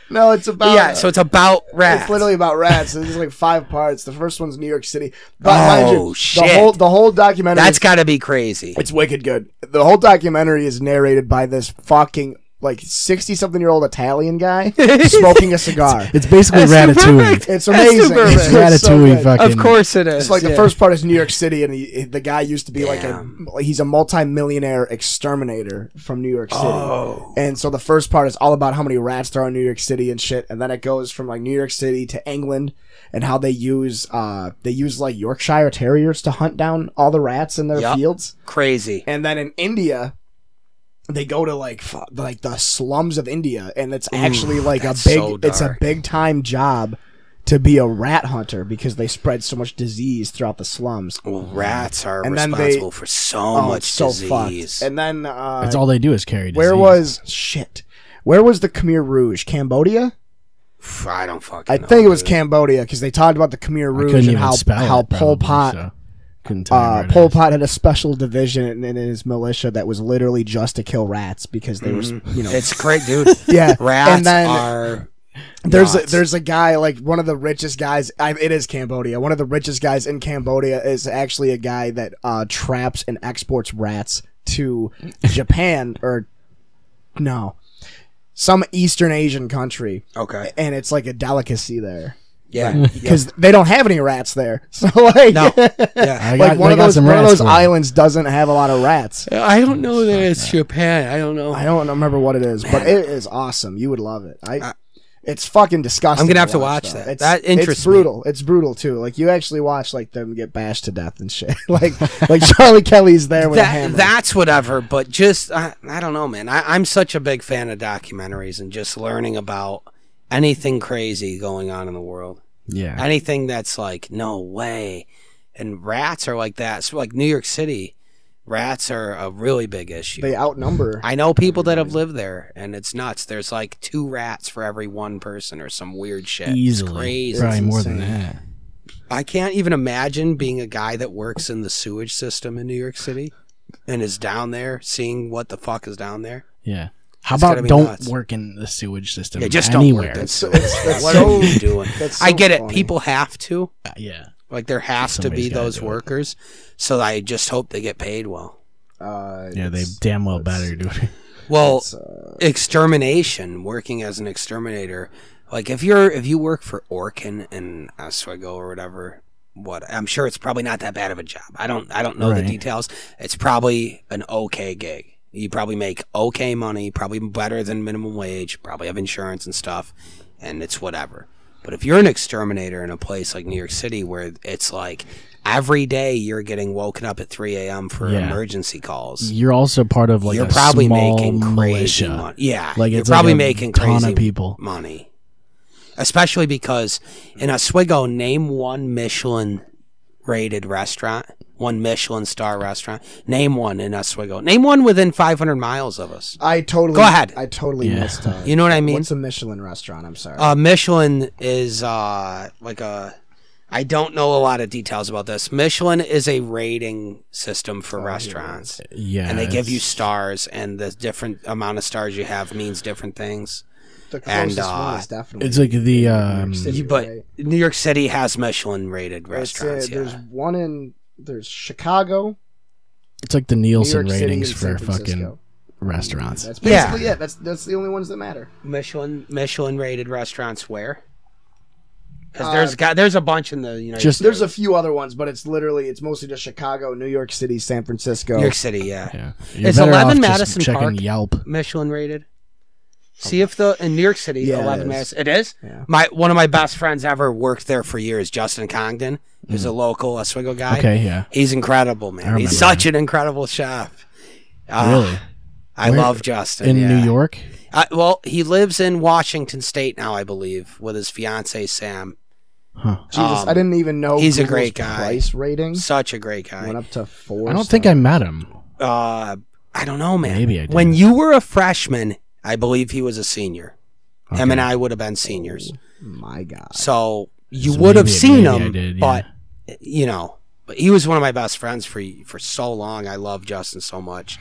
Speaker 4: No, it's about uh,
Speaker 5: yeah, so it's about rats.
Speaker 4: It's literally about rats. There's like five parts. The first one's New York City.
Speaker 5: Oh,
Speaker 4: The
Speaker 5: shit.
Speaker 4: whole the whole documentary.
Speaker 5: That's
Speaker 4: is-
Speaker 5: got to be crazy.
Speaker 4: It's wicked good. The whole documentary is narrated by this fucking like sixty something year old Italian guy smoking a cigar.
Speaker 2: It's basically
Speaker 5: That's
Speaker 2: ratatouille.
Speaker 5: perfect.
Speaker 4: It's
Speaker 5: That's
Speaker 4: amazing.
Speaker 5: super
Speaker 2: It's
Speaker 5: It's so
Speaker 2: ratatouille.
Speaker 4: good.
Speaker 2: fucking
Speaker 5: Of course it is.
Speaker 4: It's like
Speaker 5: yeah.
Speaker 4: the first part is New York City, and he, the guy used to be like a he's a multi-millionaire exterminator from New York City.
Speaker 5: Oh.
Speaker 4: And so the first part is all about how many rats there are in New York City and shit, and then it goes from like New York City to England and how they use uh they use like Yorkshire terriers to hunt down all the rats in their
Speaker 5: Yup.
Speaker 4: fields.
Speaker 5: Crazy.
Speaker 4: And then in India, they go to like fu- like the slums of India, and it's actually like a big
Speaker 5: that's so
Speaker 4: it's a
Speaker 5: dark.
Speaker 4: big time job to be a rat hunter because they spread so much disease throughout the slums.
Speaker 5: Well, rats are
Speaker 4: And then they-
Speaker 5: responsible for so
Speaker 4: oh,
Speaker 5: much
Speaker 4: it's so
Speaker 5: disease.
Speaker 4: fucked. And then uh,
Speaker 2: That's all they do is carry.
Speaker 4: where
Speaker 2: disease.
Speaker 4: was shit? Where was the Khmer Rouge? Cambodia?
Speaker 5: Pff, I don't fucking.
Speaker 4: I
Speaker 5: know,
Speaker 4: think it was
Speaker 5: dude.
Speaker 4: Cambodia because they talked about the Khmer
Speaker 2: I
Speaker 4: Rouge
Speaker 2: couldn't
Speaker 4: and
Speaker 2: even
Speaker 4: how
Speaker 2: spell
Speaker 4: how
Speaker 2: it,
Speaker 4: Pol
Speaker 2: probably,
Speaker 4: Pot
Speaker 2: so couldn't tell you
Speaker 4: uh,
Speaker 2: where it
Speaker 4: Pol
Speaker 2: is.
Speaker 4: Pot had a special division in, in his militia that was literally just to kill rats because they
Speaker 2: Mm.
Speaker 4: were you know
Speaker 5: It's crazy, dude.
Speaker 4: yeah
Speaker 5: Rats
Speaker 4: and then
Speaker 5: are.
Speaker 4: There's a,
Speaker 5: Nuts.
Speaker 4: there's a guy like one of the richest guys. I, it is Cambodia. One of the richest guys in Cambodia is actually a guy that uh, traps and exports rats to Japan or no some Eastern Asian country,
Speaker 5: Okay.
Speaker 4: and it's like a delicacy there
Speaker 5: Yeah.
Speaker 4: because they don't have any rats there. So like,
Speaker 5: No.
Speaker 2: I got-
Speaker 4: like
Speaker 5: Yeah.
Speaker 4: one
Speaker 2: they
Speaker 4: of
Speaker 2: got
Speaker 4: those
Speaker 2: some
Speaker 4: one of
Speaker 2: rats
Speaker 4: those
Speaker 2: for you.
Speaker 4: islands doesn't have a lot of rats.
Speaker 5: I don't know that it's Japan. I don't know.
Speaker 4: I don't remember what it is, but it is awesome. You would love it. I. it's fucking disgusting.
Speaker 5: I'm gonna have to watch
Speaker 4: though.
Speaker 5: that. That interests
Speaker 4: It's
Speaker 5: me.
Speaker 4: brutal. It's brutal too. Like you actually watch like them get bashed to death and shit. like like Charlie Kelly's there with a
Speaker 5: that,
Speaker 4: hammer.
Speaker 5: that's whatever but just I, I don't know man I, i'm such a big fan of documentaries and just learning about anything crazy going on in the world
Speaker 2: Yeah.
Speaker 5: anything that's like no way and rats are like that so like new york city rats are a really big issue
Speaker 4: they outnumber.
Speaker 5: i know people that have lived there and it's nuts there's like two rats for every one person or some weird shit It's
Speaker 2: Easily.
Speaker 5: crazy
Speaker 2: Probably
Speaker 4: It's
Speaker 2: more than
Speaker 4: insane.
Speaker 2: that.
Speaker 5: I can't even imagine being a guy that works in the sewage system in New York City and is down there seeing what the fuck is down there.
Speaker 2: Yeah. How
Speaker 5: It's gotta
Speaker 2: about
Speaker 5: be
Speaker 2: don't
Speaker 5: nuts.
Speaker 2: work in the sewage system?
Speaker 5: Yeah, just don't
Speaker 2: anywhere.
Speaker 5: work that
Speaker 4: so-
Speaker 5: sewage.
Speaker 4: it's- that's
Speaker 5: what
Speaker 4: so-
Speaker 5: are you doing?
Speaker 4: that's
Speaker 5: I
Speaker 4: so
Speaker 5: get it.
Speaker 4: funny.
Speaker 5: People have to.
Speaker 2: yeah.
Speaker 5: Like there has to
Speaker 2: Somebody's
Speaker 5: be
Speaker 2: gotta
Speaker 5: those
Speaker 2: do it.
Speaker 5: workers. So I just hope they get paid well.
Speaker 4: Uh,
Speaker 2: Yeah, they
Speaker 4: it's-
Speaker 2: damn well
Speaker 4: it's-
Speaker 2: better do it.
Speaker 5: Well,
Speaker 4: it's, uh,
Speaker 5: extermination, working as an exterminator. Like if you're if you work for Orkin and Oswego or whatever, what I'm sure it's probably not that bad of a job. I don't I don't know
Speaker 2: Right.
Speaker 5: the details. It's probably an okay gig. You probably make okay money, probably better than minimum wage, probably have insurance and stuff, and it's whatever. But if you're an exterminator in a place like New York City where it's like every day you're getting woken up at 3 a.m. for
Speaker 2: Yeah.
Speaker 5: emergency calls,
Speaker 2: You're also part of like
Speaker 5: you're
Speaker 2: a
Speaker 5: probably
Speaker 2: small
Speaker 5: making crazy
Speaker 2: militia.
Speaker 5: money. Yeah,
Speaker 2: Like
Speaker 5: you're
Speaker 2: it's like
Speaker 5: probably
Speaker 2: a
Speaker 5: making
Speaker 2: ton
Speaker 5: crazy
Speaker 2: of people.
Speaker 5: money, especially because in Oswego, name one Michelin rated restaurant, one Michelin star restaurant. Name one in Oswego. Name one within 500 miles of us.
Speaker 4: I totally.
Speaker 5: Go ahead.
Speaker 4: I totally
Speaker 2: Yeah.
Speaker 4: missed. Uh,
Speaker 5: You know what I mean?
Speaker 4: What's a Michelin restaurant? I'm sorry.
Speaker 5: Uh, Michelin is uh, like a. I don't know a lot of details about this. Michelin is a rating system
Speaker 2: Oh,
Speaker 5: for restaurants.
Speaker 2: Yeah.
Speaker 5: and they give you
Speaker 2: it's-
Speaker 5: stars, and the different amount of stars you have means different things.
Speaker 4: the
Speaker 5: and,
Speaker 4: closest
Speaker 5: uh,
Speaker 4: one is definitely.
Speaker 2: It's like the um
Speaker 4: City.
Speaker 5: You- but
Speaker 4: right?
Speaker 5: New York City has Michelin rated
Speaker 4: It's, uh,
Speaker 5: restaurants.
Speaker 4: There's
Speaker 5: yeah.
Speaker 4: one in. There's Chicago,
Speaker 2: it's like the
Speaker 4: New York
Speaker 2: Nielsen
Speaker 4: City, and
Speaker 2: ratings
Speaker 4: San
Speaker 2: for fucking
Speaker 4: Francisco.
Speaker 2: restaurants.
Speaker 4: That's
Speaker 5: Yeah.
Speaker 4: basically it. That's that's the only ones that matter.
Speaker 5: Michelin Michelin rated restaurants where? Because
Speaker 4: Uh,
Speaker 5: there's got there's a bunch in the United
Speaker 2: Just-
Speaker 5: States.
Speaker 4: There's a few other ones, but it's literally it's mostly just Chicago, New York City, San Francisco.
Speaker 5: New York City, yeah.
Speaker 2: Yeah. You're
Speaker 5: It's
Speaker 2: better off
Speaker 5: 11
Speaker 2: just
Speaker 5: Madison
Speaker 2: checking
Speaker 5: Park.
Speaker 2: Yelp.
Speaker 5: Michelin rated.
Speaker 2: Oh
Speaker 5: See if the in New York City,
Speaker 4: Yeah, it
Speaker 5: eleven
Speaker 4: is.
Speaker 5: minutes. It is.
Speaker 4: Yeah.
Speaker 5: My one of my best friends ever worked there for years. Justin Congdon is a local Oswego guy.
Speaker 2: Mm. Okay, yeah.
Speaker 5: he's incredible, man.
Speaker 2: remember
Speaker 5: He's such an incredible chef. Ah,
Speaker 2: Really?
Speaker 5: I
Speaker 2: Where-
Speaker 5: love Justin
Speaker 2: In
Speaker 5: yeah.
Speaker 2: New York?
Speaker 5: Uh, well, he lives in Washington State now, I believe, with his fiancee Sam.
Speaker 2: Huh.
Speaker 4: Jesus,
Speaker 5: Um,
Speaker 4: I didn't even know
Speaker 5: he's a
Speaker 4: Google's
Speaker 5: great guy.
Speaker 4: Price rating
Speaker 5: Such a great guy.
Speaker 4: went up to four.
Speaker 2: I don't think I met him.
Speaker 5: uh, I don't know, man.
Speaker 2: Maybe I did.
Speaker 5: When you were a freshman, I believe he was a senior. Him and I would have been seniors.
Speaker 4: My God,
Speaker 5: So you
Speaker 2: So
Speaker 5: would have
Speaker 2: maybe-
Speaker 5: seen
Speaker 2: maybe I
Speaker 5: him,
Speaker 2: did, yeah.
Speaker 5: but you know, but he was one of my best friends for for so long. I love Justin so much,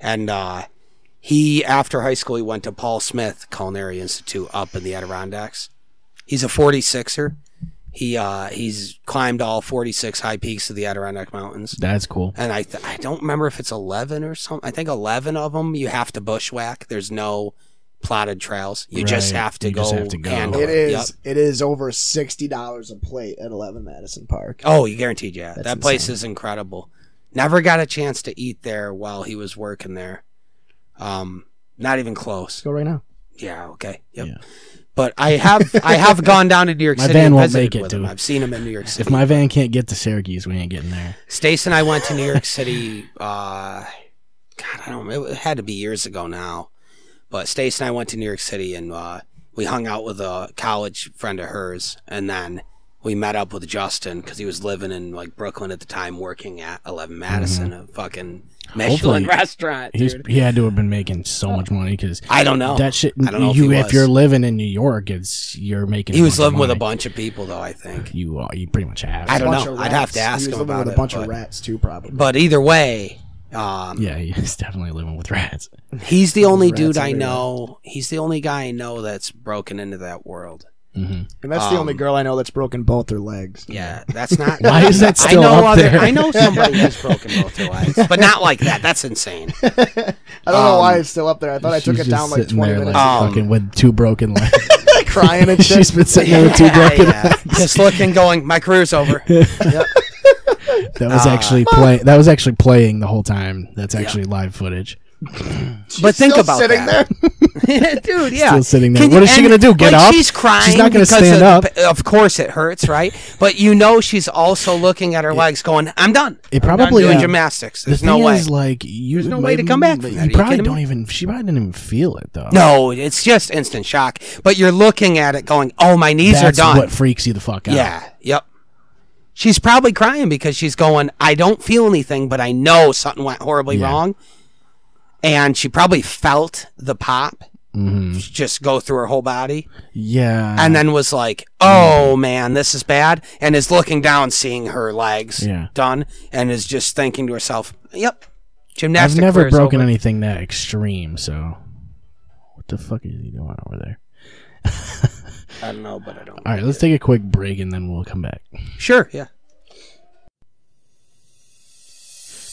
Speaker 5: and uh, he after high school he went to Paul Smith Culinary Institute up in the Adirondacks. He's a 46er. He uh, he's climbed all 46 high peaks of the Adirondack Mountains
Speaker 2: That's cool.
Speaker 5: and I th- I don't remember if it's eleven or something. I think eleven of them you have to bushwhack. There's no plotted trails. You just
Speaker 2: Right.
Speaker 5: have to
Speaker 2: You
Speaker 5: go.
Speaker 2: just have to go.
Speaker 5: handle
Speaker 4: it is.
Speaker 5: Yep.
Speaker 4: It is over sixty dollars a plate at Eleven Madison Park.
Speaker 5: Oh, you guaranteed, yeah.
Speaker 4: That's
Speaker 5: that place
Speaker 4: insane.
Speaker 5: is incredible. Never got a chance to eat there while he was working there. Um, not even close.
Speaker 4: Let's go right now.
Speaker 5: Yeah. Okay. Yep.
Speaker 2: Yeah.
Speaker 5: But I have I have gone down to New York
Speaker 2: My
Speaker 5: City.
Speaker 2: van
Speaker 5: and
Speaker 2: won't
Speaker 5: visited
Speaker 2: make it,
Speaker 5: with him.
Speaker 2: dude.
Speaker 5: I've seen him in New York City.
Speaker 2: If my van can't get to Syracuse, we ain't getting there.
Speaker 5: Stace and I went to New York City. Uh, God, I don't. It had to be years ago now, but Stace and I went to New York City, and uh, we hung out with a college friend of hers, and then we met up with Justin because he was living in like Brooklyn at the time, working at Eleven Madison, a fucking Michelin
Speaker 2: Mm-hmm. Hopefully-
Speaker 5: restaurant.
Speaker 2: He's,
Speaker 5: Dude.
Speaker 2: he had to have been making so much money because
Speaker 5: I don't know.
Speaker 2: that shit.
Speaker 5: I don't know if
Speaker 2: you,
Speaker 5: he
Speaker 2: if,
Speaker 5: was.
Speaker 2: you're living in New York, it's you're making.
Speaker 5: he was
Speaker 2: bunch of
Speaker 5: living with a
Speaker 2: money.
Speaker 5: bunch of people, though. I think.
Speaker 2: You uh, you pretty much have.
Speaker 5: I don't
Speaker 4: Bunch
Speaker 5: know.
Speaker 4: of
Speaker 5: I'd have to
Speaker 4: rats.
Speaker 5: ask
Speaker 4: He was
Speaker 5: him
Speaker 4: living
Speaker 5: about
Speaker 4: with
Speaker 5: it,
Speaker 4: a bunch
Speaker 5: but-
Speaker 4: of rats too, probably.
Speaker 5: But either way, um,
Speaker 2: Yeah, he's definitely living with rats.
Speaker 5: He's the only
Speaker 4: rats
Speaker 5: dude I
Speaker 4: everywhere.
Speaker 5: know. He's the only guy I know that's broken into that world.
Speaker 4: And that's
Speaker 5: um,
Speaker 4: the only girl I know that's broken both their legs.
Speaker 5: Yeah, that's not.
Speaker 2: Why is that still
Speaker 5: I know
Speaker 2: up
Speaker 5: other,
Speaker 2: there?
Speaker 5: I know somebody has broken both their legs, but not like that. That's insane.
Speaker 4: I don't know why it's still up there. I thought I took
Speaker 2: She's
Speaker 4: it down
Speaker 2: just
Speaker 4: like
Speaker 2: sitting
Speaker 4: 20
Speaker 2: there,
Speaker 4: minutes.
Speaker 2: like,
Speaker 5: Um,
Speaker 2: fucking with two broken legs.
Speaker 4: crying and shit.
Speaker 2: She's been sitting there with two broken.
Speaker 5: Yeah, Just looking, going, my career's over.
Speaker 2: That
Speaker 5: Uh,
Speaker 2: was actually play. That was actually playing the whole time. That's actually live footage.
Speaker 5: but think
Speaker 4: Still
Speaker 5: about
Speaker 4: sitting
Speaker 5: that.
Speaker 4: there.
Speaker 5: dude. Yeah,
Speaker 2: Still sitting there.
Speaker 5: Can
Speaker 2: What
Speaker 5: you-
Speaker 2: is she
Speaker 5: and,
Speaker 2: gonna do, get
Speaker 5: like,
Speaker 2: up?
Speaker 5: She's crying.
Speaker 2: She's not gonna
Speaker 5: because
Speaker 2: stand
Speaker 5: of,
Speaker 2: up.
Speaker 5: Of course, it hurts, right? But you know, she's also looking at her legs, going, "I'm done.
Speaker 2: It
Speaker 5: I'm done
Speaker 2: probably-
Speaker 5: doing
Speaker 2: yeah.
Speaker 5: gymnastics.
Speaker 2: The
Speaker 5: There's
Speaker 2: thing
Speaker 5: no way.
Speaker 2: is, like, you,
Speaker 5: There's no way to come back from that. Are
Speaker 2: You
Speaker 5: you
Speaker 2: probably
Speaker 5: kidding me?
Speaker 2: don't even. She probably didn't even feel it though.
Speaker 5: no, it's just instant shock. But you're looking at it, going, "Oh, my knees
Speaker 2: that's
Speaker 5: are done.
Speaker 2: what freaks you the fuck out.
Speaker 5: Yeah. Yep. She's probably crying because she's going, I don't feel anything, but I know something went horribly
Speaker 2: Yeah.
Speaker 5: wrong. And she probably felt the pop just go through her whole body
Speaker 2: Mm-hmm. yeah.
Speaker 5: and then was like, oh man, this is bad. And is looking down, seeing her legs
Speaker 2: Yeah.
Speaker 5: done, and is just thinking to herself, yep,
Speaker 2: I've
Speaker 5: gymnastics.
Speaker 2: never broken anything that extreme. So, what the fuck is he doing over there?
Speaker 5: I don't know, but I don't.
Speaker 2: All right, let's take a quick break and then we'll come back.
Speaker 5: Sure. Yeah.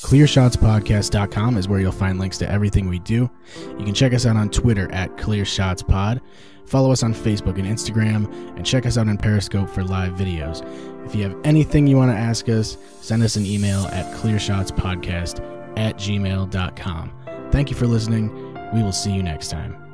Speaker 2: ClearShotsPodcast.com is where you'll find links to everything we do. You can check us out on Twitter at ClearShotsPod, follow us on Facebook and Instagram, and check us out on Periscope for live videos. If you have anything you want to ask us, send us an email at clearshotspodcast at gmail.com. Thank you for listening. We will see you next time.